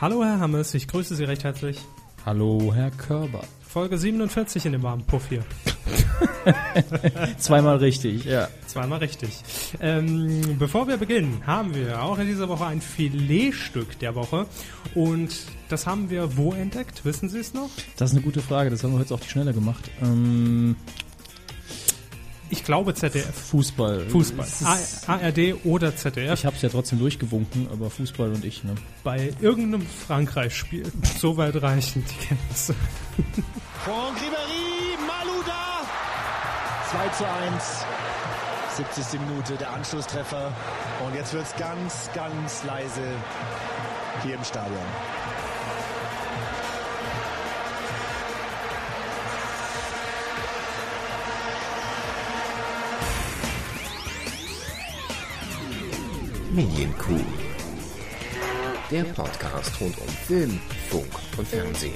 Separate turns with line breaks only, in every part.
Hallo Herr Hammes, ich grüße Sie recht herzlich.
Hallo, Herr Körber.
Folge 47 in dem warmen Puff hier.
Zweimal richtig, ja.
Zweimal richtig. Ähm, bevor wir beginnen, haben wir auch in dieser Woche ein Filetstück der Woche. Und das haben wir wo entdeckt? Wissen Sie es noch?
Das ist eine gute Frage, das haben wir jetzt auf die Schnelle gemacht. Ähm,
Ich glaube ZDF.
Fußball. Ah,
Fußball.
Es ist-
A- ARD oder ZDF
Ich hab's ja trotzdem durchgewunken, aber Fußball und ich, ne?
bei irgendeinem Frankreich-Spiel. So weit reichen die Kenntnisse.
Von Ribéry, Malouda. 2 zu 1. 70. Minute, der Anschlusstreffer. Und jetzt wird's ganz, ganz leise hier im Stadion.
Medienkuh. Der Podcast rund um Film, Funk und Fernsehen.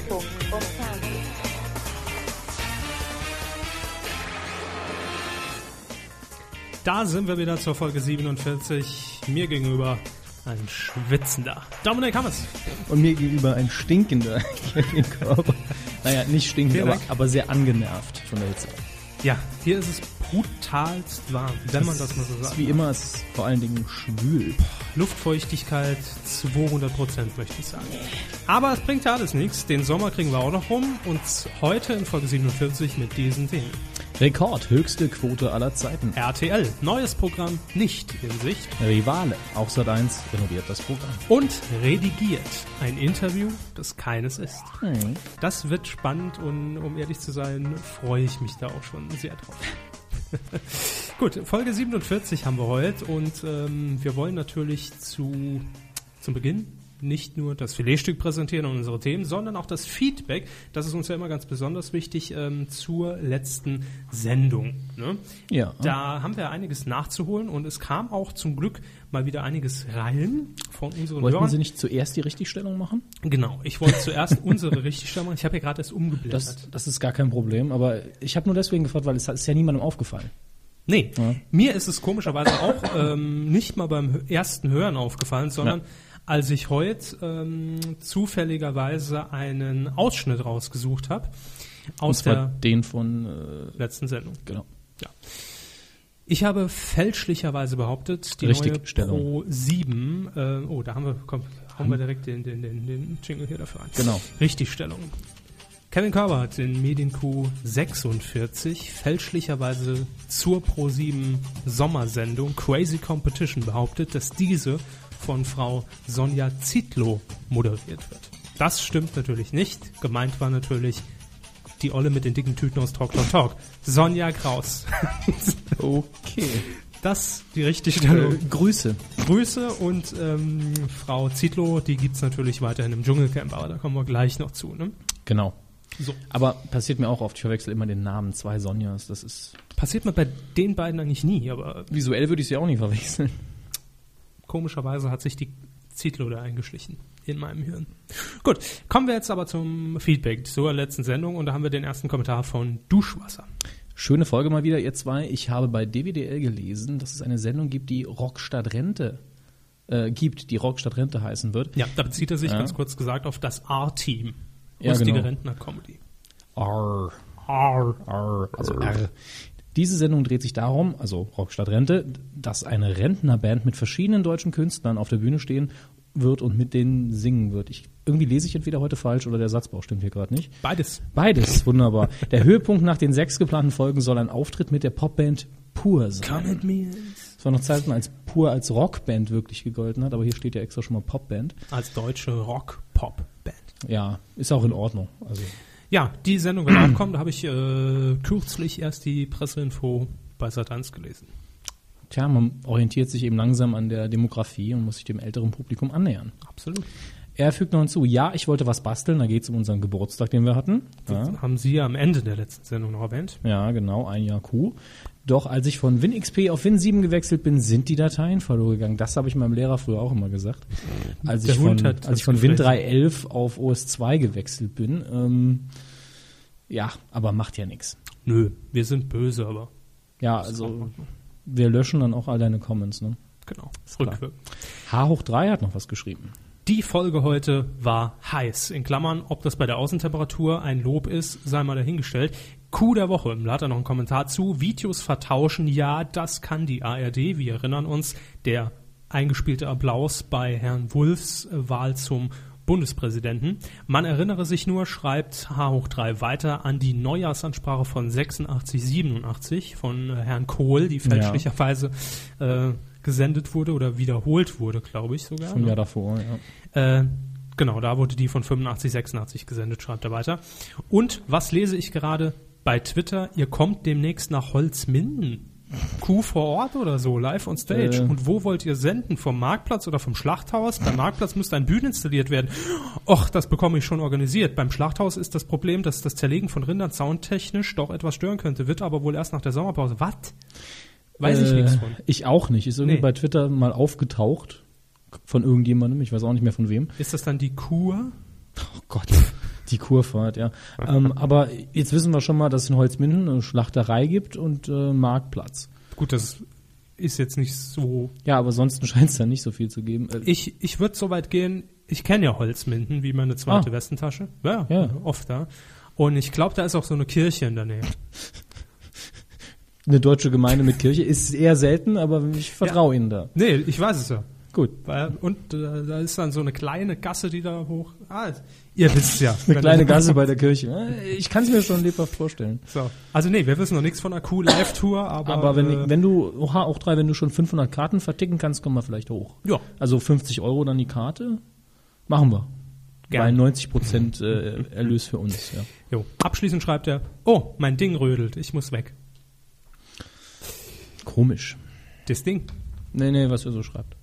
Da sind wir wieder zur Folge 47. Mir gegenüber ein schwitzender Dominik Hammes.
Und mir gegenüber ein stinkender Kevin Körber. Naja, nicht stinkend,
Vielen
aber,
Dank.
aber sehr angenervt von der Hitze.
Ja, hier ist es brutalst warm, wenn man das mal so ne?
Es ist
sagt.
Wie immer, es ist vor allen Dingen schwül.
Luftfeuchtigkeit 200 Prozent, möchte ich sagen. Aber es bringt ja alles nichts. Den Sommer kriegen wir auch noch rum und heute in Folge 47 mit diesen Themen.
Rekord, höchste Quote aller Zeiten.
RTL, neues Programm nicht in Sicht
Rivale, auch Sat1 renoviert das Programm.
und redigiert. Ein Interview, das keines ist. Das wird spannend und um ehrlich zu sein, freue ich mich da auch schon sehr drauf. Gut, Folge 47 haben wir heute und ähm, wir wollen natürlich zu, zum Beginn nicht nur das Filetstück präsentieren und unsere Themen, sondern auch das Feedback, das ist uns ja immer ganz besonders wichtig, ähm, zur letzten Sendung. Ne?
Ja.
Da haben wir einiges nachzuholen und es kam auch zum Glück mal wieder einiges rein von unseren
Wollten
Hörern.
Sie nicht zuerst die Richtigstellung machen?
Genau, ich wollte zuerst unsere Richtigstellung machen. Ich habe ja gerade erst umgeblättert.
Das, das ist gar kein Problem, aber ich habe nur deswegen gefragt, weil es ist ja niemandem aufgefallen.
Nee, mir ist es komischerweise auch ähm, nicht mal beim ersten Hören aufgefallen, sondern als ich heute ähm, zufälligerweise einen Ausschnitt rausgesucht habe
Und
aus
zwar
der
den von, äh,
letzten Sendung.
genau.
Ich habe fälschlicherweise behauptet, die
Richtig,
neue
Stellung.
Pro 7, äh, oh, da haben wir, komm, hauen wir direkt den, den, den, den Jingle hier dafür an.
Genau.
Richtigstellung. Kevin Körber hat in Medienkuh 46 fälschlicherweise zur Pro 7 Sommersendung Crazy Competition behauptet, dass diese von Frau Sonja Zietlow moderiert wird. Das stimmt natürlich nicht. Gemeint war natürlich die Olle mit den dicken Tüten aus Talk Talk Talk. Sonja Kraus.
Okay.
Das die Richtigstellung.
Äh, Grüße.
Grüße und ähm, Frau Zitlo, die gibt's natürlich weiterhin im Dschungelcamp, aber da kommen wir gleich noch zu. Ne?
Genau.
So.
Aber passiert mir auch oft, ich verwechsel immer den Namen zwei Sonjas. Das ist
Passiert mir bei den beiden eigentlich nie, aber
visuell würde ich sie auch nie verwechseln.
komischerweise hat sich die Zitlo da eingeschlichen in meinem Hirn. Gut, kommen wir jetzt aber zum Feedback zur letzten Sendung und da haben wir den ersten Kommentar von Duschwasser.
Schöne Folge mal wieder, ihr zwei. Ich habe bei DWDL gelesen, dass es eine Sendung gibt, die Rock statt Rente äh, gibt, die Rock statt Rente heißen wird.
Ja, da bezieht er sich
Ja.
ganz kurz gesagt auf das R-Team.
Ja,
Lustige
genau.
Rentner-Comedy.
Arr.
R.
R, also R. Diese Sendung dreht sich darum, also Rock statt Rente, dass eine Rentnerband mit verschiedenen deutschen Künstlern auf der Bühne stehen wird und mit denen singen wird. Ich, irgendwie lese ich entweder heute falsch oder der Satzbau stimmt hier gerade nicht.
Beides.
Beides, wunderbar. Der Höhepunkt nach den sechs geplanten Folgen soll ein Auftritt mit der Popband Pur sein.
me.
Es waren noch Zeiten, als Pur als Rockband wirklich gegolten hat, aber hier steht ja extra schon mal Popband.
Als deutsche Rock-Pop-Band.
Ja, ist auch in Ordnung. Also
Ja, die Sendung wird auch kommen. Da habe ich äh, kürzlich erst die Presseinfo bei Satans gelesen.
Tja, man orientiert sich eben langsam an der Demografie und muss sich dem älteren Publikum annähern.
Absolut.
Er fügt noch hinzu, ja, ich wollte was basteln, da geht's um unseren Geburtstag, den wir hatten. Ja,
Haben Sie ja am Ende der letzten Sendung noch erwähnt.
ja genau, ein Jahr Kuh. Doch als ich von WinXP auf Win7 gewechselt bin, sind die Dateien verloren gegangen. Das habe ich meinem Lehrer früher auch immer gesagt. Als
Der
ich
Hund
von,
hat
als
das
ich von Win
gefressen.
3.11 auf OS 2 gewechselt bin. Ähm, ja, aber macht ja nichts.
Nö, wir sind böse, aber
Ja, also wir löschen dann auch all deine Comments. Ne?
genau.
klar.
Rückwirkend.
H hoch 3 hat noch was geschrieben.
Die Folge heute war heiß. In Klammern, ob das bei der Außentemperatur ein Lob ist, sei mal dahingestellt. Coup der Woche. Da hat er noch einen Kommentar zu. Videos vertauschen, ja, das kann die ARD. Wir erinnern uns, der eingespielte Applaus bei Herrn Wulffs Wahl zum Bundespräsidenten. Man erinnere sich nur, schreibt H hoch 3 weiter an die Neujahrsansprache von 86, 87 von äh, Herrn Kohl, die fälschlicherweise äh, gesendet wurde oder wiederholt wurde, glaube ich sogar.
Vom
ne?
Jahr davor, ja.
Äh, genau, da wurde die von 85, 86 gesendet, schreibt er weiter. Und was lese ich gerade bei Twitter? Ihr kommt demnächst nach Holzminden. Kuh vor Ort oder so, live on stage.
Äh.
Und wo wollt ihr senden? Vom Marktplatz oder vom Schlachthaus? Beim Marktplatz müsste ein Bühnen installiert werden. Och, das bekomme ich schon organisiert. Beim Schlachthaus ist das Problem, dass das Zerlegen von Rindern soundtechnisch doch etwas stören könnte. Wird aber wohl erst nach der Sommerpause. Was? Weiß ich
Äh,
nichts von.
Ich auch nicht. Ist irgendwie
Nee.
bei Twitter mal aufgetaucht von irgendjemandem, ich weiß auch nicht mehr von wem.
Ist das dann die Kur?
Oh Gott. Die Kurfahrt, ja. ähm, aber jetzt wissen wir schon mal, dass es in Holzminden eine Schlachterei gibt und äh, Marktplatz.
Gut, das ist jetzt nicht so
Ja, aber sonst scheint es da nicht so viel zu geben. Äh,
Ich, ich würde so weit gehen, ich kenne ja Holzminden, wie meine zweite
Ah.
Westentasche. Ja,
Ja.
oft da. Und ich glaube, da ist auch so eine Kirche in der Nähe.
eine deutsche Gemeinde mit Kirche ist eher selten, aber ich vertraue Ihnen da.
Nee, ich weiß es ja.
Gut.
Weil- Und äh, da ist dann so eine kleine Gasse, die da hoch. Ah, ihr wisst ja.
Eine kleine Gasse bei der Kirche. Äh, Ich kann es mir schon lebhaft vorstellen.
So. Also nee, wir wissen noch nichts von der Q-Live-Tour, aber,
Aber
äh,
wenn, wenn du, oha, auch drei, wenn du schon 500 Karten verticken kannst, kommen wir vielleicht hoch.
Ja.
Also 50 Euro dann die Karte. Machen wir.
Gerne.
Bei 90 Prozent äh, Erlös für uns. Ja.
jo. abschließend schreibt er, oh, mein Ding rödelt, ich muss weg.
Komisch.
Das Ding.
Nee, nee, was er so schreibt.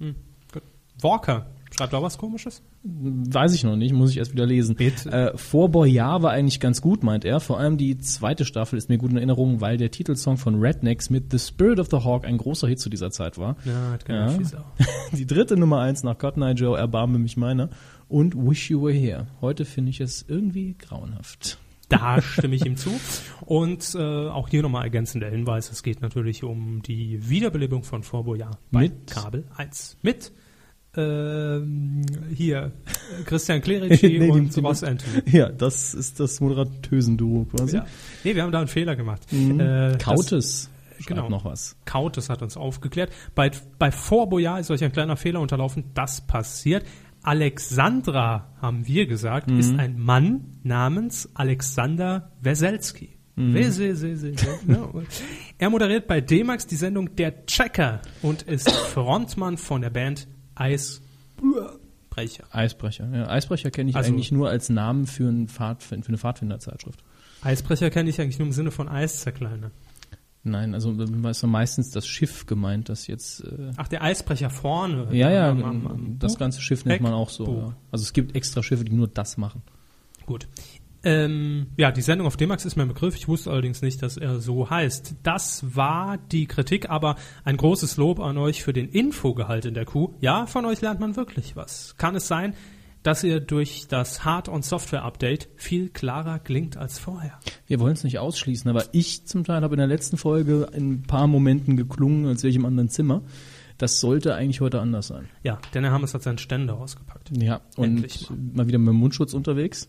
Walker. Schreibt er was komisches?
Weiß ich noch nicht, muss ich erst wieder lesen.
Bitte.
Äh, Vorboyard war eigentlich ganz gut, meint er. Vor allem die zweite Staffel ist mir gut in Erinnerung, weil der Titelsong von Rednecks mit The Spirit of the Hawk ein großer Hit zu dieser Zeit war.
Ja, hat keine
Ja.
viel Sau.
Die dritte Nummer eins nach Cotton Eye Joe, Erbarme mich meiner und Wish You Were Here. Heute finde ich es irgendwie grauenhaft.
Da stimme ich ihm zu. Und äh, auch hier nochmal ergänzend der Hinweis, es geht natürlich um die Wiederbelebung von Vorbojahr bei
Mit?
Kabel 1. Mit ähm, hier äh, Christian Clerici
Nee, die- die-
und Ross Anthony.
Ja, das ist das Moderatösen-Duo quasi.
Ja. Nee, wir haben da einen Fehler gemacht.
Mhm.
Äh, das-
Kautes schreibt
genau.
noch was.
Kautes hat uns aufgeklärt. Bei, bei Vorbojahr ist euch ein kleiner Fehler unterlaufen. Das passiert. Alexandra, haben wir gesagt,
Mhm.
ist ein Mann namens Alexander Weselski.
Mhm.
Wese- se- se- se- ne? Er moderiert bei D-Max die Sendung Der Checker und ist Frontmann von der Band Eisbrecher.
Eisbrecher. Ja, Eisbrecher kenne ich
Also-
eigentlich nur als Namen für, einen Pfad, für eine Pfadfinderzeitschrift.
Eisbrecher kenne ich eigentlich nur im Sinne von Eiszerkleiner.
Nein, also äh, ist ja meistens das Schiff gemeint, das jetzt. Äh,
Ach, der Eisbrecher vorne.
ja, ja,
Am- am- am
das
Buch.
ganze Schiff nennt man auch so.
Heckbuch.
Ja. Also es gibt extra Schiffe, die nur das machen.
Gut. Ähm, ja, die Sendung auf D-Max ist mein Begriff. Ich wusste allerdings nicht, dass er so heißt. Das war die Kritik, aber ein großes Lob an euch für den Infogehalt in der Kuh. Ja, von euch lernt man wirklich was. Kann es sein, dass ihr durch das Hard-on-Software-Update viel klarer klingt als vorher?
Wir wollen es nicht ausschließen, aber ich zum Teil habe in der letzten Folge in ein paar Momenten geklungen, als wäre ich im anderen Zimmer. Das sollte eigentlich heute anders sein.
Ja, denn Herr Hammes hat seinen Ständer rausgepackt.
Ja, und
Endlich mal.
mal. wieder mit dem Mundschutz unterwegs.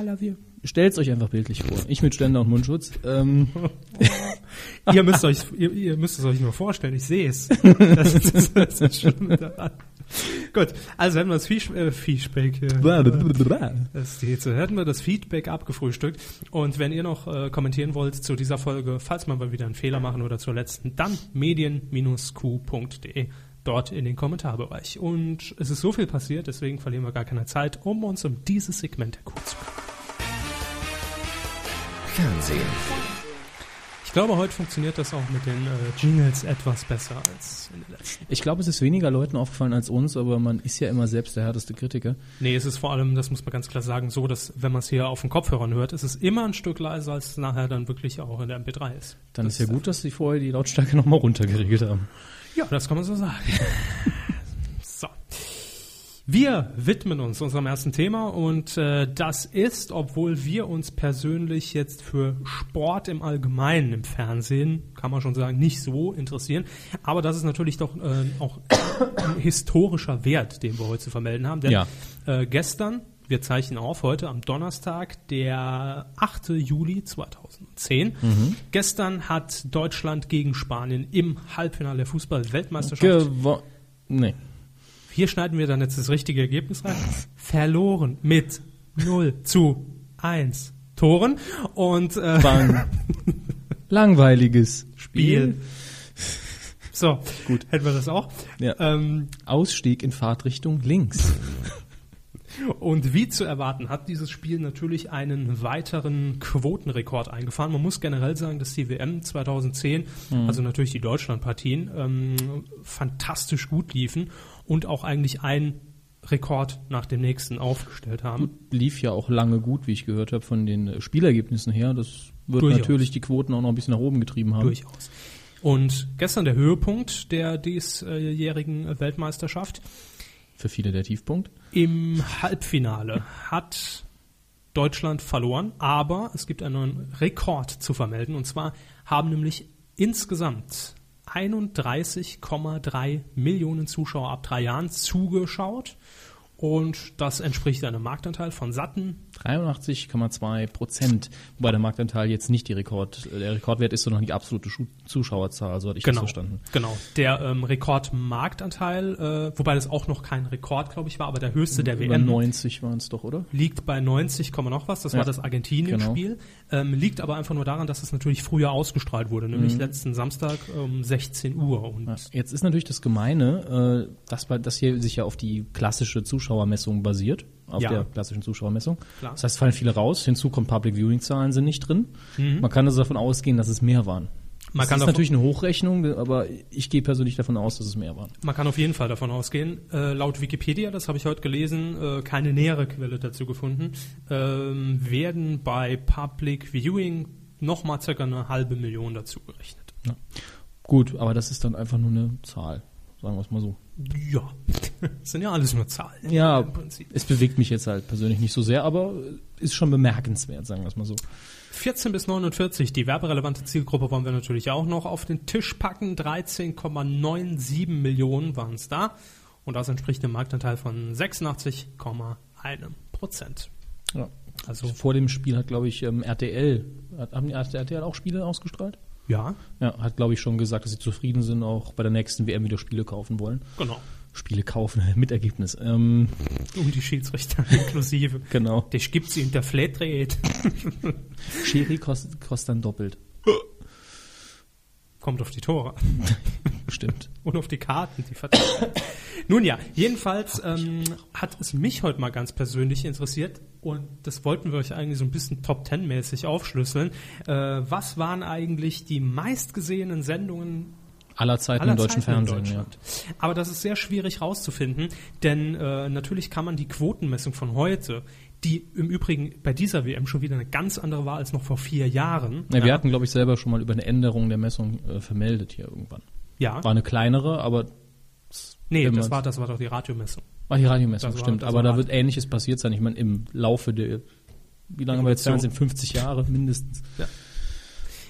I love you.
Stellt's euch einfach bildlich vor. Ich mit Ständer und Mundschutz. Ähm,
Ihr müsst, euch, ihr, ihr müsst es euch nur vorstellen, ich sehe es. Das ist das, ist schon daran. Gut, also haben wir das Fisch, äh, Fischbeck hier. Das ist die Hitze. Hätten wir das Feedback abgefrühstückt. Und wenn ihr noch äh, kommentieren wollt zu dieser Folge, falls wir mal wieder einen Fehler machen oder zur letzten, dann medien-q.de. Dort in den Kommentarbereich. Und es ist so viel passiert, deswegen verlieren wir gar keine Zeit, um uns um dieses Segment der Q zu kümmern.
Fernsehen.
Ich glaube, heute funktioniert das auch mit den äh, Jingles etwas besser als in der letzten.
ich glaube, es ist weniger Leuten aufgefallen als uns, aber man ist ja immer selbst der härteste Kritiker.
Nee, es ist vor allem, das muss man ganz klar sagen, so, dass wenn man es hier auf den Kopfhörern hört, ist es immer ein Stück leiser, als es nachher dann wirklich auch in der MP3 ist.
Dann
Das
ist ja gut, dass sie vorher die Lautstärke nochmal runtergeregelt haben.
Ja, das kann man so sagen. so. Wir widmen uns unserem ersten Thema und äh, das ist, obwohl wir uns persönlich jetzt für Sport im Allgemeinen im Fernsehen, kann man schon sagen, nicht so interessieren, aber das ist natürlich doch äh, auch ein historischer Wert, den wir heute zu vermelden haben, denn
Ja.
Äh, gestern, wir zeichnen auf, heute am Donnerstag, der 8. Juli 2010. Gestern hat Deutschland gegen Spanien im Halbfinale der Fußball-Weltmeisterschaft,
Gewo nee.
hier schneiden wir dann jetzt das richtige Ergebnis rein, verloren mit 0 zu 1 Toren und äh,
Bang. Langweiliges
Spiel. So, gut, hätten wir das auch.
Ja.
Ähm,
Ausstieg in Fahrtrichtung links.
Und wie zu erwarten, hat dieses Spiel natürlich einen weiteren Quotenrekord eingefahren. Man muss generell sagen, dass die WM 2010, also natürlich die Deutschlandpartien, ähm, fantastisch gut liefen und auch eigentlich einen Rekord nach dem nächsten aufgestellt haben.
Lief ja auch lange gut, wie ich gehört habe, von den äh, Spielergebnissen her. Das wird
Durchaus.
natürlich die Quoten auch noch ein bisschen nach oben getrieben haben.
Durchaus. Und gestern der Höhepunkt der diesjährigen Weltmeisterschaft.
Für viele der Tiefpunkt.
Im Halbfinale hat Deutschland verloren, aber es gibt einen neuen Rekord zu vermelden. Und zwar haben nämlich insgesamt 31,3 Millionen Zuschauer ab drei Jahren zugeschaut. Und das entspricht einem Marktanteil von satten
83,2 Prozent. Wobei der Marktanteil jetzt nicht die Rekord, äh, der Rekordwert ist, sondern die absolute Schu Zuschauerzahl, so hatte ich das verstanden.
Genau. Der ähm, Rekordmarktanteil, äh, wobei das auch noch kein Rekord, glaube ich, war, aber der höchste der
Über
WM
90 waren es doch, oder?
liegt bei 90, Komma noch was. Das
Ja, genau.
war das Argentinien-Spiel. Ähm, liegt aber einfach nur daran, dass es natürlich früher ausgestrahlt wurde, nämlich letzten Samstag um 16 Uhr. Und
Mhm. Ja. Jetzt ist natürlich das Gemeine, äh, dass, bei- dass hier sich ja auf die klassische Zuschauermessung basiert, auf
Ja.
der klassischen Zuschauermessung.
Klar.
Das heißt, fallen viele raus, hinzu kommen Public Viewing Zahlen sind nicht drin. Man kann also davon ausgehen, dass es mehr waren.
Mhm. Man
das
kann
ist
davon-
natürlich eine Hochrechnung, aber ich gehe persönlich davon aus, dass es mehr waren.
man kann auf jeden Fall davon ausgehen, äh, laut Wikipedia, das habe ich heute gelesen, äh, keine nähere Quelle dazu gefunden, ähm, werden bei Public Viewing nochmal circa eine halbe Million dazu gerechnet.
Gut, aber das ist dann einfach nur eine Zahl, sagen wir es mal so.
Ja, das sind ja alles nur Zahlen.
Ja,
im Prinzip.
es bewegt mich jetzt halt persönlich nicht so sehr, aber ist schon bemerkenswert, sagen wir es mal so.
14 bis 49, die werberelevante Zielgruppe wollen wir natürlich auch noch auf den Tisch packen. 13,97 Millionen waren es da. Und das entspricht einem Marktanteil von 86,1 Prozent.
Ja.
Also,
Vor dem Spiel hat, glaube ich, ähm, RTL, hat, haben die RTL auch Spiele ausgestrahlt?
ja,
Ja, hat, glaube ich, schon gesagt, dass sie zufrieden sind, auch bei der nächsten WM wieder Spiele kaufen wollen.
genau.
Spiele kaufen mit Ergebnis. Ähm,
Um die Schiedsrichter inklusive.
genau.
Das gibt's in der Flatrate.
Schiri kostet, kostet dann doppelt.
Kommt auf die Tore.
Stimmt.
Und auf die Karten, die verteilt. Nun ja, jedenfalls ähm, hat es mich heute mal ganz persönlich interessiert und das wollten wir euch eigentlich so ein bisschen Top Ten mäßig aufschlüsseln. Äh, was waren eigentlich die meistgesehenen Sendungen
Aller Zeiten
aller
im deutschen
Zeiten in
Fernsehen. Ja.
Deutschland? Aber das ist sehr schwierig rauszufinden, denn äh, natürlich kann man die Quotenmessung von heute, die im Übrigen bei dieser WM schon wieder eine ganz andere war als noch vor vier Jahren.
Ja, wir hatten, glaube ich, selber schon mal über eine Änderung der Messung äh, vermeldet hier irgendwann.
ja.
War eine kleinere, aber
nee,
wenn
das
man-
war, das war doch die Radiomessung.
war die Radiomessung,
Das war-
stimmt.
das
aber
war-
da wird Ähnliches passiert sein. Ich meine, im Laufe der, wie lange haben wir jetzt
Evolution.
Fernsehen? 50 Jahre mindestens.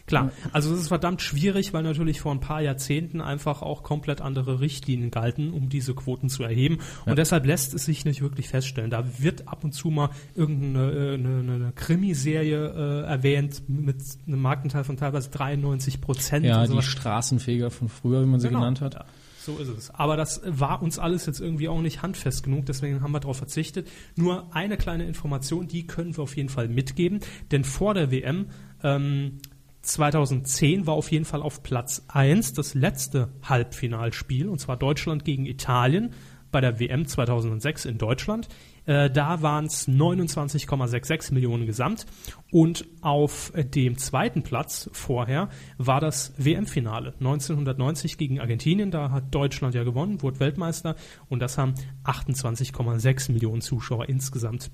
Klar, also es ist verdammt schwierig, weil natürlich vor ein paar Jahrzehnten einfach auch komplett andere Richtlinien galten, um diese Quoten zu erheben. Und deshalb lässt es sich nicht wirklich feststellen. Da wird ab und zu mal irgendeine äh, eine, eine, eine Krimiserie äh, erwähnt mit einem Marktanteil von teilweise 93 Prozent.
Ja,
und
die
sowas.
Straßenfeger von früher, wie man sie
Genau.
genannt hat.
So ist es. Aber das war uns alles jetzt irgendwie auch nicht handfest genug, deswegen haben wir darauf verzichtet. Nur eine kleine Information, die können wir auf jeden Fall mitgeben, denn vor der WM ähm, 2010 war auf jeden Fall auf Platz 1 das letzte Halbfinalspiel, und zwar Deutschland gegen Italien bei der WM 2006 in Deutschland. Äh, da waren es 29,66 Millionen gesamt. Und auf dem zweiten Platz vorher war das WM-Finale 1990 gegen Argentinien. Da hat Deutschland ja gewonnen, wurde Weltmeister. Und das haben 28,6 Millionen Zuschauer insgesamt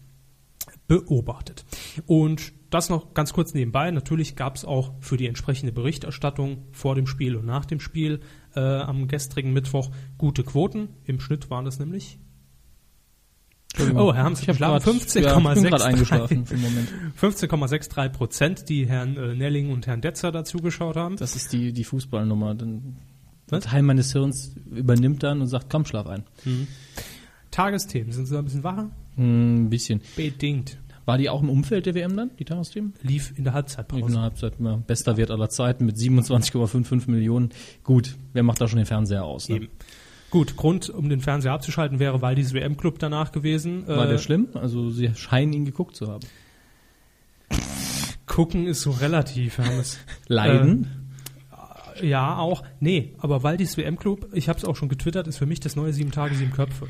beobachtet. Und das noch ganz kurz nebenbei. Natürlich gab es auch für die entsprechende Berichterstattung vor dem Spiel und nach dem Spiel äh, am gestrigen Mittwoch gute Quoten. Im Schnitt waren das nämlich Oh, Herr Hamster,
Ich hab
schlafen
grad-
15,63.
ja, ich bin grad eingeschlafen für einen Moment.
15,63 Prozent, die Herrn äh, Nelling und Herrn Detzer dazu geschaut haben.
Das ist die, die Fußballnummer. Dann
Was?
Teil meines Hirns übernimmt dann und sagt, komm, schlaf ein.
Tagesthemen, sind Sie da ein bisschen wacher?
Ein Hm, bisschen.
Bedingt.
War die auch im Umfeld der WM dann, die Tagesthemen?
Lief in der Halbzeitpause.
Ich bin in der Halbzeit ja, bester Wert aller Zeiten mit 27,55 Millionen. Gut, wer macht da schon den Fernseher aus? Ne?
Eben. Gut, Grund, um den Fernseher abzuschalten, wäre Waldis WM-Club danach gewesen.
War
Äh,
der schlimm? Also sie scheinen ihn geguckt zu haben.
Gucken ist so relativ, Hermes.
Leiden?
ja, auch. Nee, aber Waldis WM-Club, ich habe es auch schon getwittert, ist für mich das neue Sieben Tage, Sieben Köpfe.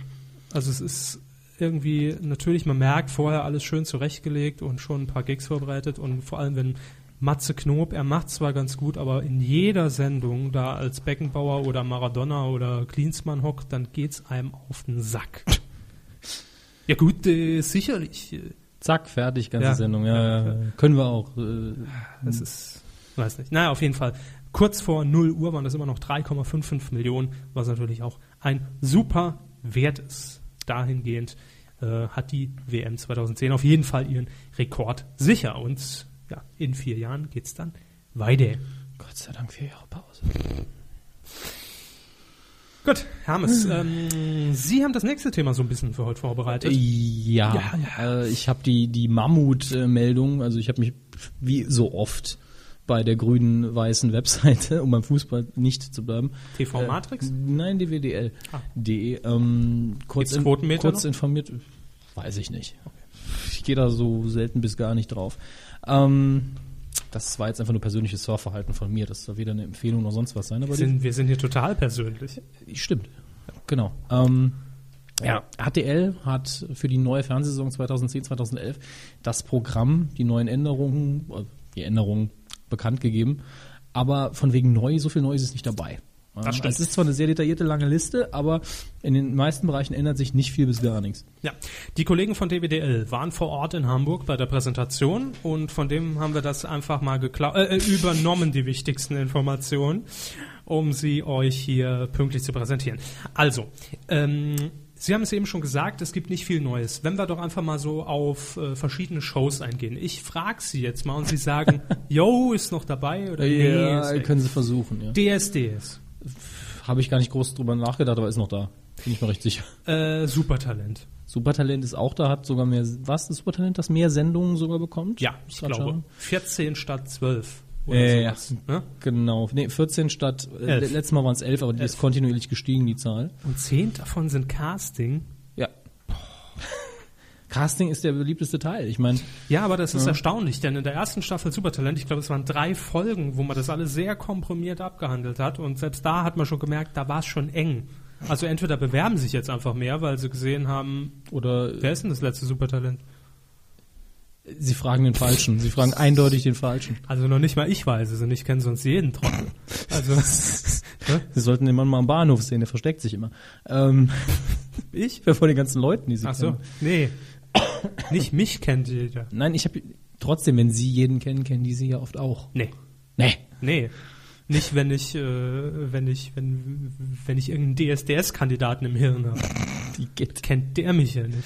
Also es ist irgendwie, natürlich, man merkt, vorher alles schön zurechtgelegt und schon ein paar Gigs vorbereitet und vor allem, wenn Matze Knob, er macht zwar ganz gut, aber in jeder Sendung da als Beckenbauer oder Maradona oder Klinsmann hockt, dann geht's einem auf den Sack. Ja gut, äh, sicherlich. äh,
Zack, fertig, ganze
Ja.
Sendung. Ja, ja, ja. Können wir auch. Äh,
Das ist, Hm. weiß nicht. Naja, auf jeden Fall. Kurz vor 0 Uhr waren das immer noch 3,55 Millionen, was natürlich auch ein super Wert ist. Dahingehend äh, hat die WM 2010 auf jeden Fall ihren Rekord sicher. Und ja, in vier Jahren geht's dann weiter.
Gott sei Dank vier Jahre Pause.
Gut, Hermes, ähm, Sie haben das nächste Thema so ein bisschen für heute vorbereitet.
Ja,
Äh, Ja,
Äh, ich habe die, die Mammut-Meldung, also ich habe mich wie so oft bei der grünen weißen Webseite, um beim Fußball nicht zu bleiben.
TV Matrix?
Äh, nein, dwdl.de.
Ah.
Ähm, kurz,
Gibt's Quotenmeter
kurz
noch?
informiert, weiß ich nicht. Ich gehe da so selten bis gar nicht drauf. Ähm, das war jetzt einfach nur persönliches Surfverhalten von mir. Das soll weder eine Empfehlung noch sonst was sein. Aber
Wir
die-
sind, wir sind hier total persönlich.
Stimmt. Genau. Ähm, ja, HTL hat für die neue Fernsehsaison 2010-2011 das Programm, die neuen Änderungen, äh, die Änderungen bekannt gegeben. Aber von wegen neu, so viel Neues ist nicht dabei. Ähm,
stimmt.
Es ist zwar eine sehr detaillierte, lange Liste, aber in den meisten Bereichen ändert sich nicht viel bis gar nichts.
Ja, die Kollegen von DWDL waren vor Ort in Hamburg bei der Präsentation und von dem haben wir das einfach mal geklau äh, äh, übernommen, die wichtigsten Informationen, um sie euch hier pünktlich zu präsentieren. Also, ähm, Sie haben es eben schon gesagt, es gibt nicht viel Neues. Wenn wir doch einfach mal so auf äh, verschiedene Shows eingehen. Ich frage Sie jetzt mal und Sie sagen, yo, ist noch dabei oder nee, ist weg.
können sie versuchen. Ja.
DSDS,
Habe ich gar nicht groß drüber nachgedacht, aber ist noch da. Bin ich mir recht sicher.
äh, Supertalent.
Supertalent ist auch da, hat sogar mehr, was, das Supertalent, das mehr Sendungen sogar bekommt?
Ja, ich
Gerade
glaube,
schauen.
14 statt 12 oder
Äh,
sowas.
ja.
Ne?
Genau, nee, 14 statt, äh,
Elf.
letztes Mal waren es 11, aber die ist kontinuierlich gestiegen, die Zahl.
Und zehn davon sind Casting.
Ja. Casting ist der beliebteste Teil. Ich meine,
Ja, aber das ist erstaunlich, denn in der ersten Staffel Supertalent, ich glaube, es waren drei Folgen, wo man das alles sehr komprimiert abgehandelt hat. Und selbst da hat man schon gemerkt, da war es schon eng. Also entweder bewerben sich jetzt einfach mehr, weil sie gesehen haben,
oder
wer ist denn das letzte Supertalent?
Sie fragen den Falschen. Sie fragen eindeutig den Falschen.
Also noch nicht mal ich weiß es und ich kenne sonst jeden Trottel. Also
Sie sollten den Mann mal am Bahnhof sehen, der versteckt sich immer. Ähm,
ich?
vor den ganzen Leuten, die Sie
Ach so,
kennen.
nee. Nicht mich kennt jeder.
Nein, ich habe trotzdem, wenn Sie jeden kennen, kennen die Sie ja oft auch.
Nee.
Nee.
Nee. Nicht, wenn ich, äh, wenn ich, wenn, wenn ich irgendeinen DSDS-Kandidaten im Hirn habe.
Die geht.
Kennt der mich ja nicht.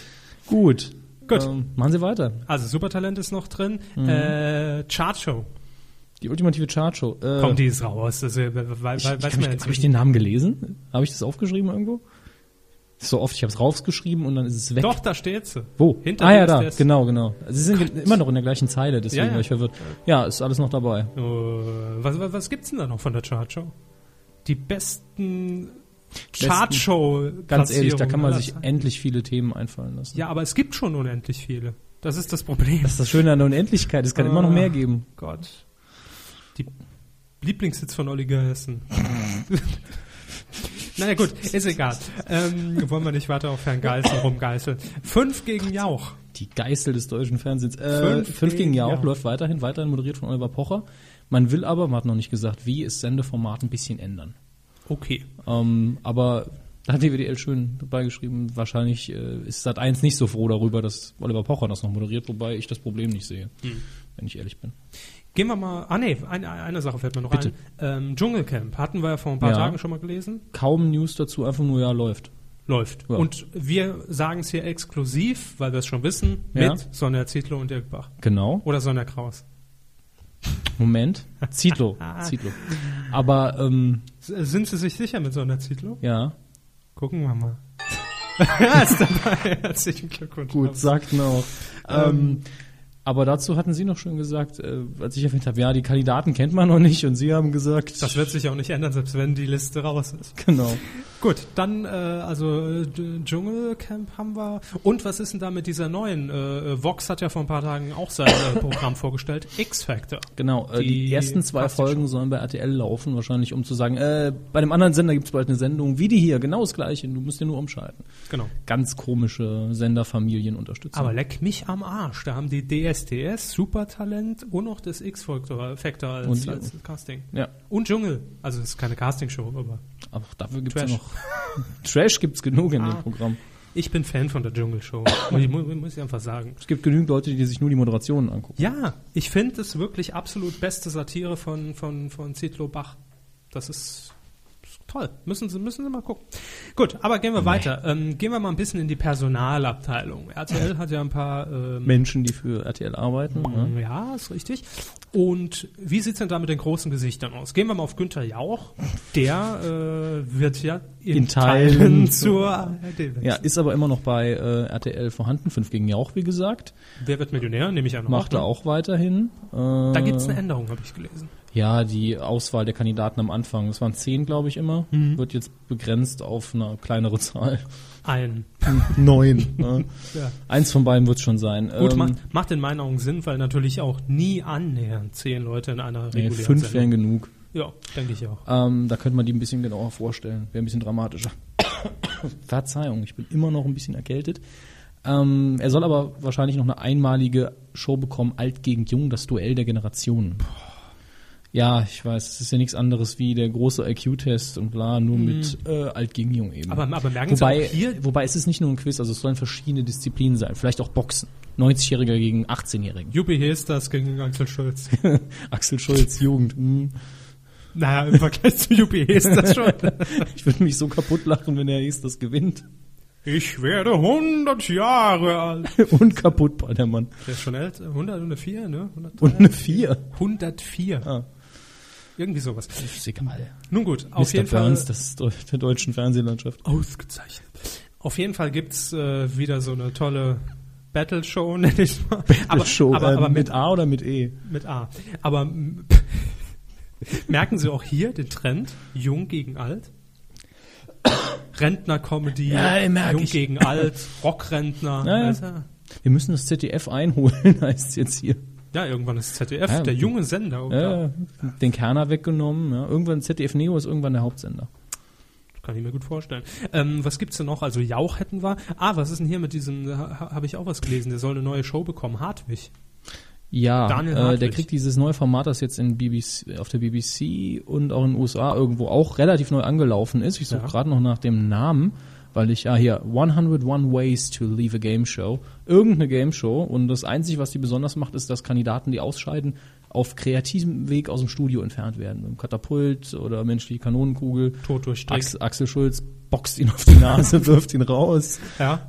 Gut.
Gut.
Ähm, Mhm. machen Sie weiter.
Also Supertalent ist noch drin. Äh, Chartshow.
Die ultimative Chartshow. Äh,
Komm, die ist raus. Das, äh, we- we- we- weiß
Ich, ich, hab
man
ich,
jetzt
hab ich
nicht.
den Namen gelesen? Habe ich das aufgeschrieben irgendwo? So oft, ich habe es raufgeschrieben und dann ist es weg.
Doch, da steht sie.
Wo?
Hinter
ah ja, da,
DSDS.
genau, genau. Sie sind immer noch in der gleichen Zeile, deswegen
Ja, ja.
war ich verwirrt. Ja, ist alles noch dabei.
Äh, was, was, was gibt's denn da noch von der Chartshow? Die besten Chartshow.
Ganz ehrlich, da kann
Platzierungen
man sich
aller Zeiten.
endlich viele Themen einfallen lassen.
Ja, aber es gibt schon unendlich viele. Das ist das Problem.
Das ist das Schöne an der Unendlichkeit, es kann immer noch mehr
Ah,
geben.
Gott. Die Lieblingssitz von Olli Gersten. naja gut, ist egal. Ähm, wollen wir nicht weiter auf Herrn Geißel rumgeißeln. Fünf gegen Jauch.
Die Geißel des deutschen Fernsehens. Äh,
Fünf
fünf, gegen
gegen
Jauch
Jauch.
läuft weiterhin, weiterhin moderiert von Oliver Pocher. Man will aber, man hat noch nicht gesagt, wie, es Sendeformat ein bisschen ändern.
Okay.
Ähm, aber da hat DWDL schön dabei geschrieben, wahrscheinlich äh, ist Sat1 nicht so froh darüber, dass Oliver Pocher das noch moderiert, wobei ich das Problem nicht sehe, wenn ich ehrlich bin.
Gehen wir mal. Ah nee, eine, eine Sache fällt mir noch
Bitte.
ein. Ähm, Dschungelcamp hatten wir ja vor ein paar
Ja.
Tagen schon mal gelesen.
Kaum News dazu, einfach nur ja, läuft.
Läuft.
Ja.
Und wir sagen es hier exklusiv, weil wir es schon wissen,
Ja.
mit Sonja Zietlow und Dirk Bach.
Genau.
Oder Sonja Kraus.
Moment. Zitlo. Zitlo. Aber ähm,
äh, S- Sind Sie sich sicher mit Sonja Zietlow?
ja,
Gucken wir mal. er ist dabei. Herzlichen Glückwunsch.
Gut, sagten auch. ähm, aber dazu hatten Sie noch schon gesagt, äh, als ich erwähnt habe, ja, die Kandidaten kennt man noch nicht und Sie haben gesagt,
Das wird sich auch nicht ändern, selbst wenn die Liste raus ist.
genau.
Gut, dann äh, also D- Dschungelcamp haben wir. Und was ist denn da mit dieser neuen? Äh, Vox hat ja vor ein paar Tagen auch sein äh, Programm vorgestellt. X-Factor.
Genau, äh, die,
Die
ersten zwei
passt ja
Folgen sollen bei RTL laufen, wahrscheinlich, um zu sagen, äh, bei dem anderen Sender gibt's bald eine Sendung, wie die hier, genau das gleiche, du musst ja nur umschalten.
Genau.
Ganz komische Senderfamilienunterstützung.
Aber leck mich am Arsch. Da haben die DSDS, Supertalent und noch das X-Factor Factor als,
Und die-
als Casting.
ja,
Und Dschungel. Also es ist keine Castingshow, aber
aber auch dafür gibt's
Trash. Ah.
ja noch. Trash gibt's genug in dem Programm.
ich bin Fan von der Dschungelshow. Muss ich- mu- muss ich einfach sagen.
Es gibt genügend Leute, die sich nur die Moderationen angucken.
Ja, ich finde es wirklich absolut beste Satire von, von, von Zitlo Bach. Das ist, ist toll. Müssen Sie, müssen Sie mal gucken. Gut, aber gehen wir weiter. Ähm, gehen wir mal ein bisschen in die Personalabteilung. RTL hat ja Mhm. ein paar. Ähm,
Menschen, die für RTL arbeiten. Ne?
ja, ist richtig. Und wie sieht's denn da mit den großen Gesichtern aus? Gehen wir mal auf Günther Jauch. Der äh, wird ja in,
In Teilen
zur ARD wechseln.
Ja, ist aber immer noch bei äh, RTL vorhanden. Fünf gegen Jauch, wie gesagt.
Wer wird Millionär? Nehme ich an.
Macht er
ne?
auch weiterhin. Äh,
Da gibt's eine Änderung, habe ich gelesen.
Ja, die Auswahl der Kandidaten am Anfang, das waren zehn, glaube ich, immer,
Mhm.
wird jetzt begrenzt auf eine kleinere Zahl.
Ein.
Neun. ne?
Ja.
Eins von beiden wird schon sein.
Gut,
Ähm,
macht, macht in meinen Augen Sinn, weil natürlich auch nie annähernd zehn Leute in einer
nee,
regulären
fünf wären
Sendung.
genug.
Ja, denke ich auch.
Ähm, da könnte man die ein bisschen genauer vorstellen. Wäre ein bisschen dramatischer. Verzeihung, ich bin immer noch ein bisschen erkältet. Ähm, er soll aber wahrscheinlich noch eine einmalige Show bekommen, Alt gegen Jung, das Duell der Generationen. Ja, ich weiß, es ist ja nichts anderes wie der große IQ-Test und bla, nur mit äh, Alt gegen Jung eben.
Mhm. Aber, aber merken Sie
Wobei,
auch hier,
wobei es ist nicht nur ein Quiz, also es sollen verschiedene Disziplinen sein, vielleicht auch Boxen. 90-Jähriger gegen 18-Jährigen.
Juppie Hesters gegen Axel Schulz.
Axel Schulz, Jugend. mm.
naja, im Vergleich zu Juppie Hesters schon.
Ich würde mich so kaputt lachen, wenn er das gewinnt.
Ich werde 100 Jahre alt.
Und kaputt war der Mann.
Der ist schon älter, 104, ne? 103,
Und eine 4.
104.
Ah.
Irgendwie sowas.
Ist egal.
Nun gut, auf
Auf Mr.
jeden
Burns,
Fall.
das ist deu- der deutschen Fernsehlandschaft.
Ausgezeichnet. Auf jeden Fall gibt's äh, wieder so eine tolle Battle-Show, nenn ich mal. Aber,
Show,
aber,
äh,
aber mit
mit A oder mit E?
Mit A. Aber m- merken Sie auch hier den Trend, jung gegen alt? Rentner-Comedy,
Ja, merk
jung
ich.
gegen alt, Rockrentner.
Ja, ja.
Alter.
Wir müssen das ZDF einholen, heißt es jetzt hier.
ja, irgendwann ist ZDF,
Ja,
der
gut.
junge Sender. oh Oder?
Ja, den Kerner weggenommen. Ja. Irgendwann ZDF Neo ist irgendwann der Hauptsender.
Kann ich mir gut vorstellen. Ähm, was gibt's denn noch? Also Jauch hätten wir. Ah, was ist denn hier mit diesem, ha, habe ich auch was gelesen, der soll eine neue Show bekommen, Hartwig.
Ja,
Daniel
äh,
Hartwig.
der kriegt dieses neue Format, das jetzt in BBC, auf der BBC und auch in den USA irgendwo auch relativ neu angelaufen ist. Ich suche
Ja.
gerade noch nach dem Namen, weil ich ja hier 101 Ways to Leave a Game Show, irgendeine Game Show und das Einzige, was die besonders macht, ist, dass Kandidaten, die ausscheiden, auf kreativem Weg aus dem Studio entfernt werden. Mit einem Katapult oder menschliche Kanonenkugel.
Tod durch Strick.
Axel, Axel Schulz boxt ihn auf die Nase, wirft ihn raus.
Ja,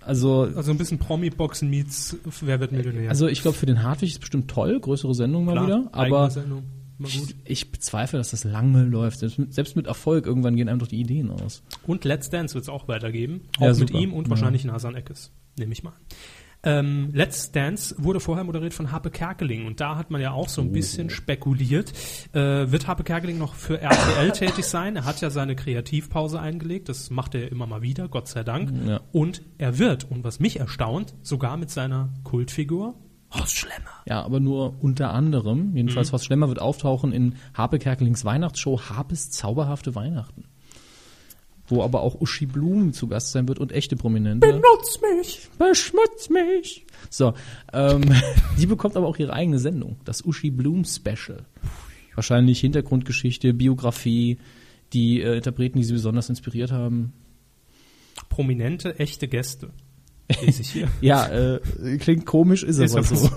Also
also ein bisschen Promi-Boxen meets Wer wird Millionär.
also ich glaube, für den Hartwig ist bestimmt toll, größere Sendung mal
Klar,
wieder.
eigene
Aber
Sendung. Mal gut.
Ich, ich bezweifle, dass das lange läuft. Selbst mit, selbst mit Erfolg irgendwann gehen einem doch die Ideen aus.
Und Let's Dance wird es auch weitergeben. Auch
Ja,
mit
super.
ihm und
Ja.
wahrscheinlich Nasan Eckes. Nehme ich mal an. Ähm, Let's Dance wurde vorher moderiert von Happe Kerkeling und da hat man ja auch
Oh.
so ein bisschen spekuliert. Äh, wird Happe Kerkeling noch für RTL tätig sein? Er hat ja seine Kreativpause eingelegt, das macht er immer mal wieder, Gott sei Dank.
Ja.
Und er wird, und was mich erstaunt, sogar mit seiner Kultfigur Horst Schlemmer.
Ja, aber nur unter anderem.
Mhm.
Jedenfalls Horst Schlemmer wird auftauchen in Harpe Kerkelings Weihnachtsshow Harpes zauberhafte Weihnachten. Wo aber auch Uschi Blum zu Gast sein wird und echte Prominente.
Nutz mich!
Beschmutz mich! So, ähm, die bekommt aber auch ihre eigene Sendung, das Uschi Blum Special. Wahrscheinlich Hintergrundgeschichte, Biografie, die äh, Interpreten, die sie besonders inspiriert haben.
Prominente, echte Gäste. Lese ich hier.
Ja, äh, klingt komisch, ist,
Ist
aber
aber
so.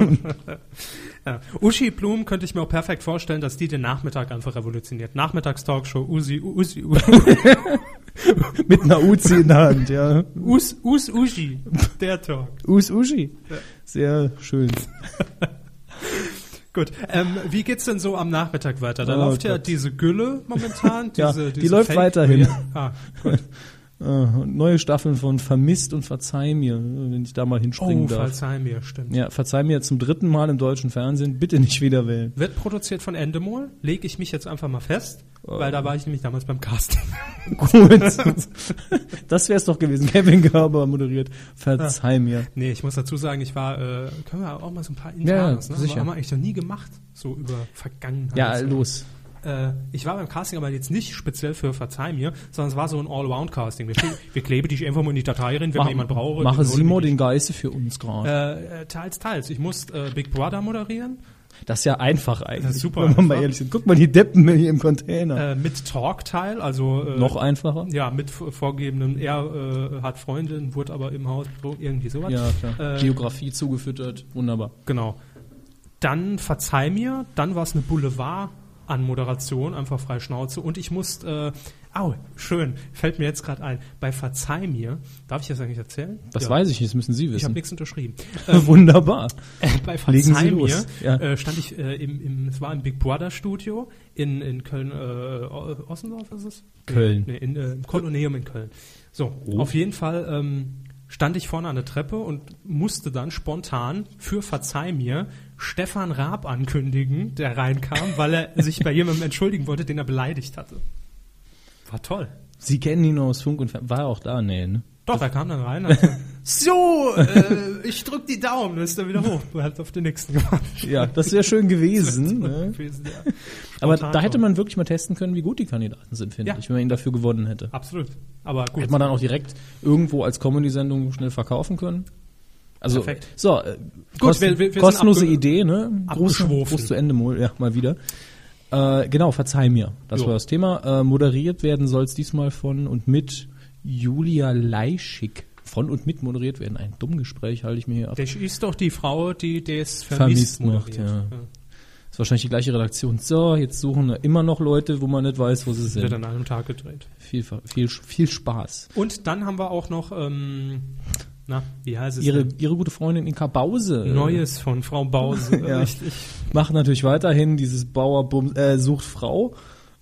Ja. Uschi Blum könnte ich mir auch perfekt vorstellen, dass die den Nachmittag einfach revolutioniert. Nachmittagstalkshow, Usi, U- Usi, U-
Mit einer Uzi in der Hand, ja.
Us, Us, Uschi, der Talk.
Us Uschi. Sehr schön.
Gut, ähm, wie geht's denn so am Nachmittag weiter? Da
Oh
läuft ja
Gott.
diese Gülle momentan.
Ja,
Diese,
die
diese
läuft weiterhin.
Ah, gut.
Äh, neue Staffeln von Vermisst und Verzeih mir, wenn ich da mal hinspringen
Oh,
darf.
verzeih mir, stimmt.
Ja, verzeih mir zum dritten Mal im deutschen Fernsehen, bitte nicht wieder wählen.
Wird produziert von Endemol, lege ich mich jetzt einfach mal fest,
Oh.
weil da war ich nämlich damals beim Casting.
Gut. das wäre es doch gewesen. Kevin Gerber moderiert. Verzeih mir.
nee, ich muss dazu sagen, ich war, äh, können wir auch mal so ein paar
Ja,
Internas, ne?
sicher.
Aber haben wir eigentlich noch nie gemacht, so über Vergangenheit.
Ja, los.
Äh, ich war beim Casting aber jetzt nicht speziell für Verzeih mir, sondern es war so ein Allround-Casting. Wir, kle- wir kleben dich einfach mal in die Datei rein, wenn wir jemand brauchen.
mache
dann holen
Simo
wir dich.
den Geiste für uns gerade.
Äh, äh, teils, teils. Ich muss äh, Big Brother moderieren,
Das ist ja einfach eigentlich.
Das ist super
Wenn wir mal
einfach.
ehrlich sind. Guck mal, die Deppen hier im Container.
äh, mit Talk-Teil, also äh,
Noch einfacher.
Ja, mit v- vorgegebenem, er äh, hat Freundin, wurde aber im Haus, irgendwie sowas.
Ja, klar.
Äh,
Geografie zugefüttert. Wunderbar.
genau. Dann verzeih mir, dann war es eine Boulevard an Moderation, einfach frei Schnauze. Und ich musste, äh, au, schön, fällt mir jetzt gerade ein, bei verzeih mir, darf ich das eigentlich erzählen?
Das
Ja.
weiß ich, das müssen Sie
Ich habe
wissen.
nichts ähm, unterschrieben.
Wunderbar.
bei
Legen Sie
Verzeih mir
los. Ja.
äh, stand ich äh, im, im, es war im Big Brother Studio in, in Köln, äh, O- Ossendorf ist es?
Köln.
Nee, in, äh, im Koloneum in Köln. So,
Oh.
auf jeden Fall ähm, stand ich vorne an der Treppe und musste dann spontan für Verzeih mir Stefan Raab ankündigen, der reinkam, weil er sich bei jemandem entschuldigen wollte, den er beleidigt hatte. War toll.
Sie kennen ihn aus Funk und Fernsehen. War er auch da? Nee, ne?
Doch, er kam dann rein. und hat gesagt, so, äh, ich drück die Daumen, dann ist er wieder hoch. Er hat auf den nächsten gemacht.
Ja, das wäre schön gewesen. ne?
gewesen, ja.
Aber
Spontan
da hätte
schon.
man wirklich mal testen können, wie gut die Kandidaten sind, finde
Ja.
ich, wenn man ihn dafür gewonnen hätte.
Absolut. Aber gut.
Hätte man dann auch direkt irgendwo als Comedy-Sendung schnell verkaufen können. Also,
Perfekt.
so, äh,
Gut,
kosten-
wir- wir- wir sind
kostenlose
abge-
Idee, ne? Groß,
abgeschwofen.
groß zu Ende, Mol, ja, mal wieder. Äh, genau, verzeih mir. Das
Jo.
war das Thema. Äh, moderiert werden soll es diesmal von und mit Julia Leischig. Von und mit moderiert werden. Ein dumm Gespräch halte ich mir hier ab.
das ist doch die Frau, die das
Vermisst
vermisst,
macht,
moderiert.
ja. Ist wahrscheinlich die gleiche Redaktion. So, jetzt suchen wir immer noch Leute, wo man nicht weiß, wo sie
Wird
sind.
an einem Tag gedreht.
Viel, viel, viel Spaß.
Und dann haben wir auch noch, ähm, na, wie heißt es?
Ihre,
denn?
ihre gute Freundin Inka Bause. äh,
Neues von Frau Bause.
Ja.
Richtig.
macht natürlich weiterhin dieses Bauerbum äh, sucht Frau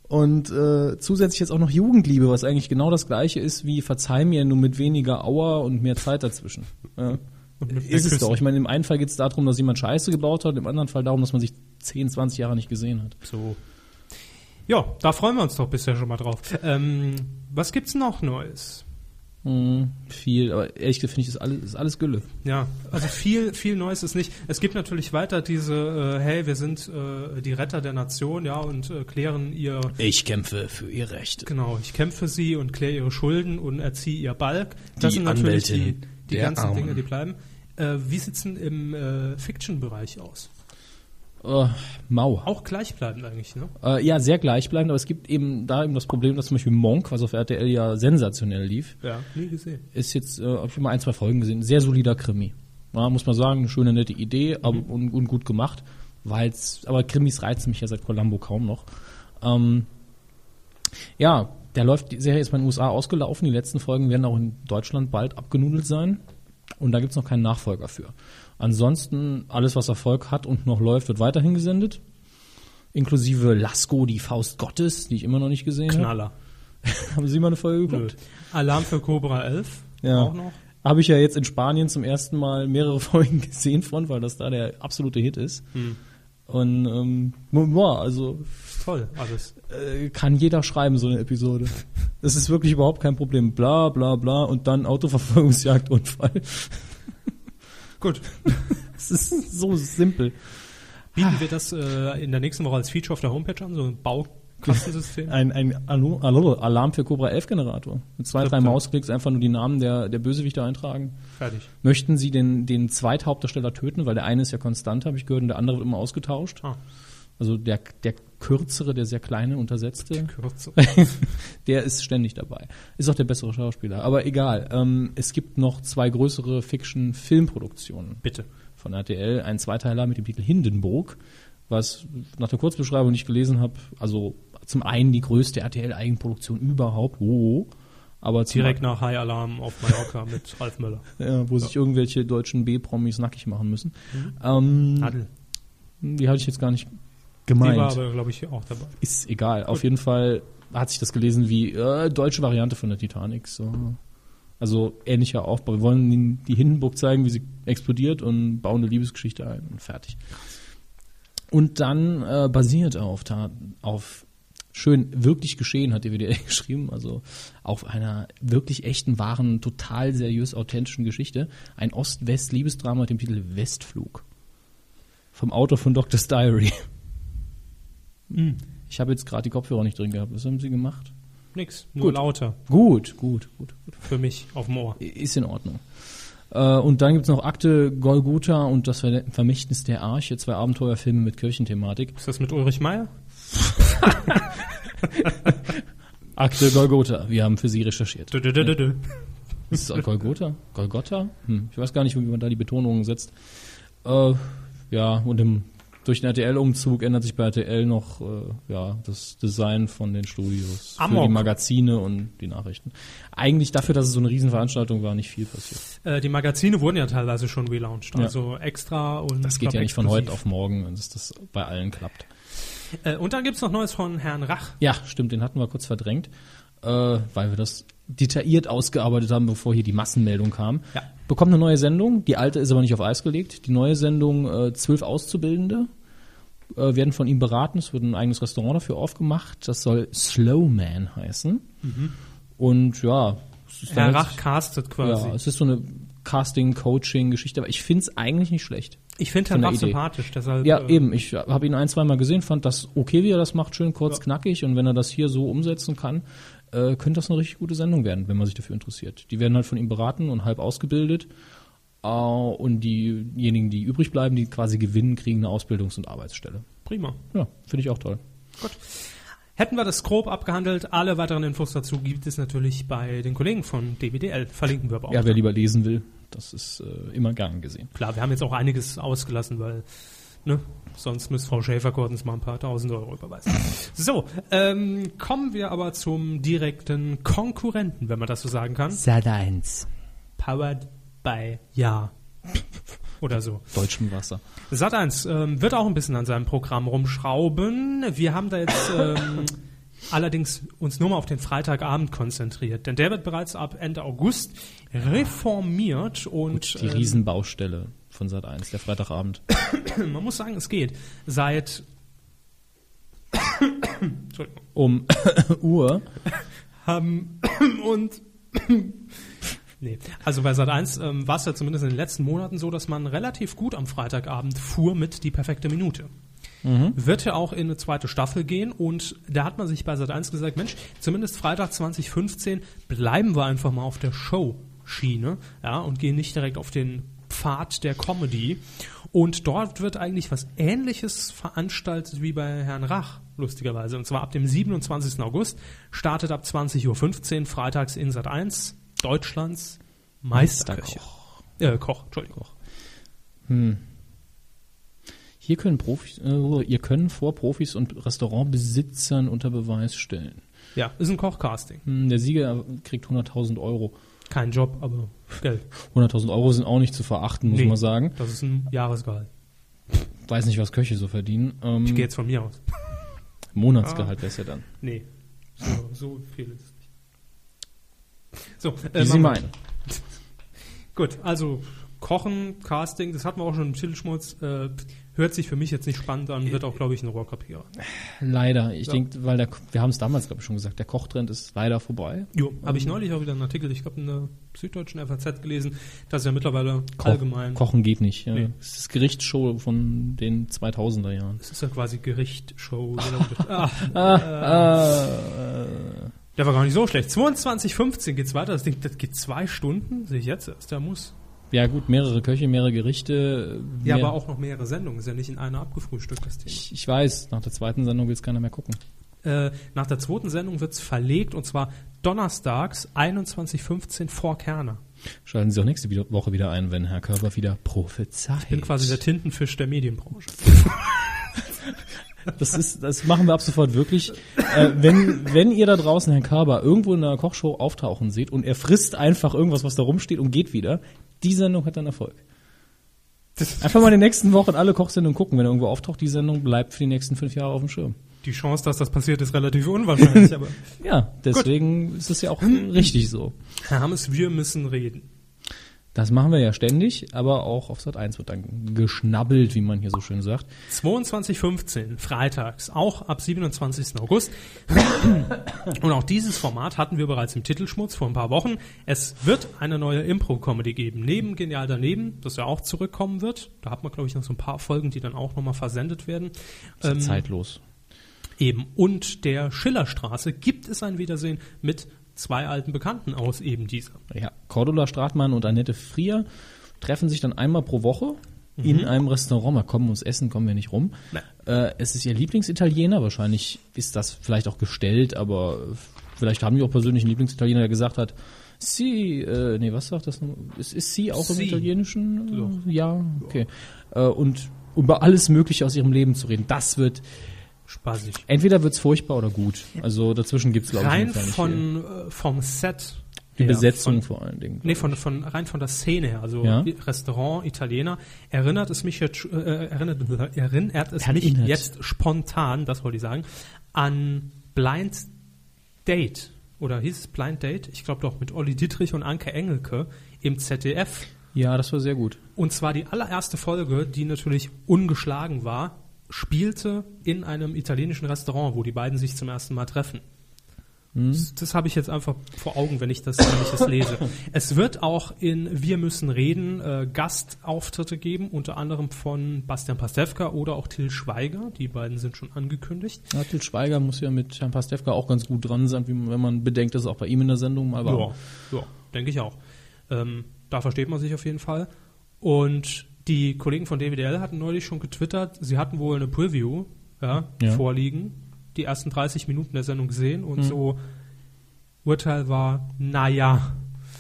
und äh, zusätzlich jetzt auch noch Jugendliebe, was eigentlich genau das gleiche ist wie Verzeih mir, nur mit weniger Auer und mehr Zeit dazwischen. Ja.
Und mit mehr
Ist es
Küssen.
doch. Ich meine, im einen Fall geht es darum, dass jemand Scheiße gebaut hat, im anderen Fall darum, dass man sich 10, 20 Jahre nicht gesehen hat.
So. Ja, da freuen wir uns doch bisher schon mal drauf. Ähm, was gibt's noch Neues?
Hm, viel, aber ehrlich gesagt finde ich, ist alles, ist alles Gülle.
Ja, also viel, viel Neues ist nicht. Es gibt natürlich weiter diese, äh, hey, wir sind äh, die Retter der Nation, ja, und äh, klären ihr
Ich kämpfe für ihr Recht.
Genau, ich kämpfe für sie und kläre ihre Schulden und erziehe ihr Balk. Das
Die
sind natürlich
Anwältin
die, die
der
ganzen
Armen.
Dinge, die bleiben. Äh, wie sitzen im äh, Fiction-Bereich aus?
Äh, Mau.
Auch gleichbleibend eigentlich, ne?
Äh, ja, sehr gleichbleibend, aber es gibt eben da eben das Problem, dass zum Beispiel Monk, was auf RTL ja sensationell lief,
Ja. Nie gesehen.
ist jetzt, äh, habe ich mal ein, zwei Folgen gesehen, sehr solider Krimi. Ja, muss man sagen, eine schöne, nette Idee aber, und, und gut gemacht. Weil's, aber Krimis reizen mich ja seit Columbo kaum noch. Ähm, ja, der läuft, die Serie ist mal in den USA ausgelaufen. Die letzten Folgen werden auch in Deutschland bald abgenudelt sein. Und da gibt's noch keinen Nachfolger für. Ansonsten, alles, was Erfolg hat und noch läuft, wird weiterhin gesendet. Inklusive Lasko, die Faust Gottes, die ich immer noch nicht gesehen habe.
Knaller.
Haben Sie mal eine Folge
Nö.
geguckt?
Alarm für Cobra 11.
Ja.
Auch noch.
Habe ich ja jetzt in Spanien zum ersten Mal mehrere Folgen gesehen von, weil das da der absolute Hit ist. Und ähm, boah, also
Toll, alles.
äh, kann jeder schreiben, so eine Episode. Das ist wirklich überhaupt kein Problem. Bla bla bla und dann Autoverfolgungsjagd, Unfall.
Gut.
Es ist so simpel.
Bieten wir das äh, in der nächsten Woche als Feature auf der Homepage an, so ein Baukastensystem?
Ein, ein Alu Alu Alarm für Cobra 11 Generator. Mit zwei, drei
Krypto.
Mausklicks einfach nur die Namen der, der Bösewichte eintragen.
Fertig.
Möchten Sie den, den Zweithauptdarsteller töten, weil der eine ist ja konstant, habe ich gehört, und der andere wird immer ausgetauscht.
Ah,
Also der, der kürzere, der sehr kleine, untersetzte,
kürzer.
der ist ständig dabei. Ist auch der bessere Schauspieler. Aber egal. Ähm, es gibt noch zwei größere Fiction-Filmproduktionen
Bitte.
von RTL. Ein Zweiteiler mit dem Titel Hindenburg, was nach der Kurzbeschreibung, die ich gelesen habe, also zum einen die größte RTL-Eigenproduktion überhaupt. Wow. Aber zum
Direkt nach High Alarm auf Mallorca mit Ralf Möller.
ja, wo sich irgendwelche deutschen B-Promis nackig machen müssen. Ähm,
Nadel.
die hatte ich jetzt gar nicht
Die
gemeint.
war aber, glaube ich, auch dabei.
Ist egal. Auf jeden Fall hat sich das gelesen wie äh, deutsche Variante von der Titanic. So. Also ähnlicher Aufbau. Wir wollen Ihnen die Hindenburg zeigen, wie sie explodiert und bauen eine Liebesgeschichte ein und fertig. Und dann äh, basiert auf, Ta- auf schön wirklich geschehen, hat die WDR geschrieben, also auf einer wirklich echten, wahren, total seriös authentischen Geschichte, ein Ost-West-Liebesdrama mit dem Titel Westflug. Vom Autor von Doctor's Diary. Ich habe jetzt gerade die Kopfhörer nicht drin gehabt. Was haben Sie gemacht?
Nix, nur
Gut.
lauter
Gut, gut, gut, gut.
für mich auf dem Ohr.
Ist in Ordnung. Äh, Und dann gibt's noch Akte Golgotha und das Ver- Vermächtnis der Arche, zwei Abenteuerfilme mit Kirchenthematik.
Ist das mit Ulrich Meier?
Akte Golgotha, wir haben für Sie recherchiert.
Dö, dö, dö, dö, dö.
Ist es Golgotha? Golgotha? Hm, ich weiß gar nicht, wie man da die Betonungen setzt. Äh, ja, und im, durch den RTL-Umzug ändert sich bei RTL noch äh, ja, das Design von den Studios für
Amok.
die Magazine und die Nachrichten. Eigentlich dafür, dass es so eine Riesenveranstaltung war, nicht viel passiert.
Äh, die Magazine wurden ja teilweise schon relaunched.
Ja.
Also extra und.
Das geht
glaub,
ja nicht von heute
exklusiv.
auf morgen, dass das bei allen klappt.
Äh, und dann gibt's noch Neues von Herrn Rach.
Ja, stimmt, den hatten wir kurz verdrängt, äh, weil wir das detailliert ausgearbeitet haben, bevor hier die Massenmeldung kam.
Ja.
Bekommt eine neue Sendung, die alte ist aber nicht auf Eis gelegt. Die neue Sendung, äh, zwölf Auszubildende, äh, werden von ihm beraten. Es wird ein eigenes Restaurant dafür aufgemacht. Das soll Slowman heißen. Mhm. Und ja, es ist
Herr
damit-
Rach castet quasi.
ja, es ist so eine Casting-Coaching-Geschichte, aber ich find's eigentlich nicht schlecht.
ich finde Herrn
von der
Rach
Idee.
sympathisch, deshalb.
Ja,
äh,
eben. Ich habe ihn ein, zweimal gesehen, fand das okay, wie er das macht, schön kurz, knackig. Und wenn er das hier so umsetzen kann, äh, könnte das eine richtig gute Sendung werden, wenn man sich dafür interessiert. Die werden halt von ihm beraten und halb ausgebildet. Äh, und diejenigen, die übrig bleiben, die quasi gewinnen, kriegen eine Ausbildungs- und Arbeitsstelle.
Prima.
Ja, finde ich auch toll.
Hätten wir das grob abgehandelt, alle weiteren Infos dazu gibt es natürlich bei den Kollegen von DBDL. Verlinken wir aber auch.
Ja, wer lieber lesen will, das ist äh, immer gern gesehen.
Klar, wir haben jetzt auch einiges ausgelassen, weil, ne, sonst müsste Frau Schäfer-Kort uns mal ein paar tausend Euro überweisen. So, ähm, kommen wir aber zum direkten Konkurrenten, wenn man das so sagen kann.
Sat 1.
Powered by Ja. Oder so.
Deutschem Wasser.
Sat1 ähm, wird auch ein bisschen an seinem Programm rumschrauben. Wir haben da jetzt ähm, allerdings uns nur mal auf den Freitagabend konzentriert, denn der wird bereits ab Ende August reformiert und
Die Riesenbaustelle von Sat 1, der Freitagabend.
ähm, man muss sagen, es geht seit Entschuldigung,
Um Uhr.
haben und Nee. Also bei Sat1 ähm, war es ja zumindest in den letzten Monaten so, dass man relativ gut am Freitagabend fuhr mit die perfekte Minute. Wird ja auch in eine zweite Staffel gehen und da hat man sich bei Sat1 gesagt, Mensch, zumindest Freitag 2015 bleiben wir einfach mal auf der Show-Schiene ja, und gehen nicht direkt auf den Pfad der Comedy. Und dort wird eigentlich was ähnliches veranstaltet wie bei Herrn Rach, lustigerweise. Und zwar ab dem 27. August, startet ab 20.15 Uhr freitags in Sat1 Deutschlands Meisterkoch. Äh, Koch, Entschuldigung.
Hier können Profis, äh, ihr können vor Profis und Restaurantbesitzern unter Beweis stellen.
Ja, ist ein Kochcasting.
Hm, Der Sieger kriegt 100.000 Euro.
Kein Job, aber Geld.
100.000 Euro sind auch nicht zu verachten, muss
Nee,
man sagen.
Das ist ein Jahresgehalt.
Weiß nicht, was Köche so verdienen. Ähm,
Ich Ah. gehe jetzt von mir aus.
Monatsgehalt wär's ja dann.
Nee. So, so viel ist es nicht. So, äh,
Wie Sie
machen wir-
meinen.
Gut, also Kochen, Casting, das hatten wir auch schon im Titelschmutz. Äh, hört sich für mich jetzt nicht spannend an, wird auch, glaube ich, ein Rohrkrepierer.
Leider. Ich denke, weil der, wir haben es damals, glaube ich, schon gesagt, der Kochtrend ist leider vorbei.
Jo, habe ich neulich auch wieder einen Artikel, ich glaube, in der Süddeutschen FAZ gelesen, dass ja mittlerweile allgemein.
Kochen geht nicht. Ja.
Nee.
Es ist Gerichtsshow von den 2000er Jahren.
Das ist ja quasi Gerichtsshow. ah,
Äh,
der war gar nicht so schlecht. 22.15 geht's weiter. Das Ding, das geht zwei Stunden. Sehe ich jetzt erst. Der muss.
ja gut, mehrere Köche, mehrere Gerichte.
Ja,
mehr-
aber auch noch mehrere Sendungen. Ist ja nicht in einer abgefrühstückt, das Thema.
Ich, ich weiß, nach der zweiten Sendung will es keiner mehr gucken.
Äh, nach der zweiten Sendung wird's verlegt und zwar donnerstags 21.15 vor Kerner.
Schalten Sie auch nächste wieder- Woche wieder ein, wenn Herr Körber wieder prophezeit.
Ich bin quasi der Tintenfisch der Medienbranche.
das, ist, das machen wir ab sofort wirklich. Äh, wenn, wenn ihr da draußen Herrn Körber irgendwo in einer Kochshow auftauchen seht und er frisst einfach irgendwas, was da rumsteht und geht wieder, die Sendung hat dann Erfolg. Einfach mal in den nächsten Wochen alle Kochsendungen gucken. Wenn er irgendwo auftaucht, die Sendung bleibt für die nächsten fünf Jahre auf dem Schirm.
die Chance, dass das passiert, ist relativ unwahrscheinlich, aber
Ja, deswegen ist es ja auch richtig so.
Herr Hammes, wir müssen reden.
Das machen wir ja ständig, aber auch auf Sat 1 wird dann geschnabbelt, wie man hier so schön sagt.
22.15, freitags, auch ab 27. August. Und auch dieses Format hatten wir bereits im Titelschmutz vor ein paar Wochen. Es wird eine neue Impro-Comedy geben. Neben Genial daneben, das ja auch zurückkommen wird. Da hat man, glaube ich, noch so ein paar Folgen, die dann auch nochmal versendet werden.
Ist
Ähm,
ja zeitlos.
Eben. Und der Schillerstraße gibt es ein Wiedersehen mit zwei alten Bekannten aus eben dieser.
Ja, Cordula Stratmann und Annette Frier treffen sich dann einmal pro Woche in einem Restaurant. Mal kommen ums Essen, kommen wir nicht rum.
Mhm. Nein.
Äh, es ist ihr Lieblingsitaliener. Wahrscheinlich ist das vielleicht auch gestellt, aber vielleicht haben die auch persönlich einen Lieblingsitaliener, der gesagt hat, Sie, äh, nee, was sagt das nochmal? Ist, ist sie auch
Sie.
im Italienischen? Äh, Ja, okay. Äh, und über alles Mögliche aus ihrem Leben zu reden, das wird,
Spaßig.
entweder wird's furchtbar oder gut. Also dazwischen gibt's glaube ich,
Rein
ungefähr nicht viel.
von, äh, vom Set.
Die
her,
Besetzung
von-
vor allen Dingen.
Nee, von, von, rein von der Szene her, also
Ja.
Restaurant, Italiener, erinnert es mich jetzt, äh, erinnert, erinnert es mich
Erinnert.
jetzt spontan, das wollte ich sagen, an Blind Date. Oder hieß es Blind Date? Ich glaube doch, mit Olli Dietrich und Anke Engelke im ZDF.
Ja, das war sehr gut.
Und zwar die allererste Folge, die natürlich ungeschlagen war, spielte in einem italienischen Restaurant, wo die beiden sich zum ersten Mal treffen. Das, das habe ich jetzt einfach vor Augen, wenn ich das, wenn ich das lese. Es wird auch in Wir müssen reden äh, Gastauftritte geben, unter anderem von Bastian Pastewka oder auch Till Schweiger. Die beiden sind schon angekündigt.
Ja, Til Schweiger muss ja mit Herrn Pastewka auch ganz gut dran sein, wie, wenn man bedenkt, dass er auch bei ihm in der Sendung mal war.
Ja, ja denke ich auch. Ähm, da versteht man sich auf jeden Fall. Und die Kollegen von DWDL hatten neulich schon getwittert, sie hatten wohl eine Preview ja,
Ja.
vorliegen, die ersten 30 Minuten der Sendung gesehen und so Urteil war, naja,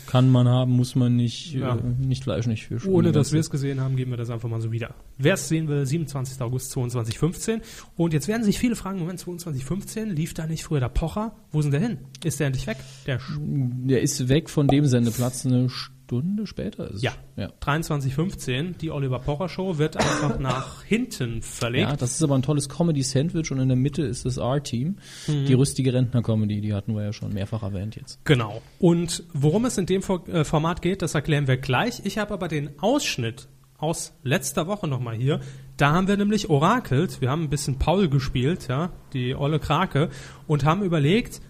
Kann man haben, muss man nicht,
Ja.
äh, nicht Fleisch, nicht Fisch.
ohne dass wir
wir
es gesehen haben, geben wir das einfach mal so wieder. Wer es sehen will, 27. August 2015. Und jetzt werden sich viele fragen, Moment, 2015, lief da nicht früher der Pocher? Wo sind der hin? Ist der endlich weg? Der Sch
Der ist weg von dem Sendeplatz eine Stunde später. Ist es.
Ja.
ja.
23.15, die Oliver Pocher Show, wird einfach nach hinten verlegt.
Ja, das ist aber ein tolles Comedy-Sandwich und in der Mitte ist das R-Team, die rüstige Rentner-Comedy, die hatten wir ja schon mehrfach erwähnt jetzt.
Genau. Und worum es in dem Vor- äh, Format geht, das erklären wir gleich. Ich habe aber den Ausschnitt aus letzter Woche nochmal hier. Da haben wir nämlich orakelt. Wir haben ein bisschen Paul gespielt, ja, die olle Krake, und haben überlegt,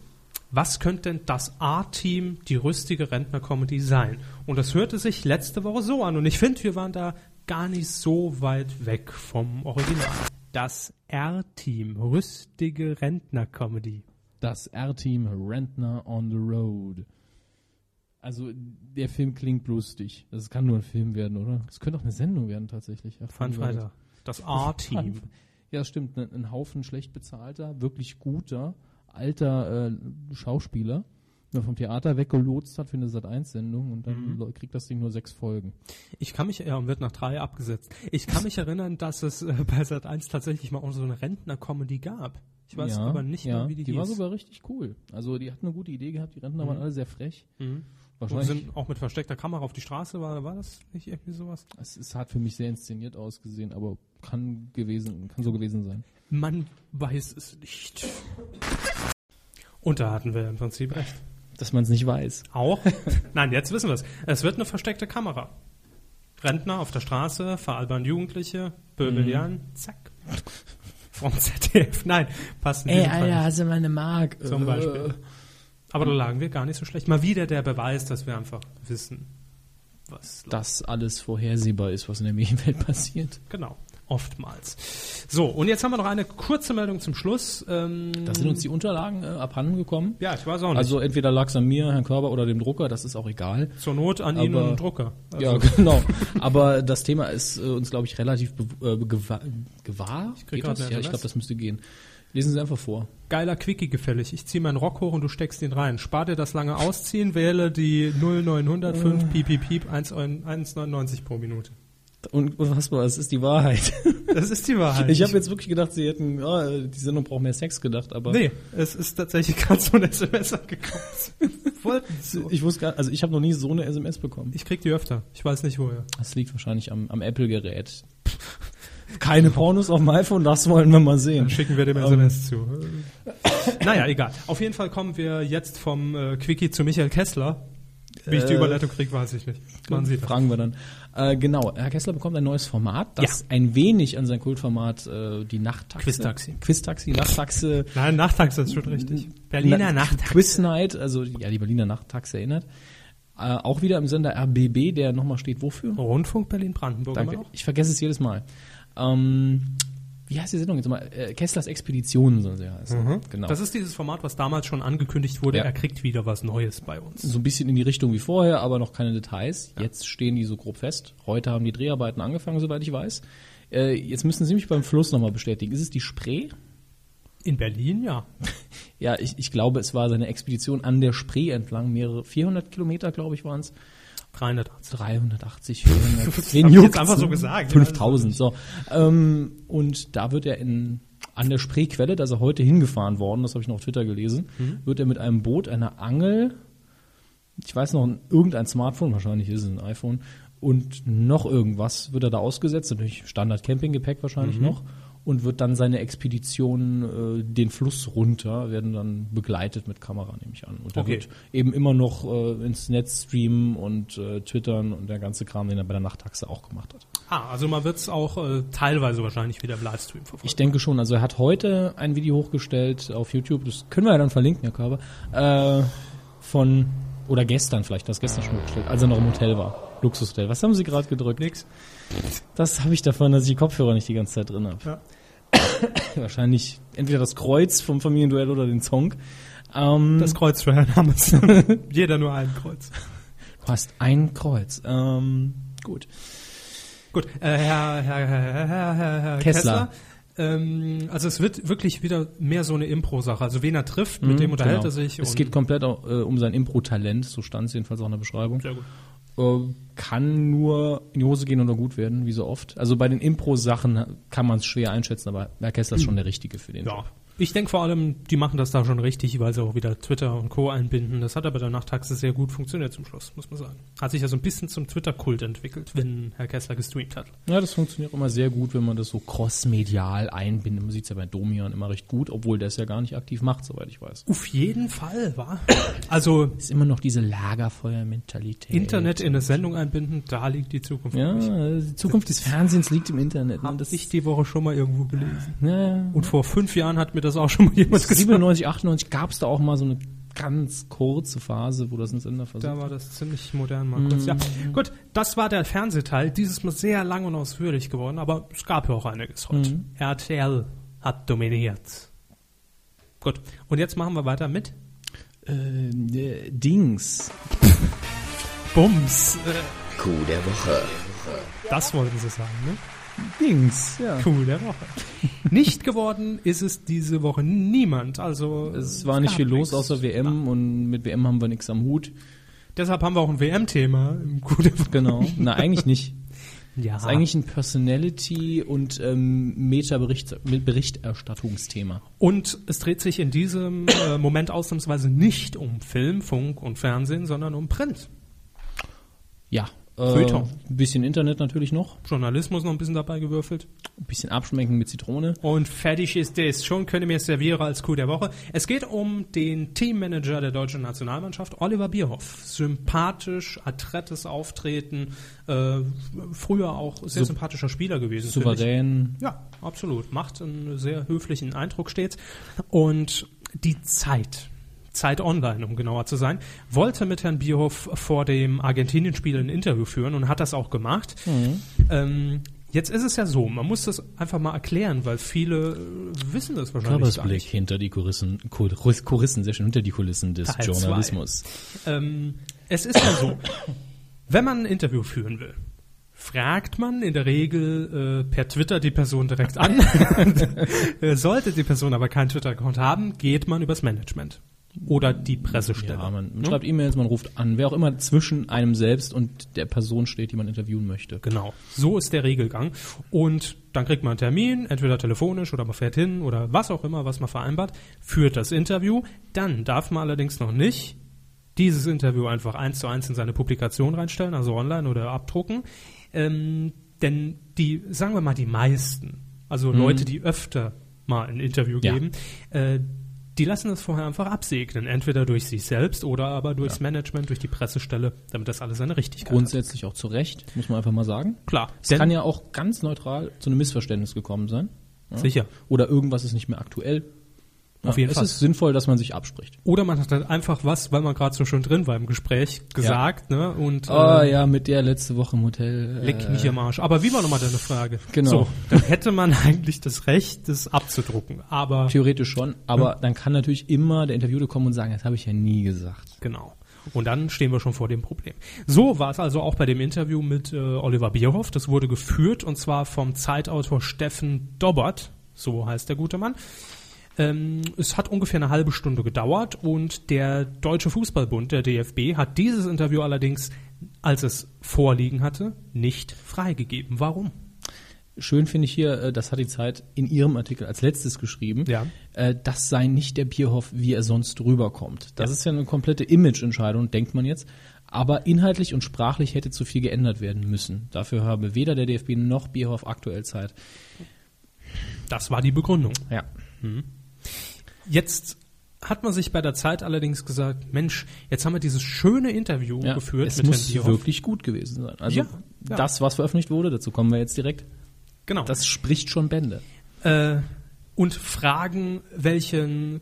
was könnte denn das A-Team, die rüstige Rentner-Comedy sein? Und das hörte sich letzte Woche so an. Und ich finde, wir waren da gar nicht so weit weg vom Original. Das R-Team, rüstige Rentner-Comedy.
Das R-Team Rentner on the Road. Also der Film klingt lustig. Das kann nur ein Film werden, oder? Es könnte auch eine Sendung werden tatsächlich. Ach,
Fun
wie war das?
Fighter. Das A-Team.
Ja, das stimmt. Ein, ein Haufen schlecht bezahlter, wirklich guter, alter äh, Schauspieler, der vom Theater weggelotst hat für eine Sat1-Sendung und dann lo- kriegt das Ding nur sechs Folgen.
Ich kann mich, ja, und wird nach drei abgesetzt. Ich kann mich erinnern, dass es äh, bei Sat 1 tatsächlich mal auch so eine Rentner-Comedy gab. Ich weiß
ja,
aber nicht
ja,
mehr, wie die,
war
hieß.
sogar richtig cool. Also die hatten eine gute Idee gehabt, die Rentner waren alle sehr frech.
und
Wahrscheinlich,
sind auch mit versteckter Kamera auf die Straße, war, war das nicht irgendwie sowas?
es, es hat für mich sehr inszeniert ausgesehen, aber kann gewesen, kann so gewesen sein.
Man weiß es nicht. Und da hatten wir im Prinzip recht.
Dass man es nicht weiß.
Auch? Nein, jetzt wissen wir es. Es wird eine versteckte Kamera. Rentner auf der Straße, veralbern Jugendliche,
Mhm.
Böbel Jan, zack. Vom ZDF. Nein, passt in diesem Fall nicht.
hast du meine Mark?
Zum Beispiel. Aber da lagen wir gar nicht so schlecht. Mal wieder der Beweis, dass wir einfach wissen, was läuft.
Dass alles vorhersehbar ist, was in der Medienwelt passiert.
Genau. Oftmals. So, und jetzt haben wir noch eine kurze Meldung zum Schluss. Ähm,
Da sind uns die Unterlagen äh, abhanden gekommen.
ja, ich weiß auch nicht.
Also entweder lag es an mir, Herrn Körber oder dem Drucker, das ist auch egal.
Zur Not an Ihnen
aber-
und einen Drucker. Also,
ja, genau. Aber das Thema ist äh, uns, glaube ich, relativ bew- äh, gewa gewahr. Ich
krieg grad
das?
eine
Ja, ich
SMS.
glaube, das müsste gehen. Lesen Sie einfach vor.
Geiler Quickie gefällig. Ich ziehe meinen Rock hoch und du steckst ihn rein. Spar dir das lange Ausziehen, wähle die 0905 piep piep piep 1 Euro- 1,99 pro Minute.
Und was war, es ist die Wahrheit.
Das ist die Wahrheit.
Ich habe jetzt wirklich gedacht, Sie hätten, ja, die Sendung braucht mehr Sex gedacht, aber
nee, es ist tatsächlich gerade so ein SMS angekommen. Wollten Sie?
ich wusste gar, also ich habe noch nie so eine SMS bekommen.
Ich krieg die öfter. Ich weiß nicht woher.
Das liegt wahrscheinlich am, am Apple-Gerät. Keine Pornos auf dem iPhone, das wollen wir mal sehen.
Schicken wir dem SMS zu. Ähm. naja, egal. Auf jeden Fall kommen wir jetzt vom äh, Quickie zu Michael Kessler. Wie ich die
Äh,
Überleitung kriege, weiß ich nicht. Machen Sie das.
Fragen wir dann. Äh, genau, Herr Kessler bekommt ein neues Format, das
Ja.
ein wenig an sein Kultformat äh, die Nachttaxe.
Quiztaxi.
Quiztaxi, Nachttaxe.
Nein, Nachttaxe ist schon richtig. Berliner
Na-
Nachttaxe.
Quiz Night, also ja, die Berliner Nachttaxe erinnert. Äh, auch wieder im Sender RBB, der nochmal steht wofür?
Rundfunk Berlin-Brandenburg Oh, immer noch?
Ich vergesse es jedes Mal. Ähm, wie heißt die Sendung jetzt mal? Äh, Kesslers Expeditionen, so sie heißt. Genau.
Mhm. Das ist dieses Format, was damals schon angekündigt wurde.
Ja.
Er kriegt wieder was Neues bei uns.
so ein bisschen in die Richtung wie vorher, aber noch keine Details. Jetzt stehen die so grob fest. Heute haben die Dreharbeiten angefangen, soweit ich weiß. Äh, jetzt müssen Sie mich beim Fluss nochmal bestätigen. Ist es die Spree?
In Berlin, ja.
Ja, ich, ich glaube, es war seine Expedition an der Spree entlang, mehrere 400 Kilometer, glaube ich, waren es.
380.
380, 400. Wen
hab ich jetzt
juckt's,
einfach so
ne?
gesagt, ja,
5000, so. Ähm, und da wird er in, an der Spreequelle, da ist er heute hingefahren worden, das habe ich noch auf Twitter gelesen,
Mhm.
wird er mit einem Boot, einer Angel, ich weiß noch, irgendein Smartphone, wahrscheinlich ist es ein iPhone, und noch irgendwas wird er da ausgesetzt, natürlich Standard Campinggepäck wahrscheinlich noch, und wird dann seine Expedition äh, den Fluss runter, werden dann begleitet mit Kamera, nehme ich an. Und er
Okay.
wird eben immer noch äh, ins Netz streamen und äh, twittern und der ganze Kram, den er bei der Nachttaxe auch gemacht hat.
Ah, also man wird es auch äh, teilweise wahrscheinlich wieder im Livestream verfolgen.
Ich denke schon, also er hat heute ein Video hochgestellt auf YouTube, das können wir ja dann verlinken, Herr Körber, äh, von, oder gestern vielleicht, das gestern schon hochgestellt, als er noch im Hotel war. Luxushotel. Was haben Sie gerade gedrückt?
Nix.
Das habe ich davon, dass ich die Kopfhörer nicht die ganze Zeit drin habe.
Ja.
Wahrscheinlich entweder das Kreuz vom Familienduell oder den Song. Ähm,
Das Kreuz für Herrn Hammes. Jeder nur ein Kreuz.
du hast ein Kreuz. Ähm, gut.
Gut, äh, Herr, Herr, Herr, Herr, Herr, Herr
Kessler.
Kessler. Ähm, also es wird wirklich wieder mehr so eine Impro-Sache. Also wen er trifft, mit dem unterhält
Genau.
er sich.
Es
und-
geht komplett auch, äh, um sein Impro-Talent, so stand es jedenfalls auch in der Beschreibung.
Sehr gut.
äh, kann nur in die Hose gehen oder gut werden, wie so oft. Also bei den Impro-Sachen kann man es schwer einschätzen, aber Herr Kessler ist schon der Richtige für den.
Hm. Ja. Ich denke vor allem, die machen das da schon richtig, weil sie auch wieder Twitter und Co. einbinden. Das hat aber der Nachttaxe sehr gut funktioniert zum Schluss, muss man sagen. Hat sich ja so ein bisschen zum Twitter-Kult entwickelt, wenn Herr Kessler gestreamt hat.
Ja, das funktioniert immer sehr gut, wenn man das so crossmedial einbindet. Man sieht es ja bei Domian immer recht gut, obwohl der es ja gar nicht aktiv macht, soweit ich weiß.
Auf jeden Fall, war. Also
Ist immer noch diese Lagerfeuer-Mentalität.
Internet in eine Sendung einbinden, da liegt die Zukunft.
Ja,
für mich.
äh, die Zukunft des Fernsehens liegt im Internet. Ne?
Hab ich die Woche schon mal irgendwo gelesen.
ja,
Und vor fünf Jahren hat mir das auch schon mal jemand gesagt.
97, 98 gab es da auch mal so eine ganz kurze Phase, wo das ein Sender versucht
Da war das ziemlich modern, mal
Mhm.
kurz. Ja. Gut, das war der Fernsehteil. Dieses Mal sehr lang und ausführlich geworden, aber es gab ja auch einiges heute.
Mhm.
RTL hat dominiert. Gut, und jetzt machen wir weiter mit
Äh, äh, Dings.
Bums. Äh,
Coup der Woche.
Das wollten sie sagen, ne?
Dings, ja.
Cool der Woche. Nicht geworden ist es diese Woche niemand. Also
Es war nicht
gab
viel los
nichts.
außer WM und mit WM haben wir nichts am Hut.
Deshalb haben wir auch ein WM-Thema im Coup der Woche.
Genau. Na, eigentlich nicht.
Ja,
Das ist eigentlich ein Personality- und ähm, Meta-Berichterstattungsthema.
Und es dreht sich in diesem äh, Moment ausnahmsweise nicht um Film, Funk und Fernsehen, sondern um Print.
Ja.
Feuilleton.
ein bisschen Internet natürlich noch.
Journalismus noch ein bisschen dabei gewürfelt.
Ein bisschen abschmecken mit Zitrone.
Und fertig ist es. Schon könnte mir serviere als Coup der Woche. Es geht um den Teammanager der deutschen Nationalmannschaft, Oliver Bierhoff. Sympathisch, adrettes Auftreten, äh, früher auch sehr
Sup-
sympathischer Spieler gewesen. finde ich.
Souverän.
Ja, absolut. Macht einen sehr höflichen Eindruck stets. Und die Zeit, Zeit Online, um genauer zu sein, wollte mit Herrn Bierhoff vor dem Argentinien-Spiel ein Interview führen und hat das auch gemacht. Ähm, jetzt ist es ja so, man muss das einfach mal erklären, weil viele äh, wissen das wahrscheinlich gar
Körpersblick
nicht.
hinter die Kulissen, Kuliss- Kulissen, sehr schön, hinter die Kulissen des
Teil zwei.
Journalismus.
Ähm, es ist ja so, wenn man ein Interview führen will, fragt man in der Regel äh, per Twitter die Person direkt an. Äh, Sollte die Person aber keinen Twitter-Account haben, geht man übers Management oder die Pressestelle.
Ja, man, man schreibt E-Mails, man ruft an, wer auch immer zwischen einem selbst und der Person steht, die man interviewen möchte.
Genau, so ist der Regelgang. Und dann kriegt man einen Termin, entweder telefonisch oder man fährt hin oder was auch immer, was man vereinbart, führt das Interview. Dann darf man allerdings noch nicht dieses Interview einfach eins zu eins in seine Publikation reinstellen, also online oder abdrucken. Ähm, Denn die, sagen wir mal, die meisten, also Leute, die öfter mal ein Interview
Mhm. Ja.
geben, äh, die lassen das vorher einfach absegnen. Entweder durch sich selbst oder aber durchs Management, durch die Pressestelle, damit das alles seine Richtigkeit hat.
Grundsätzlich auch zu Recht, muss man einfach mal sagen.
Klar,
Es
denn-
kann ja auch ganz neutral zu einem Missverständnis gekommen sein. Ja?
Sicher.
Oder irgendwas ist nicht mehr aktuell.
Auf jeden
es
Fall.
ist sinnvoll, dass man sich abspricht.
Oder man hat halt einfach was, weil man gerade so schön drin war im Gespräch, gesagt, ne? Und
Ah
äh,
ja, mit der letzte Woche im Hotel. äh,
leck mich am Arsch. Aber wie war nochmal deine Frage?
Genau.
So, dann hätte man eigentlich das Recht, das abzudrucken. Aber
äh, Theoretisch schon, aber dann kann natürlich immer der Interviewte kommen und sagen, das habe ich ja nie gesagt.
Genau. Und dann stehen wir schon vor dem Problem. So war es also auch bei dem Interview mit äh, Oliver Bierhoff. Das wurde geführt und zwar vom Zeitautor Steffen Dobbert. So heißt der gute Mann. Ähm, es hat ungefähr eine halbe Stunde gedauert und der Deutsche Fußballbund, der DFB, hat dieses Interview allerdings, als es vorliegen hatte, nicht freigegeben. Warum?
Schön finde ich hier, äh, das hat die Zeit in ihrem Artikel als letztes geschrieben,
Ja.
äh, das sei nicht der Bierhoff, wie er sonst rüberkommt. Das ist ja eine komplette Imageentscheidung, denkt man jetzt. Aber inhaltlich und sprachlich hätte zu viel geändert werden müssen. Dafür habe weder der DFB noch Bierhoff aktuell Zeit.
Das war die Begründung.
Ja.
Jetzt hat man sich bei der Zeit allerdings gesagt, Mensch, jetzt haben wir dieses schöne Interview
ja.
geführt
es
mit
muss
Herrn Bierhoff.
wirklich gut gewesen sein. Also
Ja, ja.
das, was veröffentlicht wurde, dazu kommen wir jetzt direkt,
Genau.
das spricht schon Bände.
äh, und fragen, welchen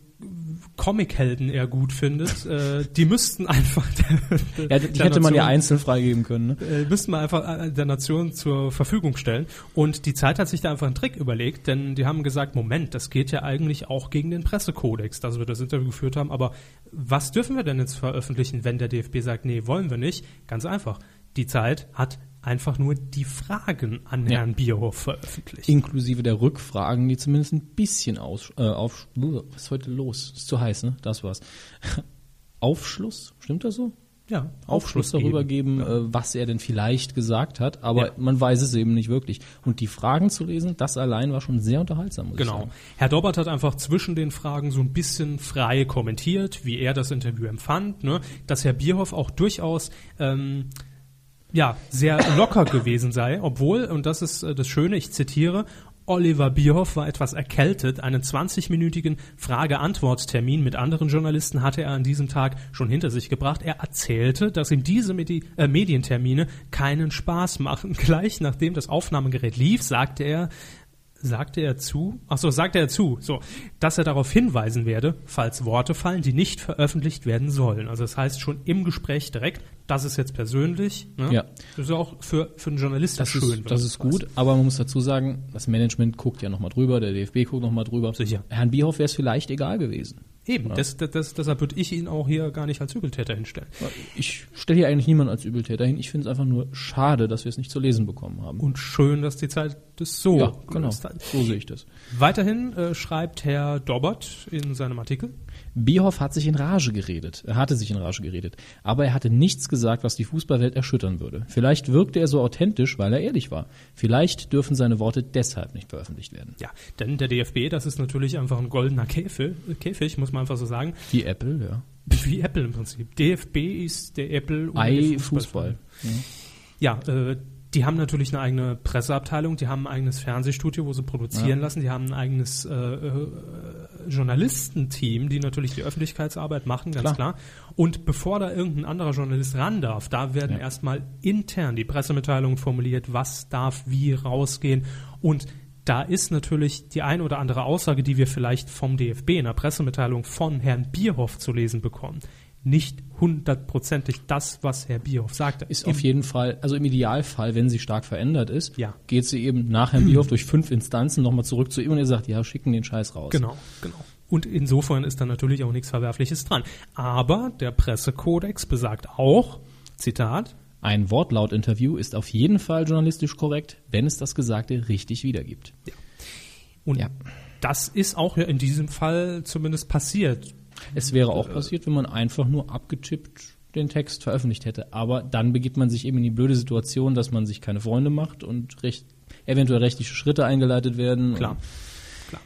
Comichelden er gut findet, äh, die müssten einfach der,
Ja, die hätte man
Nation,
ja einzeln freigeben können. Ne?
äh, müssten wir einfach äh, der Nation zur Verfügung stellen. Und die Zeit hat sich da einfach einen Trick überlegt, denn die haben gesagt, Moment, das geht ja eigentlich auch gegen den Pressekodex, dass wir das Interview geführt haben, aber was dürfen wir denn jetzt veröffentlichen, wenn der DFB sagt, nee, wollen wir nicht? Ganz einfach. Die Zeit hat einfach nur die Fragen an
Ja.
Herrn Bierhoff veröffentlicht.
inklusive der Rückfragen, die zumindest ein bisschen aus, äh, auf, was ist heute los? Ist zu heiß, ne? Das war's. Aufschluss, stimmt das so?
ja,
Aufschluss darüber geben, äh, was er denn vielleicht gesagt hat, aber
Ja.
man weiß es eben nicht wirklich. Und die Fragen zu lesen, das allein war schon sehr unterhaltsam. Muss Ich
Genau.
sagen.
Herr Dobbert hat einfach zwischen den Fragen so ein bisschen frei kommentiert, wie er das Interview empfand, ne? dass Herr Bierhoff auch durchaus ähm, ja, sehr locker gewesen sei, obwohl, und das ist äh, das Schöne, ich zitiere, Oliver Bierhoff war etwas erkältet. Einen 20-minütigen Frage-Antwort-Termin mit anderen Journalisten hatte er an diesem Tag schon hinter sich gebracht. Er erzählte, dass ihm diese Medi äh, Medientermine keinen Spaß machen. Gleich nachdem das Aufnahmegerät lief, sagte er, sagte er zu, ach so, sagte er zu, so, dass er darauf hinweisen werde, falls Worte fallen, die nicht veröffentlicht werden sollen. Also das heißt schon im Gespräch direkt, das ist jetzt persönlich, ne?
Ja.
Das ist ja auch für, für einen Journalisten
Das
schön. wenn
ist, das
man
ist
weiß.
gut, aber man muss dazu sagen, das Management guckt ja nochmal drüber, der DFB guckt nochmal drüber.
Sicher.
Herrn Bierhoff wäre es vielleicht egal gewesen.
Eben, das, das- das, deshalb würde ich ihn auch hier gar nicht als Übeltäter hinstellen.
Ich stelle hier eigentlich niemanden als Übeltäter hin. Ich finde es einfach nur schade, dass wir es nicht zu lesen bekommen haben.
Und schön, dass die Zeit das so
ja, genau.
gelöst hat.
So sehe ich das.
Weiterhin äh, schreibt Herr Dobbert in seinem Artikel,
Bierhoff hat sich in Rage geredet. Er hatte sich in Rage geredet. Aber er hatte nichts gesagt, was die Fußballwelt erschüttern würde. Vielleicht wirkte er so authentisch, weil er ehrlich war. Vielleicht dürfen seine Worte deshalb nicht veröffentlicht werden.
ja, denn der DFB, das ist natürlich einfach ein goldener Käfig, Käfig muss man einfach so sagen,
Wie Apple, ja.
Wie Apple im Prinzip. DFB ist der Apple und
Ei, Fußball.
Ja, äh, die haben natürlich eine eigene Presseabteilung, die haben ein eigenes Fernsehstudio, wo sie produzieren lassen, die haben ein eigenes äh, äh, Journalistenteam, die natürlich die Öffentlichkeitsarbeit machen, ganz klar.
Klar.
Und bevor da irgendein anderer Journalist ran darf, da werden erstmal intern die Pressemitteilungen formuliert, was darf wie rausgehen und da ist natürlich die ein oder andere Aussage, die wir vielleicht vom DFB in der Pressemitteilung von Herrn Bierhoff zu lesen bekommen, nicht hundertprozentig das, was Herr Bierhoff sagte.
Ist
Im
auf jeden Fall, also im Idealfall, wenn sie stark verändert ist,
Ja.
geht sie eben nach Herrn Bierhoff durch fünf Instanzen nochmal zurück zu ihm und er sagt, ja, schicken den Scheiß raus.
Genau, genau. Und insofern ist da natürlich auch nichts Verwerfliches dran. Aber der Pressekodex besagt auch, Zitat,
Ein Wortlaut-Interview ist auf jeden Fall journalistisch korrekt, wenn es das Gesagte richtig wiedergibt.
und
Ja.
das ist auch ja in diesem Fall zumindest passiert.
Es wäre auch
Äh,
passiert, wenn man einfach nur abgetippt den Text veröffentlicht hätte. Aber dann begibt man sich eben in die blöde Situation, dass man sich keine Freunde macht und recht, eventuell rechtliche Schritte eingeleitet werden.
Klar.
Und
Klar.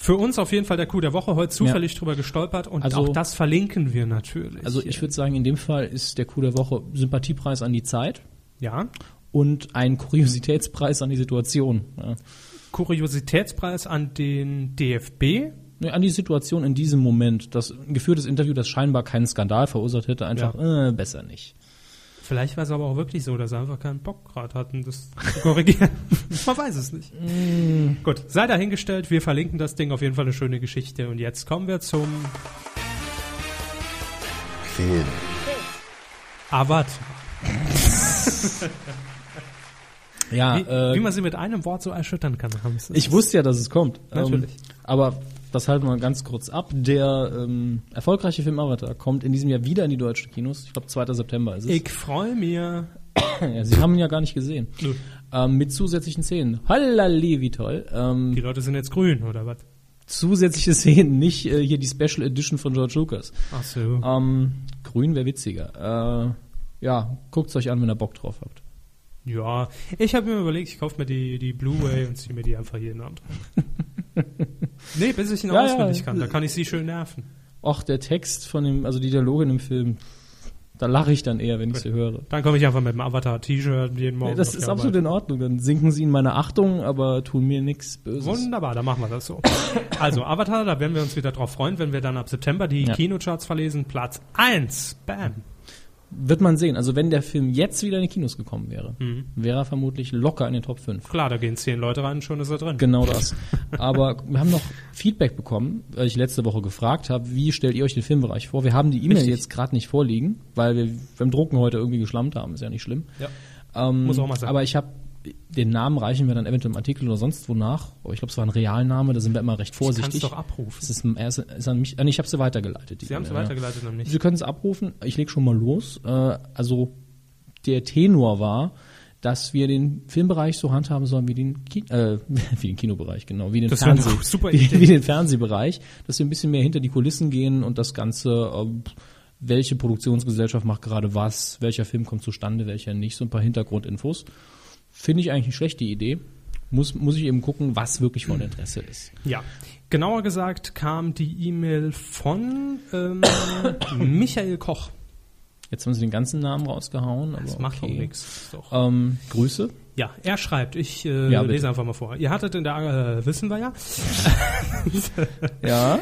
Für uns auf jeden Fall der Coup der Woche, heute zufällig drüber gestolpert und
Also-
auch das verlinken wir natürlich.
Also ich würde sagen, in dem Fall ist der Coup der Woche Sympathiepreis an die Zeit
ja,
und einen Kuriositätspreis an die Situation. Ja.
Kuriositätspreis an den DFB.
Nee, An die Situation in diesem Moment, das ein geführtes Interview, das scheinbar keinen Skandal verursacht hätte, einfach äh, besser nicht.
Vielleicht war es aber auch wirklich so, dass sie einfach keinen Bock gerade hatten, das zu korrigieren. Man weiß es nicht.
Mm.
Gut, sei dahingestellt. Wir verlinken das Ding auf jeden Fall eine schöne Geschichte. Und jetzt kommen wir zum
Film.
Avatar.
Ja,
Wie, wie man sie mit einem Wort so erschüttern kann, Rams.
Äh, Ich wusste ja, dass es kommt.
Natürlich.
Ähm, aber das halten wir mal ganz kurz ab. Der ähm, erfolgreiche Film Avatar kommt in diesem Jahr wieder in die deutschen Kinos. Ich glaube, 2. September ist es.
Ich freue mich.
Ja, Sie haben ihn ja gar nicht gesehen.
Nö.
Ähm, mit zusätzlichen Szenen. Hallali, wie toll. Ähm,
Die Leute sind jetzt grün, oder was?
zusätzliche Szenen, nicht äh, hier die Special Edition von George Lucas.
Ach so.
Ähm, grün wäre witziger. Äh, ja, guckt's euch an, wenn ihr Bock drauf habt.
Ja, ich habe mir überlegt, ich kaufe mir die, die Blu-ray und ziehe mir die einfach jeden Abend. nee, bis ich ihn
Ja,
auswendig
ja.
kann. Da kann ich sie schön nerven.
Och, der Text von dem, also die Dialoge in dem Film, da lache ich dann eher, wenn ich sie höre.
Dann komme ich einfach mit dem Avatar-T-Shirt jeden Morgen.
Nee, das
auf die
ist
Arbeit.
absolut in Ordnung. Dann sinken sie in meine Achtung, aber tun mir nichts Böses.
Wunderbar, dann machen wir das so. Also, Avatar, da werden wir uns wieder drauf freuen, wenn wir dann ab September die
Ja.
Kinocharts verlesen. Platz 1. Bam.
Wird man sehen. Also wenn der Film jetzt wieder in die Kinos gekommen wäre,
Mhm.
wäre er vermutlich locker in den Top 5.
Klar, da gehen 10 Leute rein, schon ist er drin.
Genau das. Aber wir haben noch Feedback bekommen, weil ich letzte Woche gefragt habe, wie stellt ihr euch den Filmbereich vor? Wir haben die E-Mail
Richtig.
jetzt gerade nicht vorliegen, weil wir beim Drucken heute irgendwie geschlammt haben. Ist ja nicht schlimm.
Ja.
Ähm,
Muss auch mal sein.
Aber ich habe den Namen reichen wir dann eventuell im Artikel oder sonst wo nach. Aber Ich glaube, es war ein Realname, da sind wir immer recht vorsichtig.
kann's doch abrufen.
Es ist, er ist, ist an mich, ah, nee, ich habe sie weitergeleitet. die
Sie haben es
E-Mail, ja.
weitergeleitet und nicht.
Sie können es abrufen. Ich lege schon mal los. Äh, also der Tenor war, dass wir den Filmbereich so handhaben sollen wie den, Ki äh, wie den Kinobereich, genau, wie den,
Das wäre eine
Fernseh
super
wie,
Idee.
wie den Fernsehbereich, dass wir ein bisschen mehr hinter die Kulissen gehen und das Ganze, ähm, welche Produktionsgesellschaft macht gerade was, welcher Film kommt zustande, welcher nicht, so ein paar Hintergrundinfos. Finde ich eigentlich eine schlechte Idee. Muss, muss ich eben gucken, was wirklich von Interesse ist.
Ja. Genauer gesagt kam die E-Mail von ähm, Michael Koch.
Jetzt haben sie den ganzen Namen rausgehauen. Aber
Das macht
okay.
auch nichts. Doch.
Ähm, Grüße.
Ja, er schreibt, ich äh,
Ja, bitte.
lese einfach mal vor. Ihr hattet in der, äh, wissen wir ja,
Ja.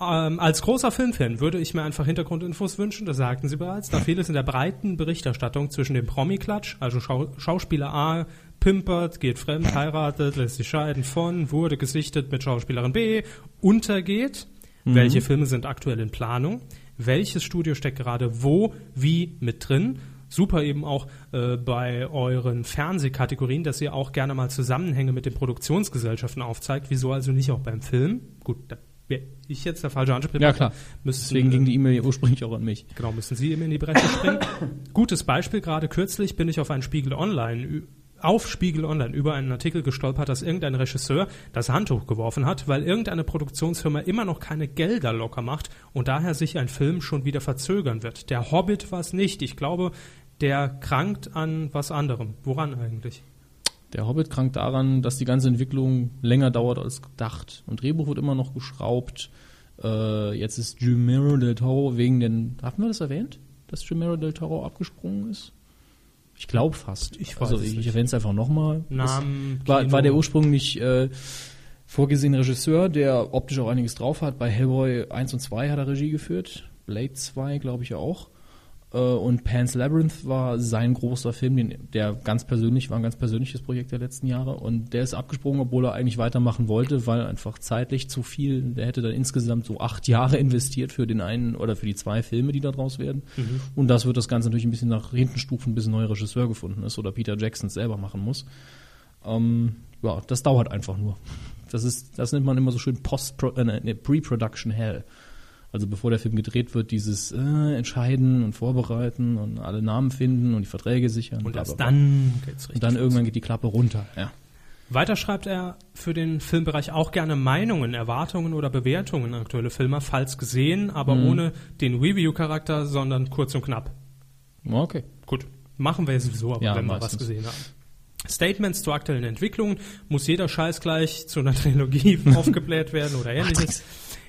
Ähm, als großer Filmfan würde ich mir einfach Hintergrundinfos wünschen, das sagten Sie bereits. Da fehlt es in der breiten Berichterstattung zwischen dem Promi-Klatsch, also Schau Schauspieler A pimpert, geht fremd, heiratet, lässt sich scheiden von, wurde gesichtet mit Schauspielerin B, untergeht. Welche Filme sind aktuell in Planung? Welches Studio steckt gerade wo, wie mit drin? Super eben auch äh, bei euren Fernsehkategorien, dass ihr auch gerne mal Zusammenhänge mit den Produktionsgesellschaften aufzeigt. Wieso also nicht auch beim Film? Gut, da wäre ich jetzt der falsche Ansprechpartner.
Ja, klar.
Müssten,
Deswegen ging die E-Mail ursprünglich auch an mich.
Genau, müssen Sie ihm in die Bresche springen. Gutes Beispiel, gerade kürzlich bin ich auf einen Spiegel Online, ü- auf Spiegel Online über einen Artikel gestolpert, dass irgendein Regisseur das Handtuch geworfen hat, weil irgendeine Produktionsfirma immer noch keine Gelder locker macht und daher sich ein Film schon wieder verzögern wird. Der Hobbit war es nicht. Ich glaube, der krankt an was anderem. Woran eigentlich?
Der Hobbit krankt daran, dass die ganze Entwicklung länger dauert als gedacht. Im Drehbuch wird immer noch geschraubt. Äh, jetzt ist Jumero del Toro wegen den. Haben wir das erwähnt? Dass Jumero del Toro abgesprungen ist? Ich glaube fast.
Ich weiß
also,
es
ich,
nicht.
ich erwähne es einfach nochmal.
Namen,
War,
Kino.
war der ursprünglich äh, vorgesehene Regisseur, der optisch auch einiges drauf hat. Bei Hellboy 1 und 2 hat er Regie geführt. Blade 2, glaube ich, auch. Äh, und Pan's Labyrinth war sein großer Film, den, der ganz persönlich war, ein ganz persönliches Projekt der letzten Jahre. Und der ist abgesprungen, obwohl er eigentlich weitermachen wollte, weil einfach zeitlich zu viel. Der hätte dann insgesamt so acht Jahre investiert für den einen oder für die zwei Filme, die da draus werden. Und das wird das Ganze natürlich ein bisschen nach hinten stufen, bis ein neuer Regisseur gefunden ist oder Peter Jackson selber machen muss. Ähm, ja, das dauert einfach nur. Das ist, das nennt man immer so schön Post äh, nee, nee, Pre-Production Hell. Also bevor der Film gedreht wird, dieses äh, Entscheiden und Vorbereiten und alle Namen finden und die Verträge sichern.
Und
bla,
erst
bla, bla.
dann geht's richtig.
Und dann irgendwann geht die Klappe runter. Ja.
Weiter schreibt er für den Filmbereich auch gerne Meinungen, Erwartungen oder Bewertungen aktuelle Filme, falls gesehen, aber ohne den Review-Charakter, sondern kurz und knapp.
Okay.
Gut, machen wir sowieso, aber
Ja,
wenn wir was
meistens.
gesehen haben. Statements zur aktuellen Entwicklung muss jeder Scheiß gleich zu einer Trilogie aufgebläht werden oder ähnliches.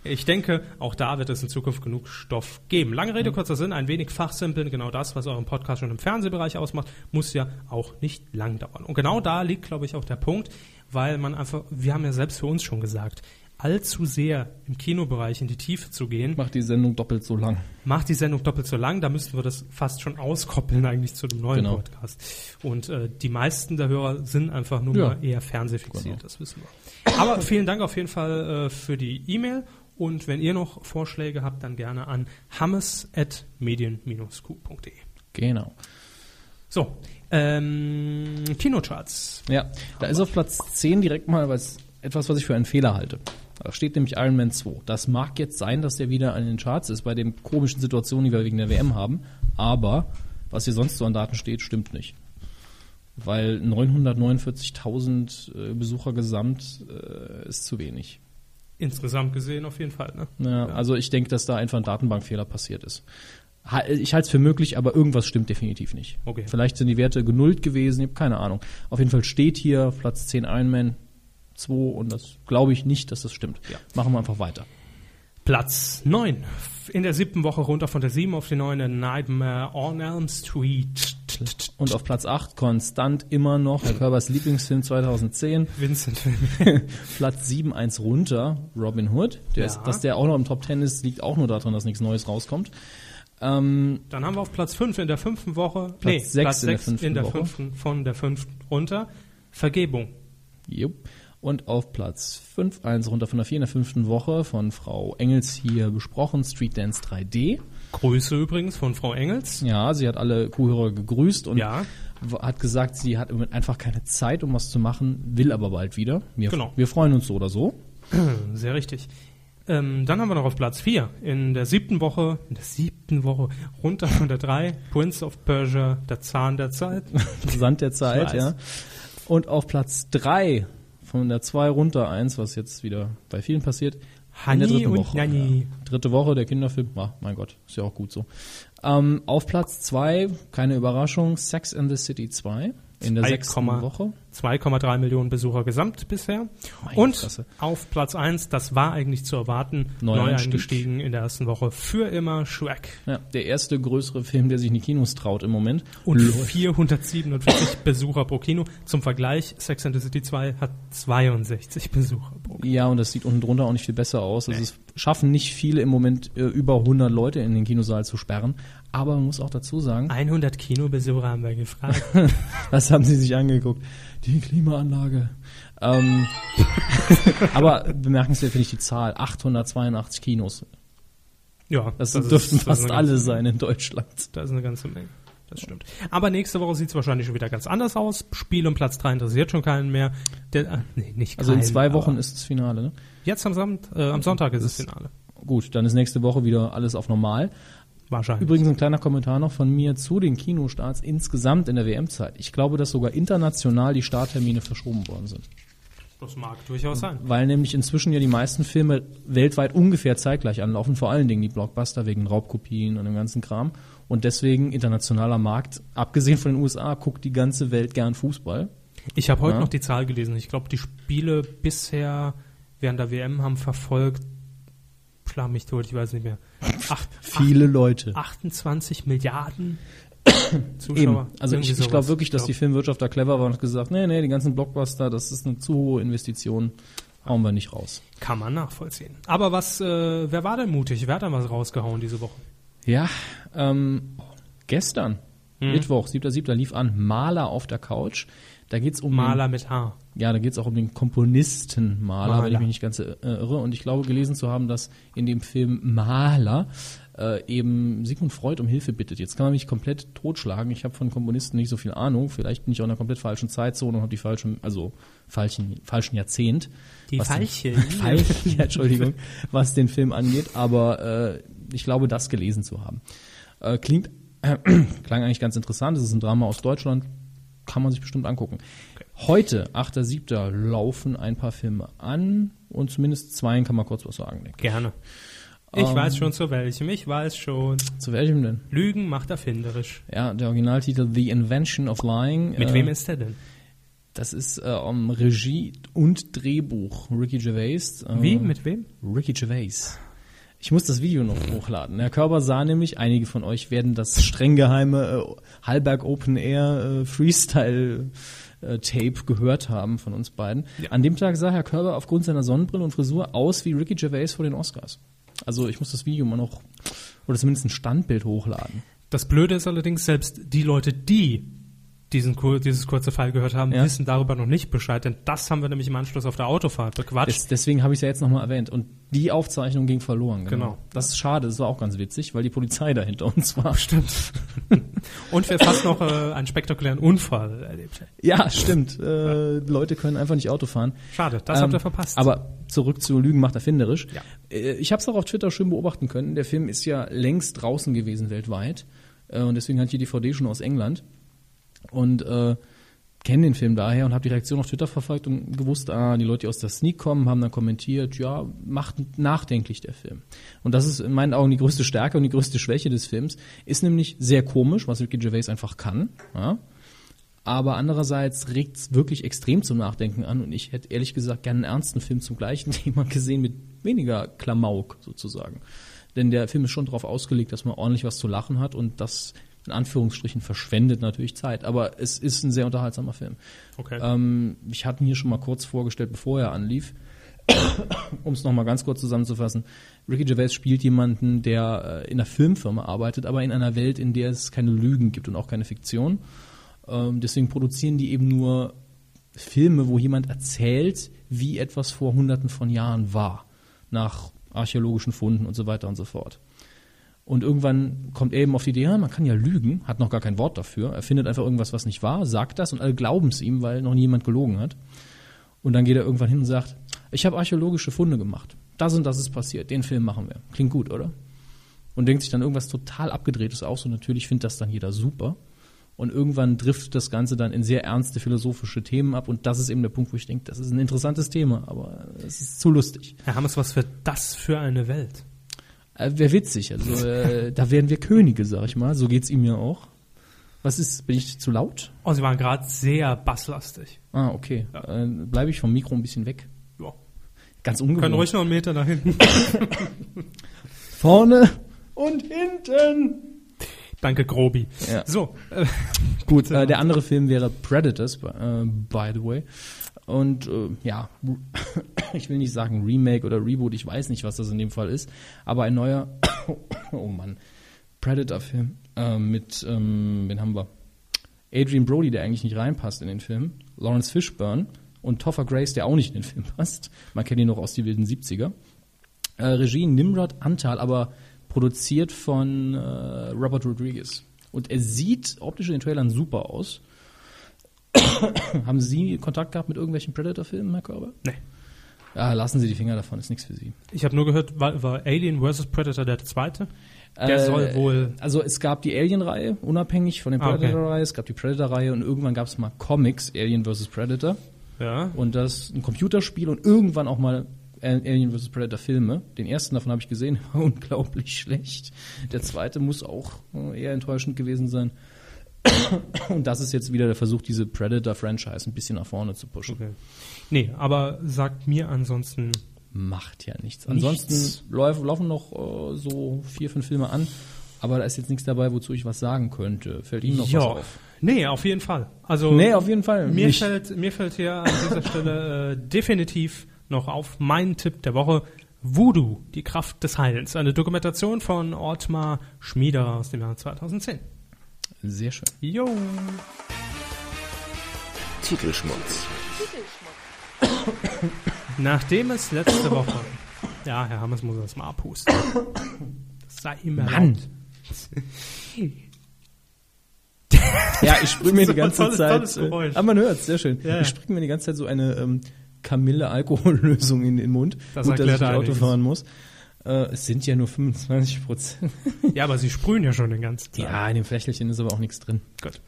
Ich denke, auch da wird es in Zukunft genug Stoff geben. Lange
Mhm.
Rede, kurzer Sinn, ein wenig fachsimpeln, genau das, was euren Podcast schon im Fernsehbereich ausmacht, muss ja auch nicht lang dauern. Und genau da liegt, glaube ich, auch der Punkt, weil man einfach, wir haben ja selbst für uns schon gesagt, allzu sehr im Kinobereich in die Tiefe zu gehen,
Macht die Sendung doppelt so lang.
macht die Sendung doppelt so lang, da müssten wir das fast schon auskoppeln eigentlich zu dem neuen
Genau.
Podcast. Und äh, die meisten der Hörer sind einfach nur
Ja.
mal eher fernsehfixiert,
Genau.
das wissen wir. Aber vielen Dank auf jeden Fall äh, für die E-Mail und wenn ihr noch Vorschläge habt, dann gerne an hammes.medien-q.de.
Genau.
So, ähm, Kinocharts.
Ja, da ist auf Platz 10 direkt mal was, etwas, was ich für einen Fehler halte. Da steht nämlich Iron Man 2. Das mag jetzt sein, dass der wieder an den Charts ist, bei den komischen Situationen, die wir wegen der WM haben, aber was hier sonst so an Daten steht, stimmt nicht. Weil 949.000 äh, Besucher gesamt äh, ist zu wenig.
Insgesamt gesehen auf jeden Fall, ne?
Ja, Also ich denke, dass da einfach ein Datenbankfehler passiert ist. Ha- Ich halte es für möglich, aber irgendwas stimmt definitiv nicht.
Okay.
Vielleicht sind die Werte genullt gewesen, ich habe keine Ahnung. Auf jeden Fall steht hier Platz 10 Ironman 2 und das glaube ich nicht, dass das stimmt.
Ja.
Machen wir einfach weiter.
Platz 9. In der siebten Woche runter von der sieben auf die neun in Nightmare on Elm Street.
Und auf Platz 8 konstant immer noch Herr Körbers Lieblingsfilm 2010.
Vincent
Platz 7 eins runter, Robin Hood. Der
Ja.
ist, dass der auch noch im Top 10 ist, liegt auch nur daran, dass nichts Neues rauskommt. Ähm,
Dann haben wir auf Platz 5 in der fünften Woche,
Platz sechs in der
sechs
fünften
in der
Woche.
fünften von der fünften runter, Vergebung.
Jupp. Und auf Platz 5, eins runter von der 4 in der fünften Woche von Frau Engels hier besprochen, Street Dance 3D.
Grüße übrigens von Frau Engels.
Ja, sie hat alle Kuhhörer gegrüßt und
Ja.
w- hat gesagt, sie hat im Moment einfach keine Zeit, um was zu machen, will aber bald wieder. Wir,
Genau.
wir freuen uns so oder so. Hm.
Äh, Sehr richtig. Ähm, dann haben wir noch auf Platz 4 in der siebten Woche, in der siebten Woche runter von der 3, Prince of Persia, der Zahn der Zeit.
Sand der
weiß.
Zeit, ja. Und auf Platz 3 von der 2 runter 1, was jetzt wieder bei vielen passiert.
Hani
in der dritten
und
Woche.
Nani.
Ja. Dritte Woche der Kinderfilm. Ah, mein Gott, ist ja auch gut so. Ähm, auf Platz 2, keine Überraschung, Sex and the City 2 in der
2,3
sechsten Woche.
2,3 Millionen Besucher gesamt bisher.
Meine
Und
Fresse.
auf Platz 1, das war eigentlich zu erwarten, neu,
Neu Einstieg.
eingestiegen in der ersten Woche für immer Shrek.
Ja, der erste größere Film, der sich in die Kinos traut im Moment.
und
Lol.
447 Besucher pro Kino. Zum Vergleich, Sex and the City 2 hat 62 Besucher pro Kino.
Ja, und das sieht unten drunter auch nicht viel besser aus. Also es schaffen nicht viele im Moment äh, über 100 Leute in den Kinosaal zu sperren. Aber man muss auch dazu sagen,
100 Kinobesucher haben wir gefragt.
das haben sie sich angeguckt. Die Klimaanlage. Ähm, aber bemerkenswert finde ich die Zahl. 882 Kinos.
Ja,
Das, dürften
ist- das ist
fast
eine
alle
ganze-
sein in Deutschland.
Das ist eine ganze Menge. Das stimmt. Aber nächste Woche sieht es wahrscheinlich schon wieder ganz anders aus. Spiel um Platz 3 interessiert schon keinen mehr. Der, ah, nee, nicht
Also in
keinen,
zwei Wochen
aber
ist das Finale. Ne?
Jetzt am, Samt, äh, am Sonntag ist das
Ist-
Finale.
Gut, dann ist nächste Woche wieder alles auf normal.
Wahrscheinlich.
Übrigens ein kleiner Kommentar noch von mir zu den Kinostarts insgesamt in der WM-Zeit. Ich glaube, dass sogar international die Starttermine verschoben worden sind.
Das mag durchaus sein.
Weil nämlich inzwischen ja die meisten Filme weltweit ungefähr zeitgleich anlaufen, vor allen Dingen die Blockbuster wegen Raubkopien und dem ganzen Kram. Und deswegen internationaler Markt, abgesehen von den USA, guckt die ganze Welt gern Fußball.
Ich habe heute
Ja.
noch die Zahl gelesen. Ich glaube, die Spiele bisher während der WM haben verfolgt, schlag mich tot, ich weiß nicht mehr, acht,
Viele Leute.
acht- 28 Milliarden Zuschauer.
Eben. Also
Irgendwie
ich, ich
sowas.
glaube wirklich, dass die
Ich
Filmwirtschaft da clever war und hat gesagt, nee, nee, die ganzen Blockbuster, das ist eine zu hohe Investition, hauen wir nicht raus.
glaub, Kann man nachvollziehen. Aber was, äh, wer war denn mutig? Wer hat denn was rausgehauen diese Woche?
Ja, ähm, gestern,
Hm.
Mittwoch, 7.7. lief an Maler auf der Couch. Da geht's um den-
Maler mit H.
ja, da geht's auch um den Komponisten Mahler,
Mahler.
wenn ich mich nicht ganz äh, irre. Und ich glaube, gelesen zu haben, dass in dem Film Mahler äh, eben Sigmund Freud um Hilfe bittet. Jetzt kann man mich komplett totschlagen. Ich habe von Komponisten nicht so viel Ahnung. Vielleicht bin ich auch in einer komplett falschen Zeitzone und habe die falschen, also falschen, falschen Jahrzehnt.
Die
was
falsche.
Den, falsch, ja, Entschuldigung, was den Film angeht. Aber äh, ich glaube, das gelesen zu haben. Äh, klingt, klang eigentlich ganz interessant. Es ist ein Drama aus Deutschland. Kann man sich bestimmt angucken. Heute, 8.7., laufen ein paar Filme an und zumindest zweien kann man kurz was sagen. Denke.
Gerne. Ich
Ähm.
weiß schon zu welchem. Ich weiß schon.
ich. Zu welchem denn?
Lügen macht erfinderisch.
Ja, der Originaltitel The Invention of Lying. Äh,
Mit wem ist der denn?
Das ist äh, um Regie und Drehbuch. Ricky Gervais. Äh,
Wie? Mit wem?
Ricky Gervais. Ich muss das Video noch hochladen. ne? Herr Körber sah nämlich, einige von euch werden das streng geheime äh, Hallberg Open Air äh, Freestyle äh, Tape gehört haben von uns beiden. An dem Tag sah Herr Körber aufgrund seiner Sonnenbrille und Frisur aus wie Ricky Gervais vor den Oscars. Also ich muss das Video mal noch, oder zumindest ein Standbild hochladen.
Das Blöde ist allerdings, selbst die Leute, die diesen, kur- dieses kurze Fall gehört haben,
Ja.
wissen darüber noch nicht Bescheid, denn das haben wir nämlich im Anschluss auf der Autofahrt bequatscht.
Des, deswegen habe ich es ja jetzt nochmal erwähnt. Und die Aufzeichnung ging verloren.
Genau.
Das ist schade, das war auch ganz witzig, weil die Polizei da hinter uns war.
Stimmt. Und wir fast noch äh, einen spektakulären Unfall erlebt.
Ja, stimmt. Äh, Leute können einfach nicht Auto fahren.
Schade, das habt ihr verpasst.
Ähm, Aber zurück zu Lügen macht erfinderisch.
Ja.
Äh, Ich habe es auch auf Twitter schön beobachten können. Der Film ist ja längst draußen gewesen weltweit. Äh, und deswegen hatte ich die DVD schon aus England. Und äh, kenne den Film daher und habe die Reaktion auf Twitter verfolgt und gewusst, ah, die Leute, die aus der Sneak kommen, haben dann kommentiert, ja, macht nachdenklich der Film. Und das ist in meinen Augen die größte Stärke und die größte Schwäche des Films. Ist nämlich sehr komisch, was Ricky Gervais einfach kann. Ja? Aber andererseits regt es wirklich extrem zum Nachdenken an und ich hätte ehrlich gesagt gerne einen ernsten Film zum gleichen Thema gesehen mit weniger Klamauk sozusagen. Denn der Film ist schon darauf ausgelegt, dass man ordentlich was zu lachen hat und das in Anführungsstrichen verschwendet natürlich Zeit. Aber es ist ein sehr unterhaltsamer Film.
Okay.
Ähm, ich hatte ihn hier schon mal kurz vorgestellt, bevor er anlief. Um es nochmal ganz kurz zusammenzufassen. Ricky Gervais spielt jemanden, der äh, in einer Filmfirma arbeitet, aber in einer Welt, in der es keine Lügen gibt und auch keine Fiktion. Ähm, deswegen produzieren die eben nur Filme, wo jemand erzählt, wie etwas vor hunderten von Jahren war, nach archäologischen Funden und so weiter und so fort. Und irgendwann kommt er eben auf die Idee, ja, man kann ja lügen, hat noch gar kein Wort dafür, er findet einfach irgendwas, was nicht war, sagt das und alle glauben es ihm, weil noch niemand gelogen hat. Und dann geht er irgendwann hin und sagt, ich habe archäologische Funde gemacht. Das und das ist passiert, den Film machen wir. Klingt gut, oder? Und denkt sich dann irgendwas total abgedrehtes aus und natürlich findet das dann jeder super. Und irgendwann trifft das Ganze dann in sehr ernste philosophische Themen ab. Und das ist eben der Punkt, wo ich denke, das ist ein interessantes Thema, aber es ist zu lustig.
Herr Hammes, was für das für eine Welt?
Äh, Wäre witzig. Also äh, da wären wir Könige, sag ich mal. So geht's ihm ja auch. Was ist, bin ich zu laut?
Oh, sie waren gerade sehr basslastig.
Ah, okay. Äh, Bleibe ich vom Mikro ein bisschen weg.
Ja.
Ganz
Können ruhig
ungewohnt.
noch einen Meter nach hinten.
Vorne und hinten.
Danke, Grobi.
Ja.
So, äh,
Gut, äh, der andere Film wäre Predators, äh, by the way. Und äh, ja, ich will nicht sagen Remake oder Reboot, ich weiß nicht, was das in dem Fall ist, aber ein neuer, oh Mann, Predator-Film äh, mit, ähm, wen haben wir? Adrian Brody, der eigentlich nicht reinpasst in den Film, Lawrence Fishburne und Topher Grace, der auch nicht in den Film passt. Man kennt ihn noch aus die wilden 70er. Äh, Regie Nimrod Antal, aber produziert von äh, Robert Rodriguez. Und er sieht optisch in den Trailern super aus. Haben Sie Kontakt gehabt mit irgendwelchen Predator-Filmen, Herr Körber?
nee.
Ah, lassen Sie die Finger davon, ist nichts für Sie.
Ich habe nur gehört, war, war Alien vs. Predator der zweite? Der
Äh,
soll wohl.
Also es gab die Alien-Reihe, unabhängig von der
Ah, okay.
Predator-Reihe, es gab die Predator-Reihe und irgendwann gab es mal Comics, Alien vs. Predator.
Ja.
Und das ein Computerspiel und irgendwann auch mal Alien vs. Predator Filme. Den ersten davon habe ich gesehen, war unglaublich schlecht. Der zweite muss auch äh, eher enttäuschend gewesen sein. Und das ist jetzt wieder der Versuch, diese Predator-Franchise ein bisschen nach vorne zu pushen.
Okay. Nee, aber sagt mir ansonsten
Macht ja nichts. Ansonsten
Nichts.
läuf- laufen noch äh, so vier, fünf Filme an, aber da ist jetzt nichts dabei, wozu ich was sagen könnte. Fällt Ihnen noch was
ja.
auf?
Nee, auf jeden Fall. Also
Nee, auf jeden Fall.
mir,
nicht.
fällt, mir fällt hier an dieser Stelle äh, definitiv noch auf mein Tipp der Woche. Voodoo, die Kraft des Heilens. Eine Dokumentation von Ottmar Schmieder aus dem Jahr 2010.
Sehr schön.
Jo.
Titelschmutz.
Nachdem es letzte Woche. Ja, Herr Hammers muss das mal abhusten. Das sei ihm
Mann.
erlaubt.
Ja, ich springe mir
So
die ganze
tolles,
Zeit.
tolles Geräusch.
äh, aber man hört's, sehr schön.
Ja, ja.
Ich springe mir die ganze Zeit so eine ähm, Kamille-Alkohollösung in den Mund,
Das
Gut, dass ich
erklärt
nicht Auto
einiges.
fahren muss. Äh, es sind ja nur 25 Prozent.
Ja, aber sie sprühen ja schon den ganzen Tag.
Ja, in dem Flächelchen ist aber auch nichts drin.
Gut.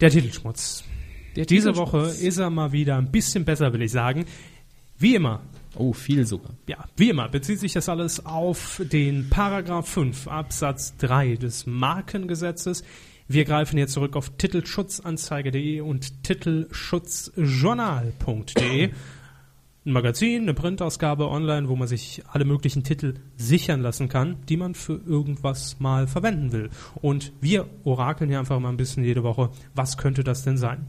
Der Titelschmutz.
Der
Diese
Titel-
Woche ist er mal wieder ein bisschen besser, will ich sagen. Wie immer,
Oh, viel sogar.
ja, wie immer bezieht sich das alles auf den Paragraph 5 Absatz 3 des Markengesetzes, Wir greifen hier zurück auf titelschutzanzeige.de und titelschutzjournal.de. Ein Magazin, eine Printausgabe online, wo man sich alle möglichen Titel sichern lassen kann, die man für irgendwas mal verwenden will. Und wir orakeln hier einfach mal ein bisschen jede Woche, was könnte das denn sein?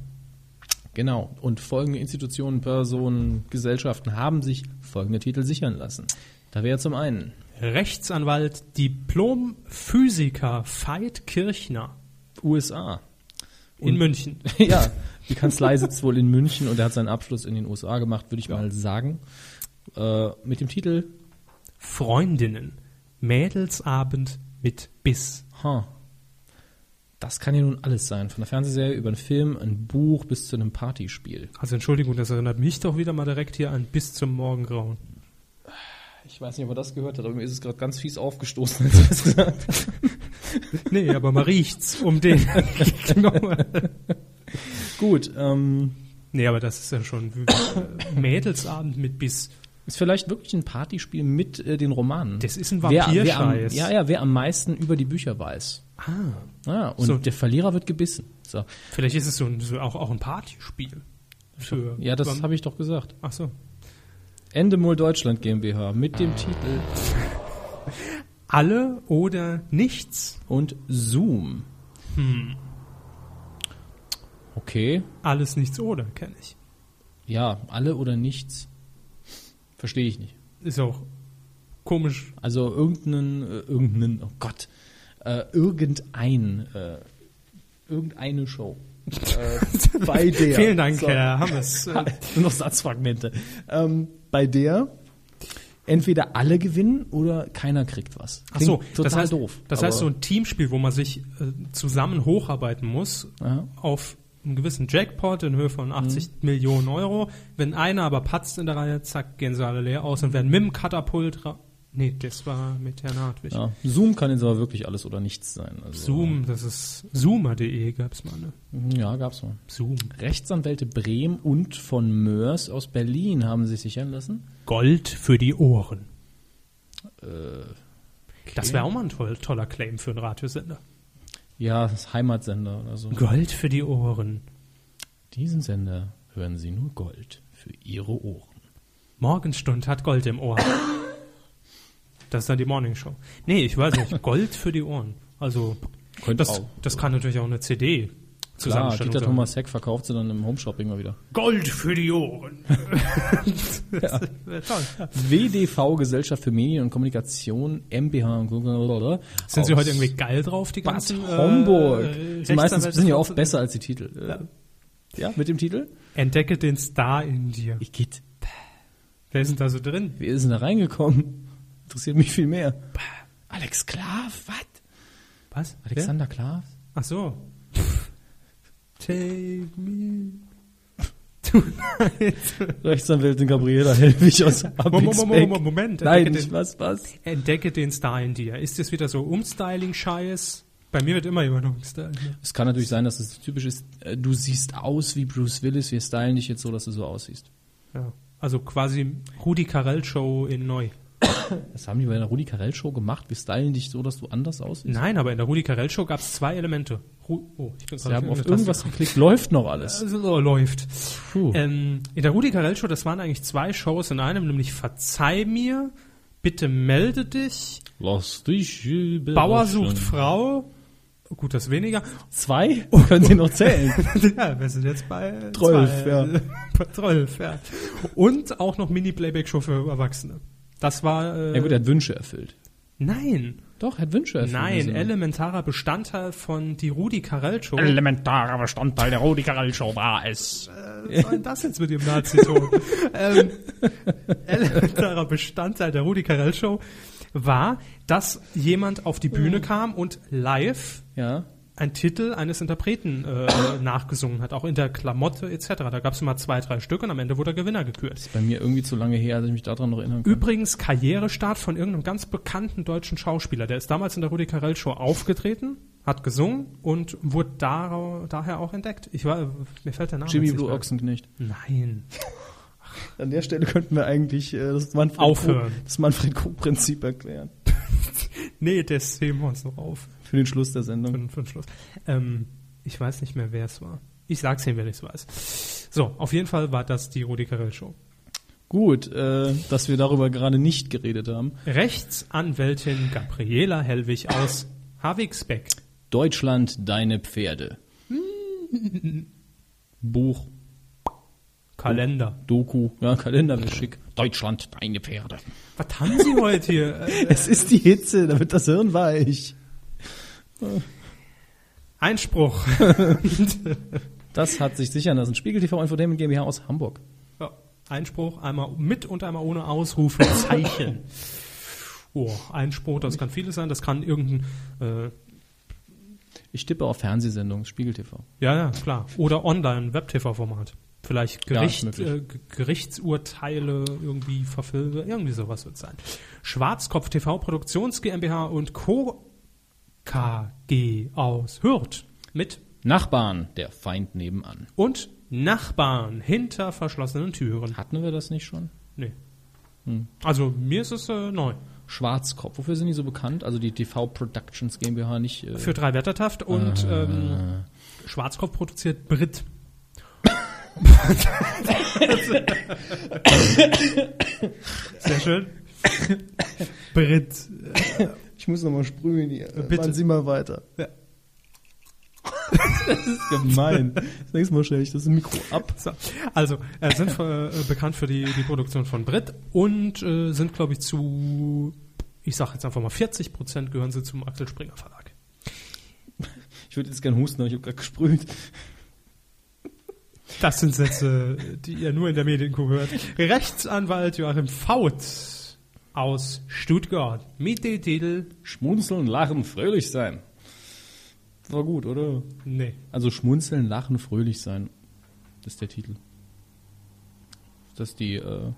Genau. Und folgende Institutionen, Personen, Gesellschaften haben sich folgende Titel sichern lassen. Da wäre zum einen
Rechtsanwalt, Diplomphysiker Veit Kirchner
USA.
in München.
ja, die Kanzlei sitzt wohl in München und er hat seinen Abschluss in den USA gemacht, würde ich mal sagen. Äh, mit dem Titel
Freundinnen. Mädelsabend mit Biss.
Ha. Das kann ja nun alles sein. Von der Fernsehserie über einen Film, ein Buch bis zu einem Partyspiel.
Also Entschuldigung, das erinnert mich doch wieder mal direkt hier an Bis zum Morgengrauen.
Ich weiß nicht, ob er das gehört hat, aber mir ist es gerade ganz fies aufgestoßen, als ich das gesagt habe.
Nee, aber man riecht's um den.
Gut, ähm,
nee, aber das ist ja schon äh, Mädelsabend mit Biss.
ist vielleicht wirklich ein Partyspiel mit äh, den Romanen.
Das ist ein
Wer- wer am-
Vampirscheiß.
Ja, ja, wer am meisten über die Bücher weiß.
Ah,
Ja, und
So.
der Verlierer wird gebissen. So.
vielleicht ist es so, ein, so auch, auch ein Partyspiel. Für
Ja, das habe ich doch gesagt.
Ach so.
Endemol Deutschland GmbH mit
Ah.
dem Titel
Alle oder nichts.
und Zoom. Hm. Okay,
Alles nichts oder, kenne ich.
ja, alle oder nichts. Verstehe ich nicht.
Ist auch komisch.
Also irgendeinen, äh, irgendeinen, oh Gott, äh, irgendein, äh, irgendeine Show. äh, bei der.
Vielen Dank,
So.
Herr Hammes. Äh,
Nur noch Satzfragmente. Ähm, bei der entweder alle gewinnen oder keiner kriegt was.
Ach so,
Klingt
das
total
heißt,
doof.
Das
aber-
heißt, so ein Teamspiel, wo man sich äh, zusammen hocharbeiten muss
Ja.
auf einen gewissen Jackpot in Höhe von 80 Millionen Euro. Wenn einer aber patzt in der Reihe, zack, gehen sie alle leer aus und werden mit dem Katapult ra Nee, das war mit Herrn Hartwig.
Ja, Zoom kann jetzt aber wirklich alles oder nichts sein. Also,
Zoom, das ist Zoomer.de gab's mal, ne?
Ja, gab's mal.
Zoom.
Rechtsanwälte Brehm und von Mörs aus Berlin haben sich sichern lassen.
Gold für die Ohren. Äh, Das wäre auch mal ein toll, toller Claim für einen Radiosender.
Ja, das Heimatsender oder so.
Gold für die Ohren.
Diesen Sender hören Sie nur Gold für Ihre Ohren.
Morgenstund hat Gold im Ohr. Das ist dann die Morning Show. Nee, ich weiß nicht. Gold für die Ohren. Also,
Könnte
das,
auch.
das kann natürlich auch eine CD
Klar,
zusammenstellen.
Dieter Thomas Heck verkauft sie dann im Homeshopping mal wieder.
Gold für die Ohren. Das wär toll.
WDV Gesellschaft für Medien und Kommunikation MBH und blablabla.
Sind Sie
Aus
heute irgendwie geil drauf, die
Bad
ganzen? äh,
Homburg.
äh,
die meisten
Rechtsanwälte
sind ja
von-
oft besser als die Titel. Äh, Ja, mit dem Titel?
Entdecke den Star in dir.
Ich geht.
Wer ist denn da so drin?
Wie ist denn da reingekommen? Interessiert mich viel mehr. Alex Klav, was?
Was? Wer?
Alexander Klav?
Ach so. Take me.
Rechtsanwältin Gabriela Helwig aus
Moment, Moment,
Moment.
Moment.
Nein,
Entdecke den-
nicht was, was?
Entdecke den Star in dir. Ist das wieder so Umstyling-Scheiß? Bei mir wird immer jemand umstylen. ne?
Es kann natürlich sein, dass es typisch ist, äh, du siehst aus wie Bruce Willis, wir stylen dich jetzt so, dass du so aussiehst.
Ja. Also quasi Rudi Carell-Show in neu.
Das haben die bei der Rudi Carell Show gemacht, wir stylen dich so, dass du anders aussiehst.
Nein, aber in der Rudi Carell-Show gab es zwei Elemente. Ru oh, ich bin
Sie
gerade
haben auf
auf
irgendwas geklickt, läuft noch alles.
So läuft.
Puh.
Ähm, in der Rudi Carell-Show, das waren eigentlich zwei Shows in einem, nämlich Verzeih mir, Bitte melde dich,
Lass dich überraschen.
Bauer sucht Frau. Gut, das weniger.
Zwei? Oh, Können Sie noch zählen?
ja, wir sind jetzt bei
Zwölf,
zwei,
ja.
bei 12, ja. Und auch noch Mini-Playback-Show für Erwachsene. Das war. Äh,
ja gut, er hat Wünsche erfüllt.
nein,
Doch, er hat Wünsche erfüllt.
nein,
Also-
elementarer Bestandteil von die Rudi Carell-Show.
Elementarer Bestandteil der Rudi Carell Show war es.
Was soll denn das jetzt mit dem Nazi-Ton? ähm, elementarer Bestandteil der Rudi Carell-Show war, dass jemand auf die Bühne kam und live
Ja.
ein Titel eines Interpreten äh, nachgesungen hat, auch in der Klamotte etc. Da gab es immer zwei, drei Stück und am Ende wurde der Gewinner gekürt.
Bei mir irgendwie zu lange her, dass ich mich daran noch erinnern kann.
Übrigens Karrierestart von irgendeinem ganz bekannten deutschen Schauspieler. Der ist damals in der Rudi Carell Show aufgetreten, hat gesungen und wurde da, daher auch entdeckt. Ich war, mir fällt der Name
Jimmy
jetzt nicht
Blue
mehr.
Ochsenknecht.
Nein.
An der Stelle könnten wir eigentlich äh, das Manfred
Aufhören.
Kuh- das Manfred Kuh Prinzip erklären.
Nee, das heben wir uns noch auf.
Für den Schluss der Sendung.
Für, für den Schluss. Ähm, ich weiß nicht mehr, wer es war. Ich sag's Ihnen, wenn ich es weiß. So, auf jeden Fall war das die Rudi Carell Show.
Gut, äh, dass wir darüber gerade nicht geredet haben.
Rechtsanwältin Gabriela Hellwig aus Havigsbeck.
Deutschland, deine Pferde. Buch,
Kalender.
Doku, ja, Kalender wäre schick. Deutschland, deine Pferde.
Was haben Sie heute hier? Äh,
Es ist die Hitze, da wird das Hirn weich.
Einspruch.
Das hat sich sichern lassen. Spiegel TV Infotainment GmbH aus Hamburg.
Ja, Einspruch, einmal mit und einmal ohne Ausrufezeichen. Oh, Einspruch, das kann vieles sein. Das kann irgendein, äh,
Ich tippe auf Fernsehsendung, Spiegel TV.
ja, ja, klar. Oder Online-Web-TV-Format. Vielleicht
Ja, ist
Gericht,
möglich.
äh, G- Gerichtsurteile irgendwie verfilme, irgendwie sowas wird sein. Schwarzkopf TV Produktions GmbH und Co. KG aus Hürth mit
Nachbarn, der Feind nebenan.
und Nachbarn hinter verschlossenen Türen.
Hatten wir das nicht schon?
Nee.
Hm.
Also mir ist es äh, neu.
Schwarzkopf, wofür sind die so bekannt? Also die TV Productions GmbH nicht. Äh,
für drei Wettertaft und ähm, Schwarzkopf produziert Brit. Sehr schön. Brit.
ich muss nochmal sprühen hier.
Bitte. Machen Sie
mal weiter.
Ja.
das ist gemein. Das nächste Mal stelle ich das Mikro ab.
So. Also, äh, sind äh, bekannt für die, die Produktion von Brit und äh, sind, glaube ich, zu, ich sage jetzt einfach mal 40 Prozent gehören sie zum Axel Springer Verlag.
Ich würde jetzt gern husten, aber ich habe gerade gesprüht.
Das sind Sätze, die ihr nur in der Medienkuh hört. Rechtsanwalt Joachim Faut aus Stuttgart mit dem Titel
Schmunzeln, lachen, fröhlich sein. War gut, oder?
Nee.
Also schmunzeln, lachen, fröhlich sein. Das ist der Titel. Ist das die, äh,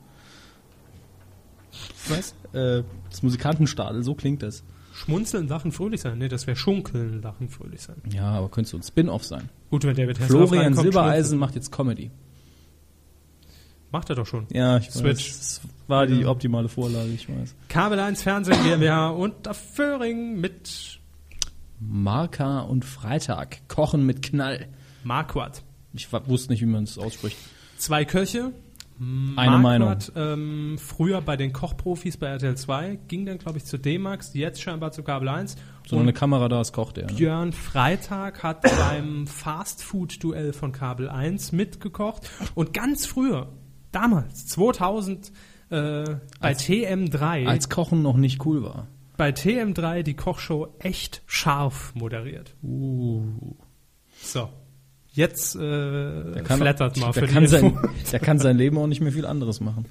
was? Äh, das Musikantenstadel, so klingt das.
Schmunzeln, lachen, fröhlich sein. Nee, das wäre schunkeln, lachen, fröhlich sein.
Ja, aber könnte so ein Spin-off sein.
Gut, wenn David Hasselhoff
Florian
reinkommt,
Silbereisen macht jetzt Comedy.
schmunzeln. Macht er doch schon.
Ja, ich
Switch.
weiß. Das war die optimale Vorlage, ich weiß.
Kabel 1 Fernsehen GmbH und Föhring mit
Marka und Freitag. Kochen mit Knall.
Marquardt.
Ich wa- wusste nicht, wie man es ausspricht.
Zwei Köche.
Eine Meinung.
Ähm, früher bei den Kochprofis bei RTL 2, ging dann, glaube ich, zu D-Max, jetzt scheinbar zu Kabel 1.
So eine Kamera da, es kocht er. Ne?
Björn Freitag hat beim Fast-Food-Duell von Kabel 1 mitgekocht. Und ganz früher, damals, 2000, äh, bei TM3,
Als Kochen noch nicht cool war.
bei TM3 die Kochshow echt scharf moderiert.
Uh.
So. Jetzt äh,
Kann-
flattert mal
der
für
kann
die
sein,
Info.
Der kann sein Leben auch nicht mehr viel anderes machen.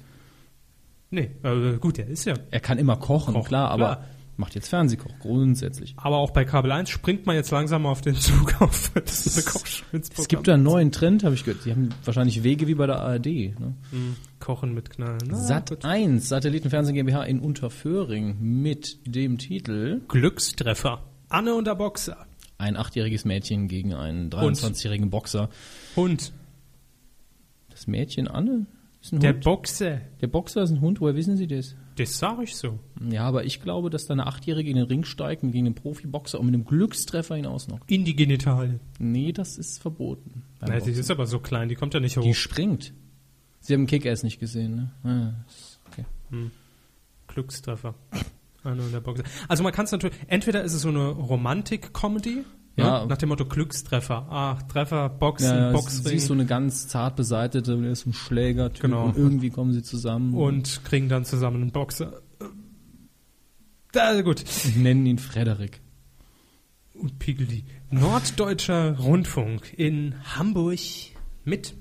Nee, äh, gut, der ist ja.
Er kann immer kochen,
Kochen,
klar, aber
klar.
macht jetzt Fernsehkoch grundsätzlich.
Aber auch bei Kabel 1 springt man jetzt langsam auf den Zug auf. Das ist eine Kochshow ins
Es
Programm.
gibt da einen neuen Trend, habe ich gehört. Die haben wahrscheinlich Wege wie bei der ARD. Ne?
Kochen mit Knallen. Na,
Sat 1, Satellitenfernsehen GmbH in Unterföhring mit dem Titel
Glückstreffer. Anne und der Boxer.
Ein achtjähriges Mädchen gegen einen 23-jährigen Boxer.
Hund.
Das Mädchen Anne ist ein
Der
Hund.
Boxer.
der Boxer ist ein Hund, woher wissen Sie das?
Das sag ich so.
Ja, aber ich glaube, dass da eine Achtjährige in den Ring steigt und gegen einen Profiboxer und mit einem Glückstreffer ihn ausnockt.
In die Genitalien.
Nee, das ist verboten. beim
Na, die
Boxen.
ist aber so klein, die kommt ja nicht hoch.
Die springt. Sie haben Kick-Ass nicht gesehen, ne? Ah, ist okay.
Glückstreffer. Anne und der Boxer. Also man kann es natürlich, entweder ist es so eine Romantik-Comedy,
Ja.
ne? nach dem Motto Glückstreffer. Ach, Treffer, Boxen,
Ja, sie
Boxring
ist so eine ganz zart beseitete, er ist ein Schlägertyp
Genau.
und irgendwie kommen sie zusammen
und kriegen dann zusammen einen Boxer. Da, gut.
nennen ihn Frederik.
Und Pigel die. Norddeutscher Rundfunk in Hamburg mit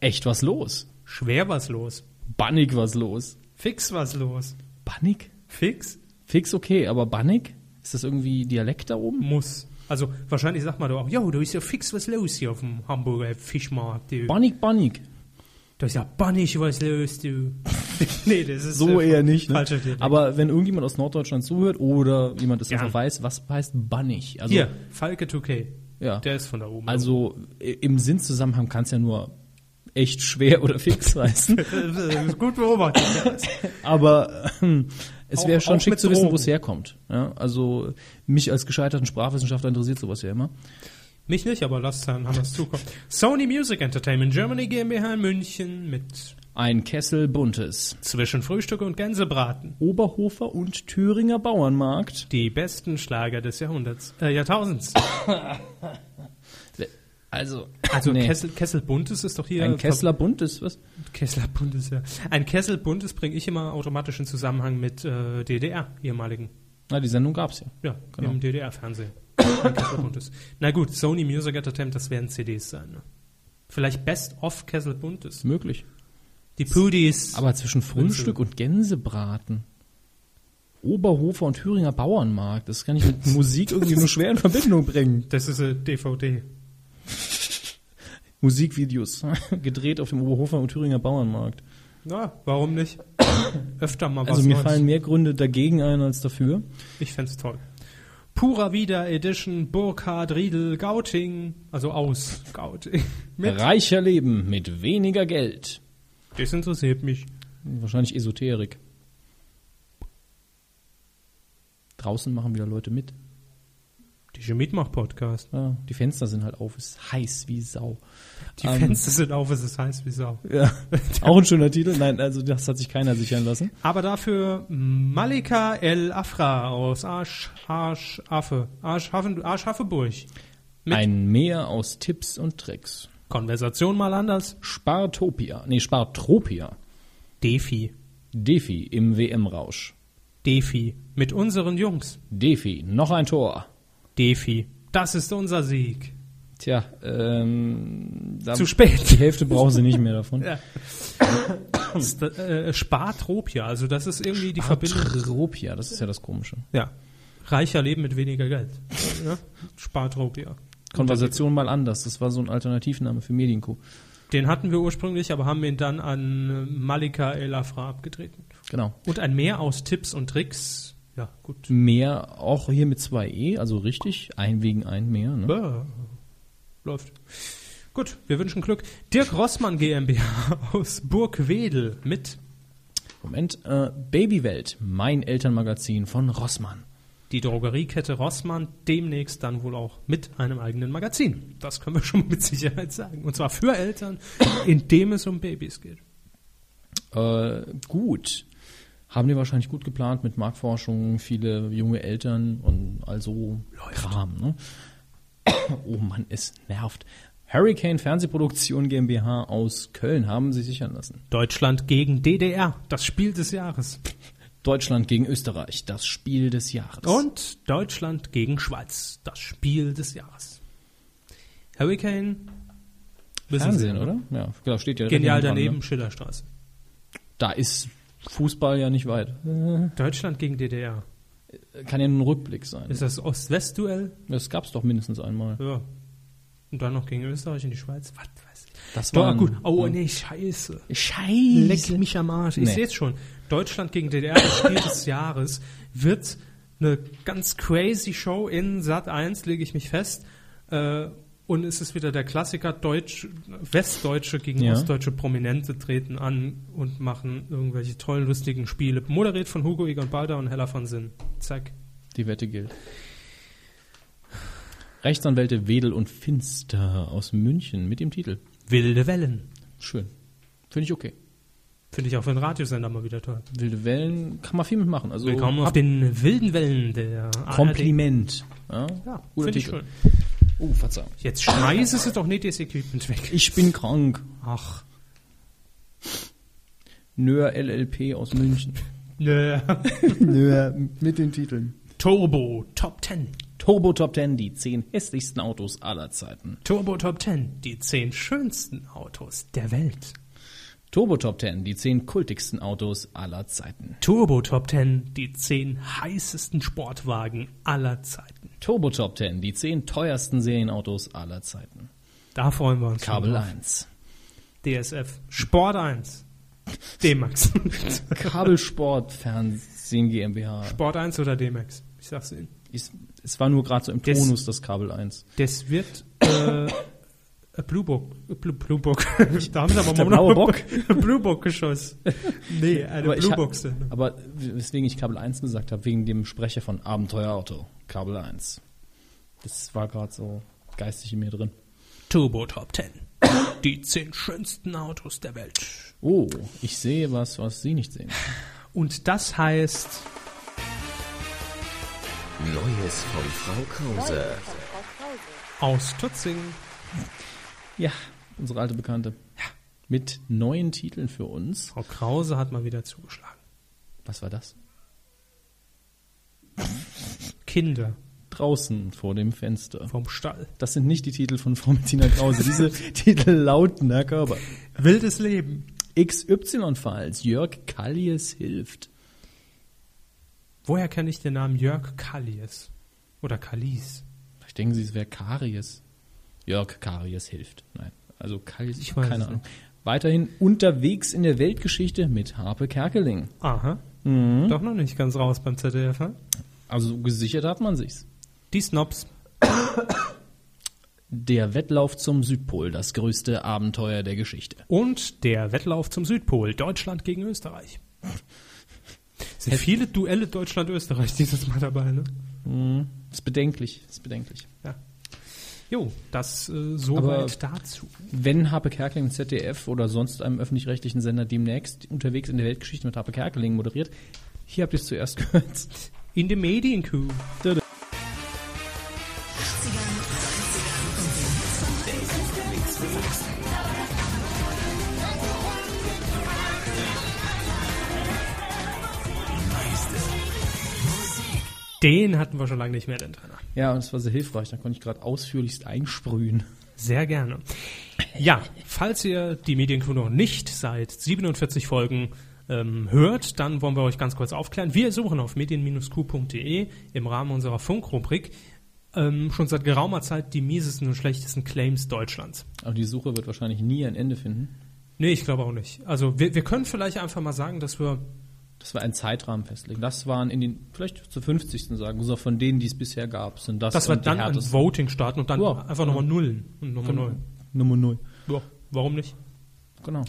Echt was los?
schwer was los.
Bannig was los?
Fix was los.
Bannig?
Fix
Fix okay, aber Bannig? Ist das irgendwie Dialekt da oben?
muss. Also wahrscheinlich sagt man doch auch, jo, da ist ja fix was los hier auf dem Hamburger Fischmarkt. Du.
Bannig, Bannig.
Da ist ja bannig was los, du. nee, das ist
So
äh,
eher nicht. Ne?
Falscher Dialekt.
Aber wenn irgendjemand aus Norddeutschland zuhört oder jemand das
Ja.
einfach weiß, was heißt Bannig? Also,
Hier, Falke 2K.
Ja.
Der ist von da oben.
also i- im Sinnzusammenhang kann es ja nur echt schwer oder fix heißen.
äh, Das ist gut beobachtet.
Aber ähm, Es
Auch-
wäre schon
auch
schick
mit
zu wissen, wo
Drogen.
es herkommt. Ja, also mich als gescheiterten Sprachwissenschaftler interessiert sowas ja immer.
Mich nicht, aber lasst dann haben wir es zukommen. Sony Music Entertainment Germany GmbH in München mit
Ein Kessel buntes.
Zwischen Frühstück und Gänsebraten.
Oberhofer und Thüringer Bauernmarkt.
Die besten Schlager des Jahrhunderts, äh, Jahrtausends.
Also,
Also
nee.
Kessel, Kessel Buntes ist doch hier.
ein Kessler buntes, was?
Kessler Buntes, ja. Ein Kessel Buntes bringe ich immer automatisch in Zusammenhang mit äh, DDR, ehemaligen.
Na, die Sendung gab's ja.
Ja,
Genau.
im DDR-Fernsehen. Ein Kessel Buntes. Na gut, Sony Music Entertainment, das werden CDs sein. Ne? Vielleicht Best of Kessel Buntes.
Möglich.
Die Pudis.
Aber zwischen Frühstück und Gänsebraten. Oberhofer und Thüringer Bauernmarkt. Das kann ich mit Musik irgendwie nur schwer in Verbindung bringen.
das ist eine DVD.
Musikvideos. Gedreht auf dem Oberhofer und Thüringer Bauernmarkt.
Na, warum nicht? Öfter mal was
Also mir
Neues.
fallen mehr Gründe dagegen ein als dafür.
Ich fänd's toll. Pura Vida Edition Burkhard Riedel Gauting, also aus Gauting. Mit.
Reicher Leben mit weniger Geld.
Das interessiert mich.
Wahrscheinlich Esoterik. Draußen machen wieder Leute mit.
Die Mitmach-Podcast.
Ja, die Fenster sind halt auf. Ist heiß wie Sau.
Die
Ähm.
Fenster sind auf, es ist heiß wie Sau.
Ja. Auch ein schöner Titel. Nein, also das hat sich keiner sichern lassen.
Aber dafür Malika El Afra aus Arsch, Arsch, Affe, Arsch, Haffen, Arsch Hafeburg. Mit-
Ein Meer aus Tipps und Tricks.
Konversation mal anders.
Spartopia. Nee, Spartropia.
Defi.
Defi im WM-Rausch.
Defi. Mit unseren Jungs.
Defi, noch ein Tor.
Defi. Das ist unser Sieg.
Tja, ähm, dann-
Zu spät.
Die Hälfte brauchen sie nicht mehr davon.
Ja. St- äh, Spartropia, also das ist irgendwie die Verbindung.
Spartropia, das ist ja das Komische.
Ja. Reicher leben mit weniger Geld. Ja? Spartropia.
Konversation mal anders. Das war so ein Alternativname für Medienkuh.
Den hatten wir ursprünglich, aber haben ihn dann an Malika El Afra abgetreten.
Genau.
Und ein Meer aus Tipps und Tricks. Ja, gut.
Mehr, auch hier mit zwei E, also richtig, ein wegen ein mehr. Ne?
Ja, Läuft. Gut, wir wünschen Glück. Dirk Rossmann GmbH aus Burgwedel mit
Moment, äh, Babywelt, mein Elternmagazin von Rossmann.
die Drogeriekette Rossmann demnächst dann wohl auch mit einem eigenen Magazin. Das können wir schon mit Sicherheit sagen. Und zwar für Eltern, indem es um Babys geht.
Äh, gut. Haben die wahrscheinlich gut geplant mit Marktforschung, viele junge Eltern und also Kram. Ne? Oh Mann, es nervt. Hurricane Fernsehproduktion GmbH aus Köln haben sie sichern lassen.
Deutschland gegen DDR, das Spiel des Jahres.
Deutschland gegen Österreich, das Spiel des Jahres.
Und Deutschland gegen Schweiz, das Spiel des Jahres. Hurricane. wissen Sie,
Fernsehen, oder? Ja, klar, steht ja direkt
Genial
neben dran,
daneben,
Ne?
Schillerstraße.
Da ist Fußball ja nicht weit.
Deutschland gegen DDR.
Kann ja nur ein Rückblick sein.
Ist das Ost-West-Duell?
Das gab's doch mindestens einmal.
Ja. Und dann noch gegen Österreich und die Schweiz? Was weiß ich.
Das
Doch,
waren-
gut. Oh, nee, scheiße.
Scheiße.
Leck mich am Arsch. Ich
Nee.
seh's sehe es schon. Deutschland gegen DDR, das Spiel des Jahres, wird eine ganz crazy Show in Sat 1, lege ich mich fest. Äh, und es ist wieder der Klassiker, Deutsch, Westdeutsche gegen
Ja.
Ostdeutsche Prominente treten an und machen irgendwelche tollen, lustigen Spiele. Moderiert von Hugo Egon Balder und Hella von Sinn. Zack.
Die Wette gilt. Rechtsanwälte Wedel und Finster aus München mit dem Titel.
Wilde Wellen.
Schön. Finde ich okay.
Finde ich auch für einen Radiosender mal wieder toll.
Wilde Wellen kann man viel mitmachen. Also
Willkommen auf
ab-
den wilden Wellen der ARD.
Kompliment. Ja,
Ja,
guter
finde
Titel.
ich schön.
Oh, Verzeihung.
Jetzt schmeißen sie doch nicht das Equipment weg.
Ich bin krank.
Ach.
Nöhr LLP aus München.
Nö.
Nöhr mit den Titeln.
Turbo Top 10.
Turbo Top 10, die 10 hässlichsten Autos aller Zeiten.
Turbo Top 10. Die 10 schönsten Autos der Welt.
Turbo Top 10, die 10 kultigsten Autos aller Zeiten.
Turbo Top 10. Die 10 heißesten Sportwagen aller Zeiten.
Turbo Top 10, die 10 teuersten Serienautos aller Zeiten.
Da freuen wir uns. schon
Kabel
drauf.
1.
DSF. Sport 1. D-Max.
Kabelsportfernsehen GmbH.
Sport 1 oder D-Max? Ich sag's Ihnen.
Ich, es war nur gerade so im
Des-
Tonus das Kabel 1.
Das wird äh, Äh, Blue Book. äh, Blue, Blue Book. da haben sie aber
Der
mal noch
blaue
Blue Book geschoss. Nee, eine
Aber ich
Blue
hab-
Book Sendung.
Aber weswegen ich Kabel 1 gesagt habe, wegen dem Sprecher von Abenteuer Auto. Kabel 1. Das war gerade so geistig in mir drin.
Turbo Top 10. Die 10 schönsten Autos der Welt.
Oh, ich sehe was, was Sie nicht sehen.
Und das heißt,
Neues von Frau Krause.
aus Tutzing
Ja, unsere alte Bekannte. Ja. Mit neuen Titeln für uns.
Frau Krause hat mal wieder zugeschlagen.
Was war das?
Kinder
Draußen vor dem Fenster.
vom Stall.
Das sind nicht die Titel von Frau Bettina Krause. Diese Titel lauten Herr Körber.
Wildes Leben.
XY-Files. Jörg Kallies hilft.
Woher kenne ich den Namen Jörg Kallies? Oder Kallis?
Vielleicht denken Sie, es wäre Karies. Jörg Karies hilft. Nein, also Karies,
Ich
ich
weiß
weiß keine
es
Ahnung. Weiterhin unterwegs in der Weltgeschichte mit Harpe Kerkeling.
Aha. Doch noch nicht ganz raus beim ZDF. Hm?
Also gesichert hat man sich's.
Die Snobs.
Der Wettlauf zum Südpol, das größte Abenteuer der Geschichte.
Und der Wettlauf zum Südpol. Deutschland gegen Österreich. Es sind viele Duelle Deutschland-Österreich dieses Mal dabei, ne?
Ist bedenklich, ist bedenklich.
Ja. Jo, das äh, soweit dazu.
Wenn Harpe Kerkeling im ZDF oder sonst einem öffentlich-rechtlichen Sender demnächst unterwegs in der Weltgeschichte mit Harpe Kerkeling moderiert, hier habt ihr es zuerst gehört.
In dem Medienkuh. Den hatten wir schon lange nicht mehr, den Trainer.
Ja, und es war sehr hilfreich, da konnte ich gerade ausführlichst einsprühen.
Sehr gerne. Ja, falls ihr die Medienkuh noch nicht seit 47 Folgen ähm, hört, dann wollen wir euch ganz kurz aufklären. Wir suchen auf medien-q.de im Rahmen unserer Funkrubrik ähm, schon seit geraumer Zeit die miesesten und schlechtesten Claims Deutschlands.
Aber die Suche wird wahrscheinlich nie ein Ende finden.
Nee, ich glaube auch nicht. Also wir, wir können vielleicht einfach mal sagen, dass wir
dass wir einen Zeitrahmen festlegen. Das waren in den, vielleicht zur 50. sagen, so von denen, die es bisher gab, sind das,
dass wir
und die
dann ein
härtesten.
Voting starten und dann
Ja,
einfach nochmal nullen und nochmal neu.
Nummer 0.
Ja, warum nicht?
Genau.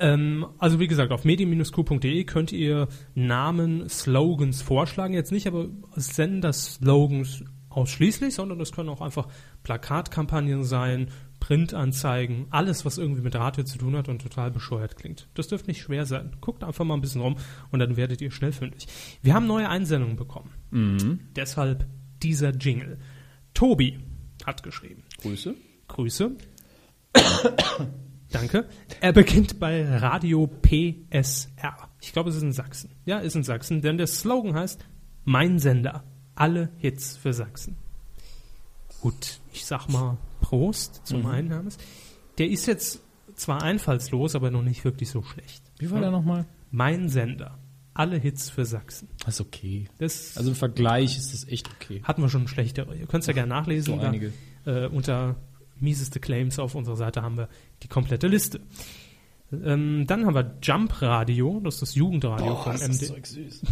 Ähm, also wie gesagt, auf medien-q.de e könnt ihr Namen, Slogans vorschlagen. Jetzt nicht aber Sender-Slogans ausschließlich, sondern das können auch einfach Plakatkampagnen sein, Printanzeigen, alles, was irgendwie mit Radio zu tun hat und total bescheuert klingt. Das dürfte nicht schwer sein. Guckt einfach mal ein bisschen rum und dann werdet ihr schnell fündig. Wir haben neue Einsendungen bekommen. Deshalb dieser Jingle. Tobi hat geschrieben.
Grüße.
Grüße. Danke. Er beginnt bei Radio PSR. Ich glaube, es ist in Sachsen. Ja, ist in Sachsen, denn der Slogan heißt Mein Sender. Alle Hits für Sachsen. Gut, ich sag mal Prost zum Einnames. Der ist jetzt zwar einfallslos, aber noch nicht wirklich so schlecht.
Wie war der nochmal?
Mein Sender. Alle Hits für Sachsen.
Das ist okay.
Das
Also im Vergleich ist das echt okay.
hatten wir schon schlechtere. Ihr könnt es ja gerne nachlesen.
So
da,
einige.
Äh, unter mieseste Claims auf unserer Seite haben wir die komplette Liste. Ähm, dann haben wir Jump Radio, das ist das Jugendradio von MD.
süß.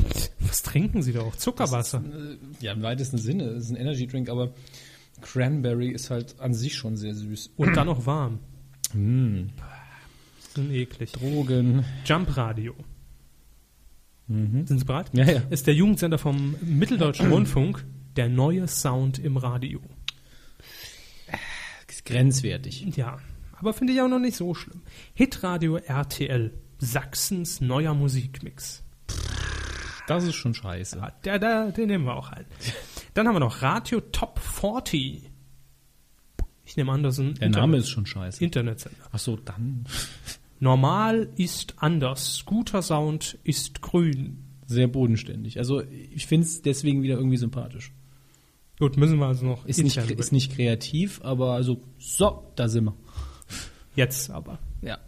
Was trinken Sie da auch? Zuckerwasser.
Ja, im weitesten Sinne. Es ist ein Energy Drink, aber Cranberry ist halt an sich schon sehr süß.
Und dann noch warm.
Mm.
Das sind eklig.
Drogen.
Jump Radio. Sind Sie bereit?
Mhm. Ja, ja.
Ist der Jugendsender vom Mitteldeutschen Rundfunk der neue Sound im Radio.
Ist grenzwertig.
Ja, aber finde ich auch noch nicht so schlimm. Hitradio RTL, Sachsens neuer Musikmix.
Das ist schon scheiße.
Ah, Der, der, den nehmen wir auch ein. Dann haben wir noch Radio Top 40. Ich nehme an, das ist ein
Der Name ist schon scheiße.
Internetsender.
Ach so, dann.
Normal ist anders. Guter Sound ist grün.
Sehr bodenständig. Also ich finde es deswegen wieder irgendwie sympathisch.
Gut, müssen wir also noch
Ist nicht,
intern
ist nicht kreativ, aber also so, da sind wir.
Jetzt aber.
Ja.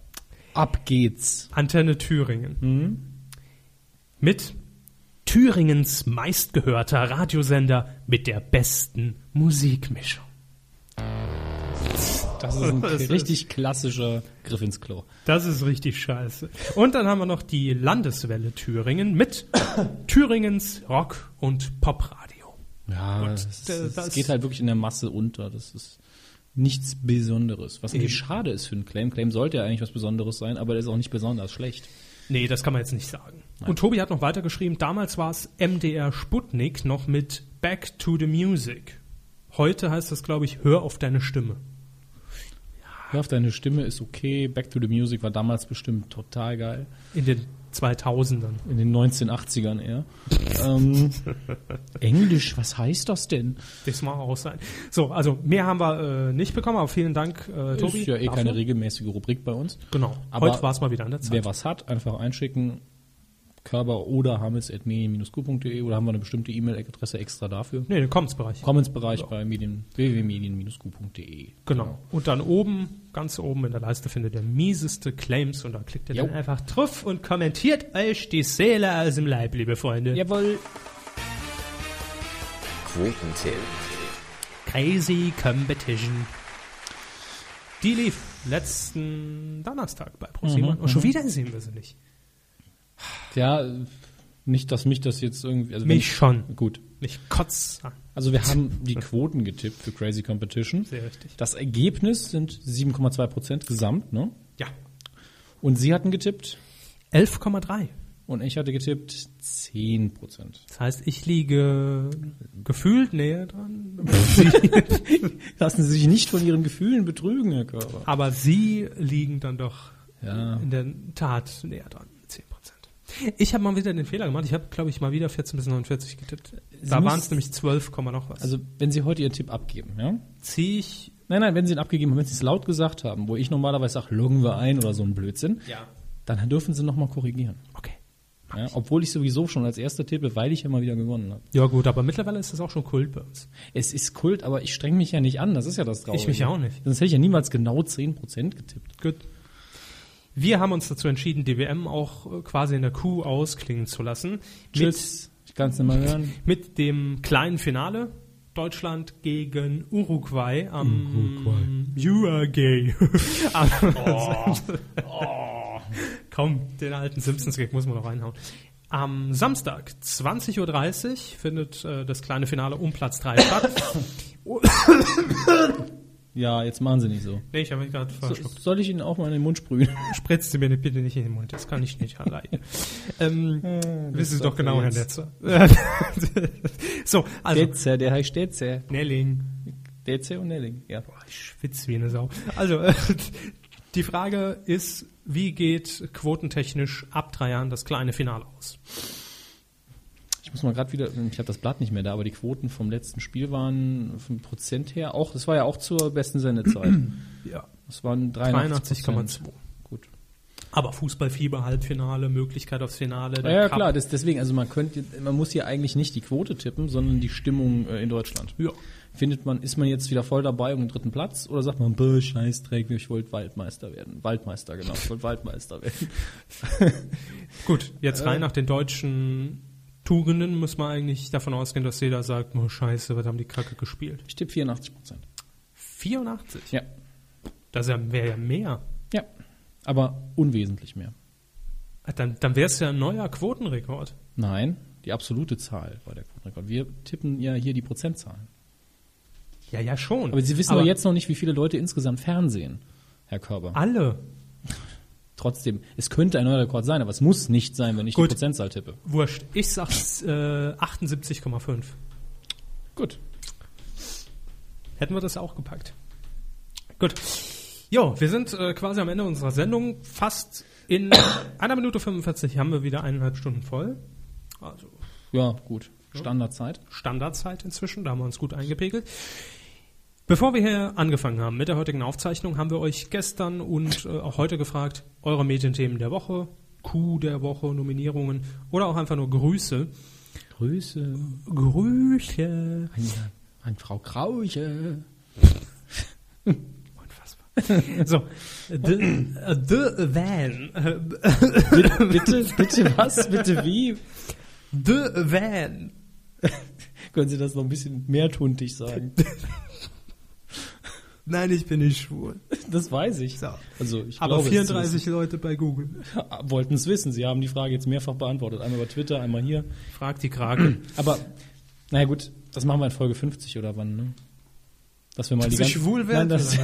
Ab geht's.
Antenne Thüringen.
Mhm.
Mit Thüringens meistgehörter Radiosender mit der besten Musikmischung.
Das ist ein
Das ist-
richtig klassischer Griff ins Klo.
Das ist richtig scheiße. Und dann haben wir noch die Landeswelle Thüringen mit Thüringens Rock- und Popradio.
Ja, das,
äh,
Ah, das,
das-
geht halt wirklich in der Masse unter. Das ist nichts Besonderes. Was natürlich
Eben.
schade ist für einen Claim. Claim sollte ja eigentlich was Besonderes sein, aber der ist auch nicht besonders schlecht.
Nee, das kann man jetzt nicht sagen. Und Tobi hat noch weitergeschrieben, damals war es MDR Sputnik noch mit Back to the Music. Heute heißt das, glaube ich, Hör auf deine Stimme.
Hör auf, deine Stimme ist okay. Back to the Music war damals bestimmt total geil.
In den 2000ern.
In den 1980ern eher. ähm, Englisch, was heißt das denn?
Das mag auch sein. So, also mehr haben wir äh, nicht bekommen, aber vielen Dank, äh, Tobi.
ist ja eh
dafür.
keine regelmäßige Rubrik bei uns.
Genau.
Aber
Heute war es mal wieder an der Zeit.
Wer was hat, einfach einschicken. Körper oder hamels.medien-q.de oder haben wir eine bestimmte E-Mail-Adresse extra dafür?
Nee, den Comments-Bereich.
Comments-Bereich bei medien, www.medien-q.de.
Genau. Und dann oben, ganz oben in der Leiste findet ihr mieseste Claims und da klickt ihr
Jo.
dann einfach drauf und kommentiert euch die Seele aus dem Leib, liebe Freunde.
Jawohl.
Quotentipp.
Crazy Competition. Die lief letzten Donnerstag bei ProSieben. und schon wieder sehen wir sie nicht.
Ja, nicht, dass mich das jetzt irgendwie. Also
Mich
wenn-
schon. Ah,
Gut.
Mich kotzt an.
Also wir haben die Quoten getippt für Crazy Competition.
Sehr richtig.
Das Ergebnis sind 7,2 Prozent gesamt, ne?
Ja.
Und Sie hatten getippt
11,3.
und ich hatte getippt 10 Prozent.
Das heißt, ich liege gefühlt näher dran,
Lassen Sie sich nicht von Ihren Gefühlen betrügen, Herr Körber.
aber Sie liegen dann doch
Ja.
in der Tat näher dran. 10%. Ich habe mal wieder den Fehler gemacht. Ich habe, glaube ich, mal wieder 14 bis 49 getippt. Da
müssen-
waren es nämlich 12, Komma noch was.
Also wenn Sie heute Ihren Tipp abgeben, ja?
ziehe ich.
Nein, nein, wenn Sie ihn abgegeben haben, wenn Sie es laut gesagt haben, wo ich normalerweise sage, loggen wir ein oder so ein Blödsinn,
Ja.
dann dürfen Sie nochmal korrigieren.
Okay.
Ja? Obwohl ich sowieso schon als erster tippe, weil ich ja mal wieder gewonnen habe.
Ja gut, aber mittlerweile ist das auch schon Kult bei uns.
Es ist Kult, aber ich streng mich ja nicht an. Das ist ja das Traurige.
Ich mich auch nicht.
Sonst hätte ich ja niemals genau 10% getippt.
Gut. Wir haben uns dazu entschieden, die WM auch äh, quasi in der Kuh ausklingen zu lassen.
Tschüss. Ich kann es nicht mal hören.
Mit, mit dem kleinen Finale. Deutschland gegen Uruguay am Uruguay. am Oh. Komm, den alten Simpsons-Gag muss man noch reinhauen. Am Samstag, 20.30 Uhr, findet äh, das kleine Finale um Platz 3 statt.
Ja, jetzt machen sie nicht so.
nee, ich habe mich gerade
so
verschluckt.
soll ich Ihnen auch mal in den Mund sprühen?
Spritzt sie mir nicht- bitte nicht in den Mund, das kann ich nicht alleine. ähm, wissen Sie doch
sagt er
genau, Herr
jetzt.
Netzer. so, also
Detzer, der heißt Detzer.
Nelling.
Detzer und Nelling, ja.
Boah, ich schwitze wie eine Sau. Also, äh, die Frage ist, wie geht quotentechnisch ab drei Jahren das kleine Finale aus?
Ich muss mal gerade wieder, ich habe das Blatt nicht mehr da, aber die Quoten vom letzten Spiel waren vom Prozent her auch, das war ja auch zur besten Sendezeit.
Ja.
Das waren 83,2.
83,2.
Gut.
Aber Fußballfieber, Halbfinale, Möglichkeit aufs Finale.
Ja,
der
ja
Cup.
klar, das, deswegen, also man könnte, man muss hier eigentlich nicht die Quote tippen, sondern die Stimmung äh, in Deutschland.
Ja.
Findet man, ist man jetzt wieder voll dabei um den dritten Platz oder sagt man, bäh, Scheißdreck, ich wollte Waldmeister werden. Waldmeister, genau, ich wollte Waldmeister werden.
Gut,
äh,
jetzt rein nach den deutschen Tugenden muss man eigentlich davon ausgehen, dass jeder sagt, oh scheiße, was haben die Kacke gespielt?
Ich tippe 84 Prozent.
84.
Ja.
Das wäre ja mehr.
Ja. Aber unwesentlich mehr.
Ah, Dann, dann wäre es ja ein neuer Quotenrekord.
Nein, die absolute Zahl war der Quotenrekord. Wir tippen ja hier die Prozentzahlen.
Ja, ja, schon.
Aber Sie wissen
Aber Ah.
doch jetzt noch nicht, wie viele Leute insgesamt fernsehen, Herr Körber.
Alle.
Trotzdem, es könnte ein neuer Rekord sein, aber es muss nicht sein, wenn ich
Gut.
die Prozentzahl tippe.
Wurscht. Ich sag's äh, 78,5.
Gut.
Hätten wir das auch gepackt. Gut. Jo, wir sind äh, quasi am Ende unserer Sendung. Fast in einer Minute 45 haben wir wieder eineinhalb Stunden voll. Also
Ja, gut. Standardzeit.
Standardzeit inzwischen, da haben wir uns gut eingepegelt. Bevor wir hier angefangen haben mit der heutigen Aufzeichnung, haben wir euch gestern und äh, auch heute gefragt, eure Medienthemen der Woche, Coup der Woche, Nominierungen oder auch einfach nur Grüße.
Grüße
Grüße.
an, an Frau Krauche.
Unfassbar. So, The, äh, the Van. äh,
Bitte, bitte, bitte was? Bitte wie?
The Van.
Können Sie das noch ein bisschen mehr tuntig sagen?
Nein, ich bin nicht schwul.
Das weiß ich.
So.
Also ich
Aber
glaube, es
34 Leute bei Google.
zu wissen. wollten es wissen. Sie haben die Frage jetzt mehrfach beantwortet. Einmal über Twitter, einmal hier.
Fragt die Krake.
Aber, naja gut, das machen wir in Folge 50 oder wann, ne? Dass wir mal
Dass
die
ich
ganzen-
schwul werde?
Nein, das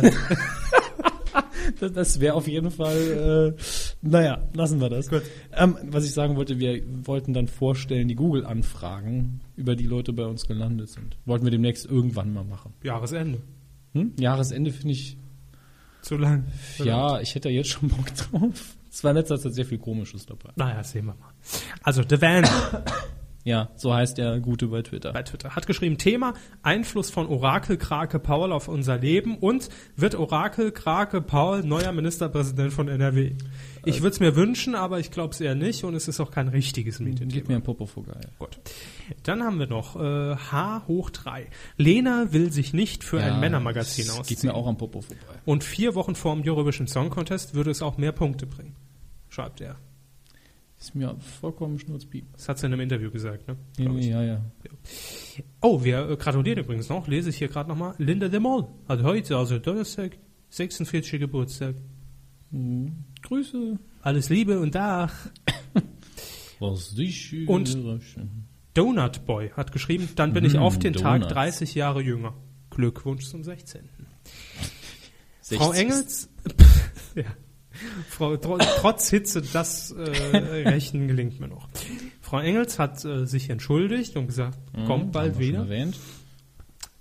das, das wäre auf jeden Fall, äh, naja, lassen wir das.
Gut.
Ähm, was ich sagen wollte, wir wollten dann vorstellen, die Google-Anfragen, über die Leute bei uns gelandet sind. Wollten wir demnächst irgendwann mal machen.
Jahresende.
Hm? Jahresende finde ich
Zu lang.
Ja, ich hätte jetzt schon Bock drauf. Es war in letzter Zeit sehr viel Komisches dabei.
Naja, sehen wir mal. Also, The Van
Ja, so heißt der Gute bei Twitter.
bei Twitter hat geschrieben, Thema Einfluss von Orakel Krake Paul auf unser Leben und wird Orakel Krake Paul neuer Ministerpräsident von NRW? Ich würde es mir wünschen, aber ich glaube es eher nicht und es ist auch kein richtiges Medienthema.
Gib mir ein Popo vor geil.
Hm, Gut. Dann haben wir noch äh, H hoch 3. Lena will sich nicht für ein Männermagazin
das Geht
ausziehen.
mir auch am Popo vorbei.
Und vier Wochen vor dem Eurovision Song Contest würde es auch mehr Punkte bringen, schreibt er.
Ist mir vollkommen schnurzpiep.
Das hat sie in einem Interview gesagt, ne?
Ja,
Glaub ich.
ja, ja.
Oh, wir äh, gratulieren übrigens noch, lese ich hier gerade nochmal. Linda de Mol hat heute, also Donnerstag, 46. Geburtstag.
Grüße.
Alles Liebe und Dach.
Was dich
Und-
überraschen. Hm?
Donut Boy hat geschrieben, dann bin ich
Mm,
auf den Tag
Donuts.
30 Jahre jünger. Glückwunsch zum 16.
60.
Frau Engels, ja. Frau, tro, trotz Hitze, das äh, Rechten gelingt mir noch. Frau Engels hat äh, sich entschuldigt und gesagt, kommt bald
Mhm, Haben wir schon
wieder.
Erwähnt.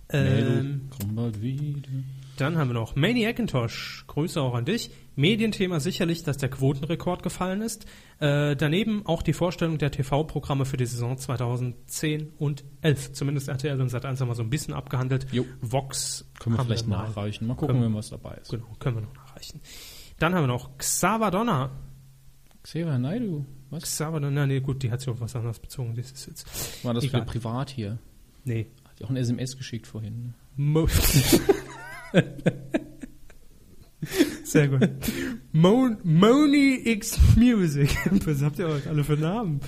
Ähm,
Ähm, komm bald wieder.
Dann haben wir noch Maniacintosh. Grüße auch an dich. Medienthema sicherlich, dass der Quotenrekord gefallen ist. Äh, daneben auch die Vorstellung der TV-Programme für die Saison 2010 und 11. Zumindest RTL und Sat1 haben wir so ein bisschen abgehandelt.
Jo.
Vox
Können wir
haben
vielleicht
mal.
nachreichen. Mal gucken,
Können-
wenn was dabei ist.
Genau, können wir noch nachreichen. Dann haben wir noch Xaver Donner.
Xavier Naidu. Was?
Xaver Donner, nee, gut, die hat sich auf was anderes bezogen. Das ist jetzt.
War das
Egal.
für privat hier?
Nee.
Hat ja auch ein SMS geschickt vorhin. ne?
Mo Sehr gut. Mon Moni X Music. Was habt ihr euch alle für Namen?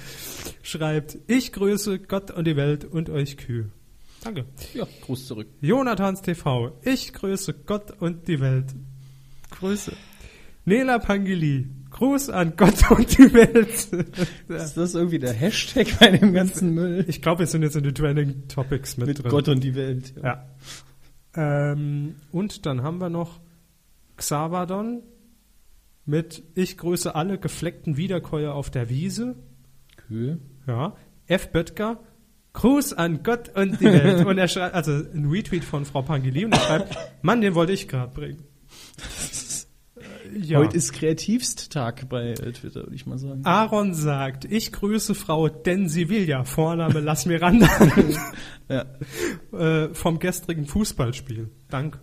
Schreibt, ich grüße Gott und die Welt und euch Kühe. Danke.
Ja, Gruß zurück.
Jonathans TV, ich grüße Gott und die Welt. Grüße. Nela Pangili, Gruß an Gott und die Welt.
Ist das irgendwie der Hashtag bei dem ganzen Müll?
Ich glaube, wir sind jetzt in den Trending Topics mit, drin.
und die Welt. Ja.
Ja. Ähm, und dann haben wir noch Xavadon mit Ich grüße alle gefleckten Wiederkäuer auf der Wiese.
Kühe.
Ja. F. Böttger. Gruß an Gott und die Welt. Und er schreibt, also ein Retweet von Frau Pangeli und er schreibt, Mann, den wollte ich gerade bringen. Äh, Ja.
Heute ist Kreativsttag bei äh, Twitter, würde ich mal sagen.
Aaron sagt, ich grüße Frau Densivilla, Vorname Las Miranda,
Ja.
äh, vom gestrigen Fußballspiel. Danke.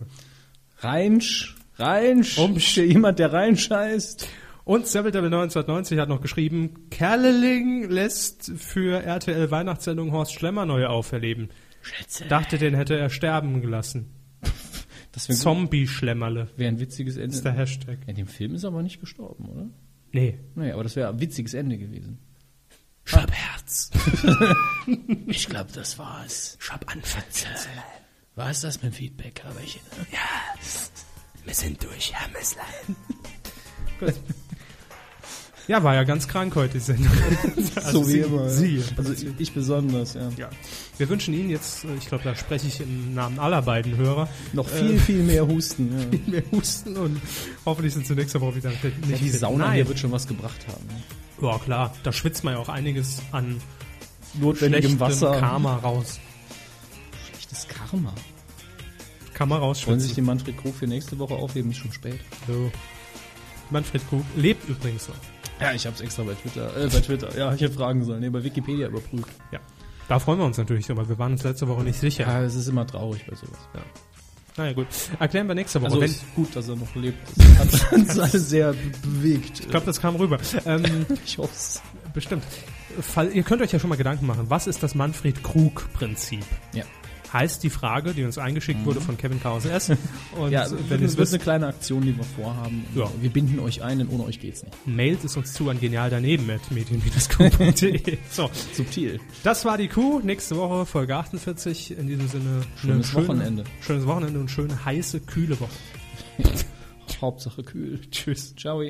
Reinsch. Reinsch. Ist hier jemand, der reinscheißt?
Und Seville 1990 hat noch geschrieben, Kerleling lässt für RTL Weihnachtssendung Horst Schlemmer neu auferleben. Dachte, den hätte er sterben gelassen.
Das wäre
Zombie-Schlemmerle
wär ein witziges Ende.
ist der Hashtag.
In dem Film ist er aber nicht gestorben, oder?
Nee.
Naja, aber das wäre ein witziges Ende gewesen.
Ich hab Herz.
Ich glaube, das war's.
Ich hab Anfangsherz.
War es das mit Feedback, habe ich.
Wir sind durch, Hermeslein. Gut. Ja, war ja ganz krank heute die Sendung. Also
so wie
sie,
immer.
Sie.
Also ich, ich besonders, ja.
Ja. Wir wünschen Ihnen jetzt, äh, ich glaube, da spreche ich im Namen aller beiden Hörer, äh,
Noch viel, viel mehr Husten. Äh, Ja.
mehr Husten und hoffentlich sind sie nächste Woche wieder fit. Nicht
Die
fit.
Sauna
Nein.
hier wird schon was gebracht haben.
Ja, klar, da schwitzt man ja auch einiges an
Notwendigem
schlechtem
Wasser.
Karma raus.
Schlechtes Karma.
Kann man
Wollen Sie sich
rausschwitzen.
den Manfred Krug für nächste Woche aufheben? Ist schon spät.
So. Manfred Krug lebt übrigens noch.
Ja, ich habe es extra bei Twitter. Äh, bei Twitter. Ja, ich hätte fragen sollen. Nee, bei Wikipedia überprüft.
Ja. Da freuen wir uns natürlich drüber. Wir waren uns letzte Woche nicht sicher.
Ja, es ist immer traurig bei sowas.
Naja, gut. Erklären wir nächste Woche.
Also
wenn,
es ist gut, dass er noch lebt. Das hat uns alle sehr be- bewegt.
ich glaube, das kam rüber. Ähm,
ich hoffe es.
bestimmt. Fall, ihr könnt euch ja schon mal Gedanken machen. Was ist das Manfred Krug-Prinzip?
Ja. Mhm.
Heißt die Frage, die uns eingeschickt wurde von Kevin KSS. Und
Ja, wenn es wird eine kleine Aktion, die wir vorhaben. Und
Ja.
Wir binden euch ein, denn ohne euch geht's nicht.
mailt es uns zu an genial daneben medien-q.de. so,
Subtil.
das war die Kuh. Nächste Woche Folge 48. In diesem Sinne,
Schönes
eine schöne-
Wochenende.
Schönes Wochenende und schöne heiße, kühle Woche.
Hauptsache kühl. Tschüss. Ciao.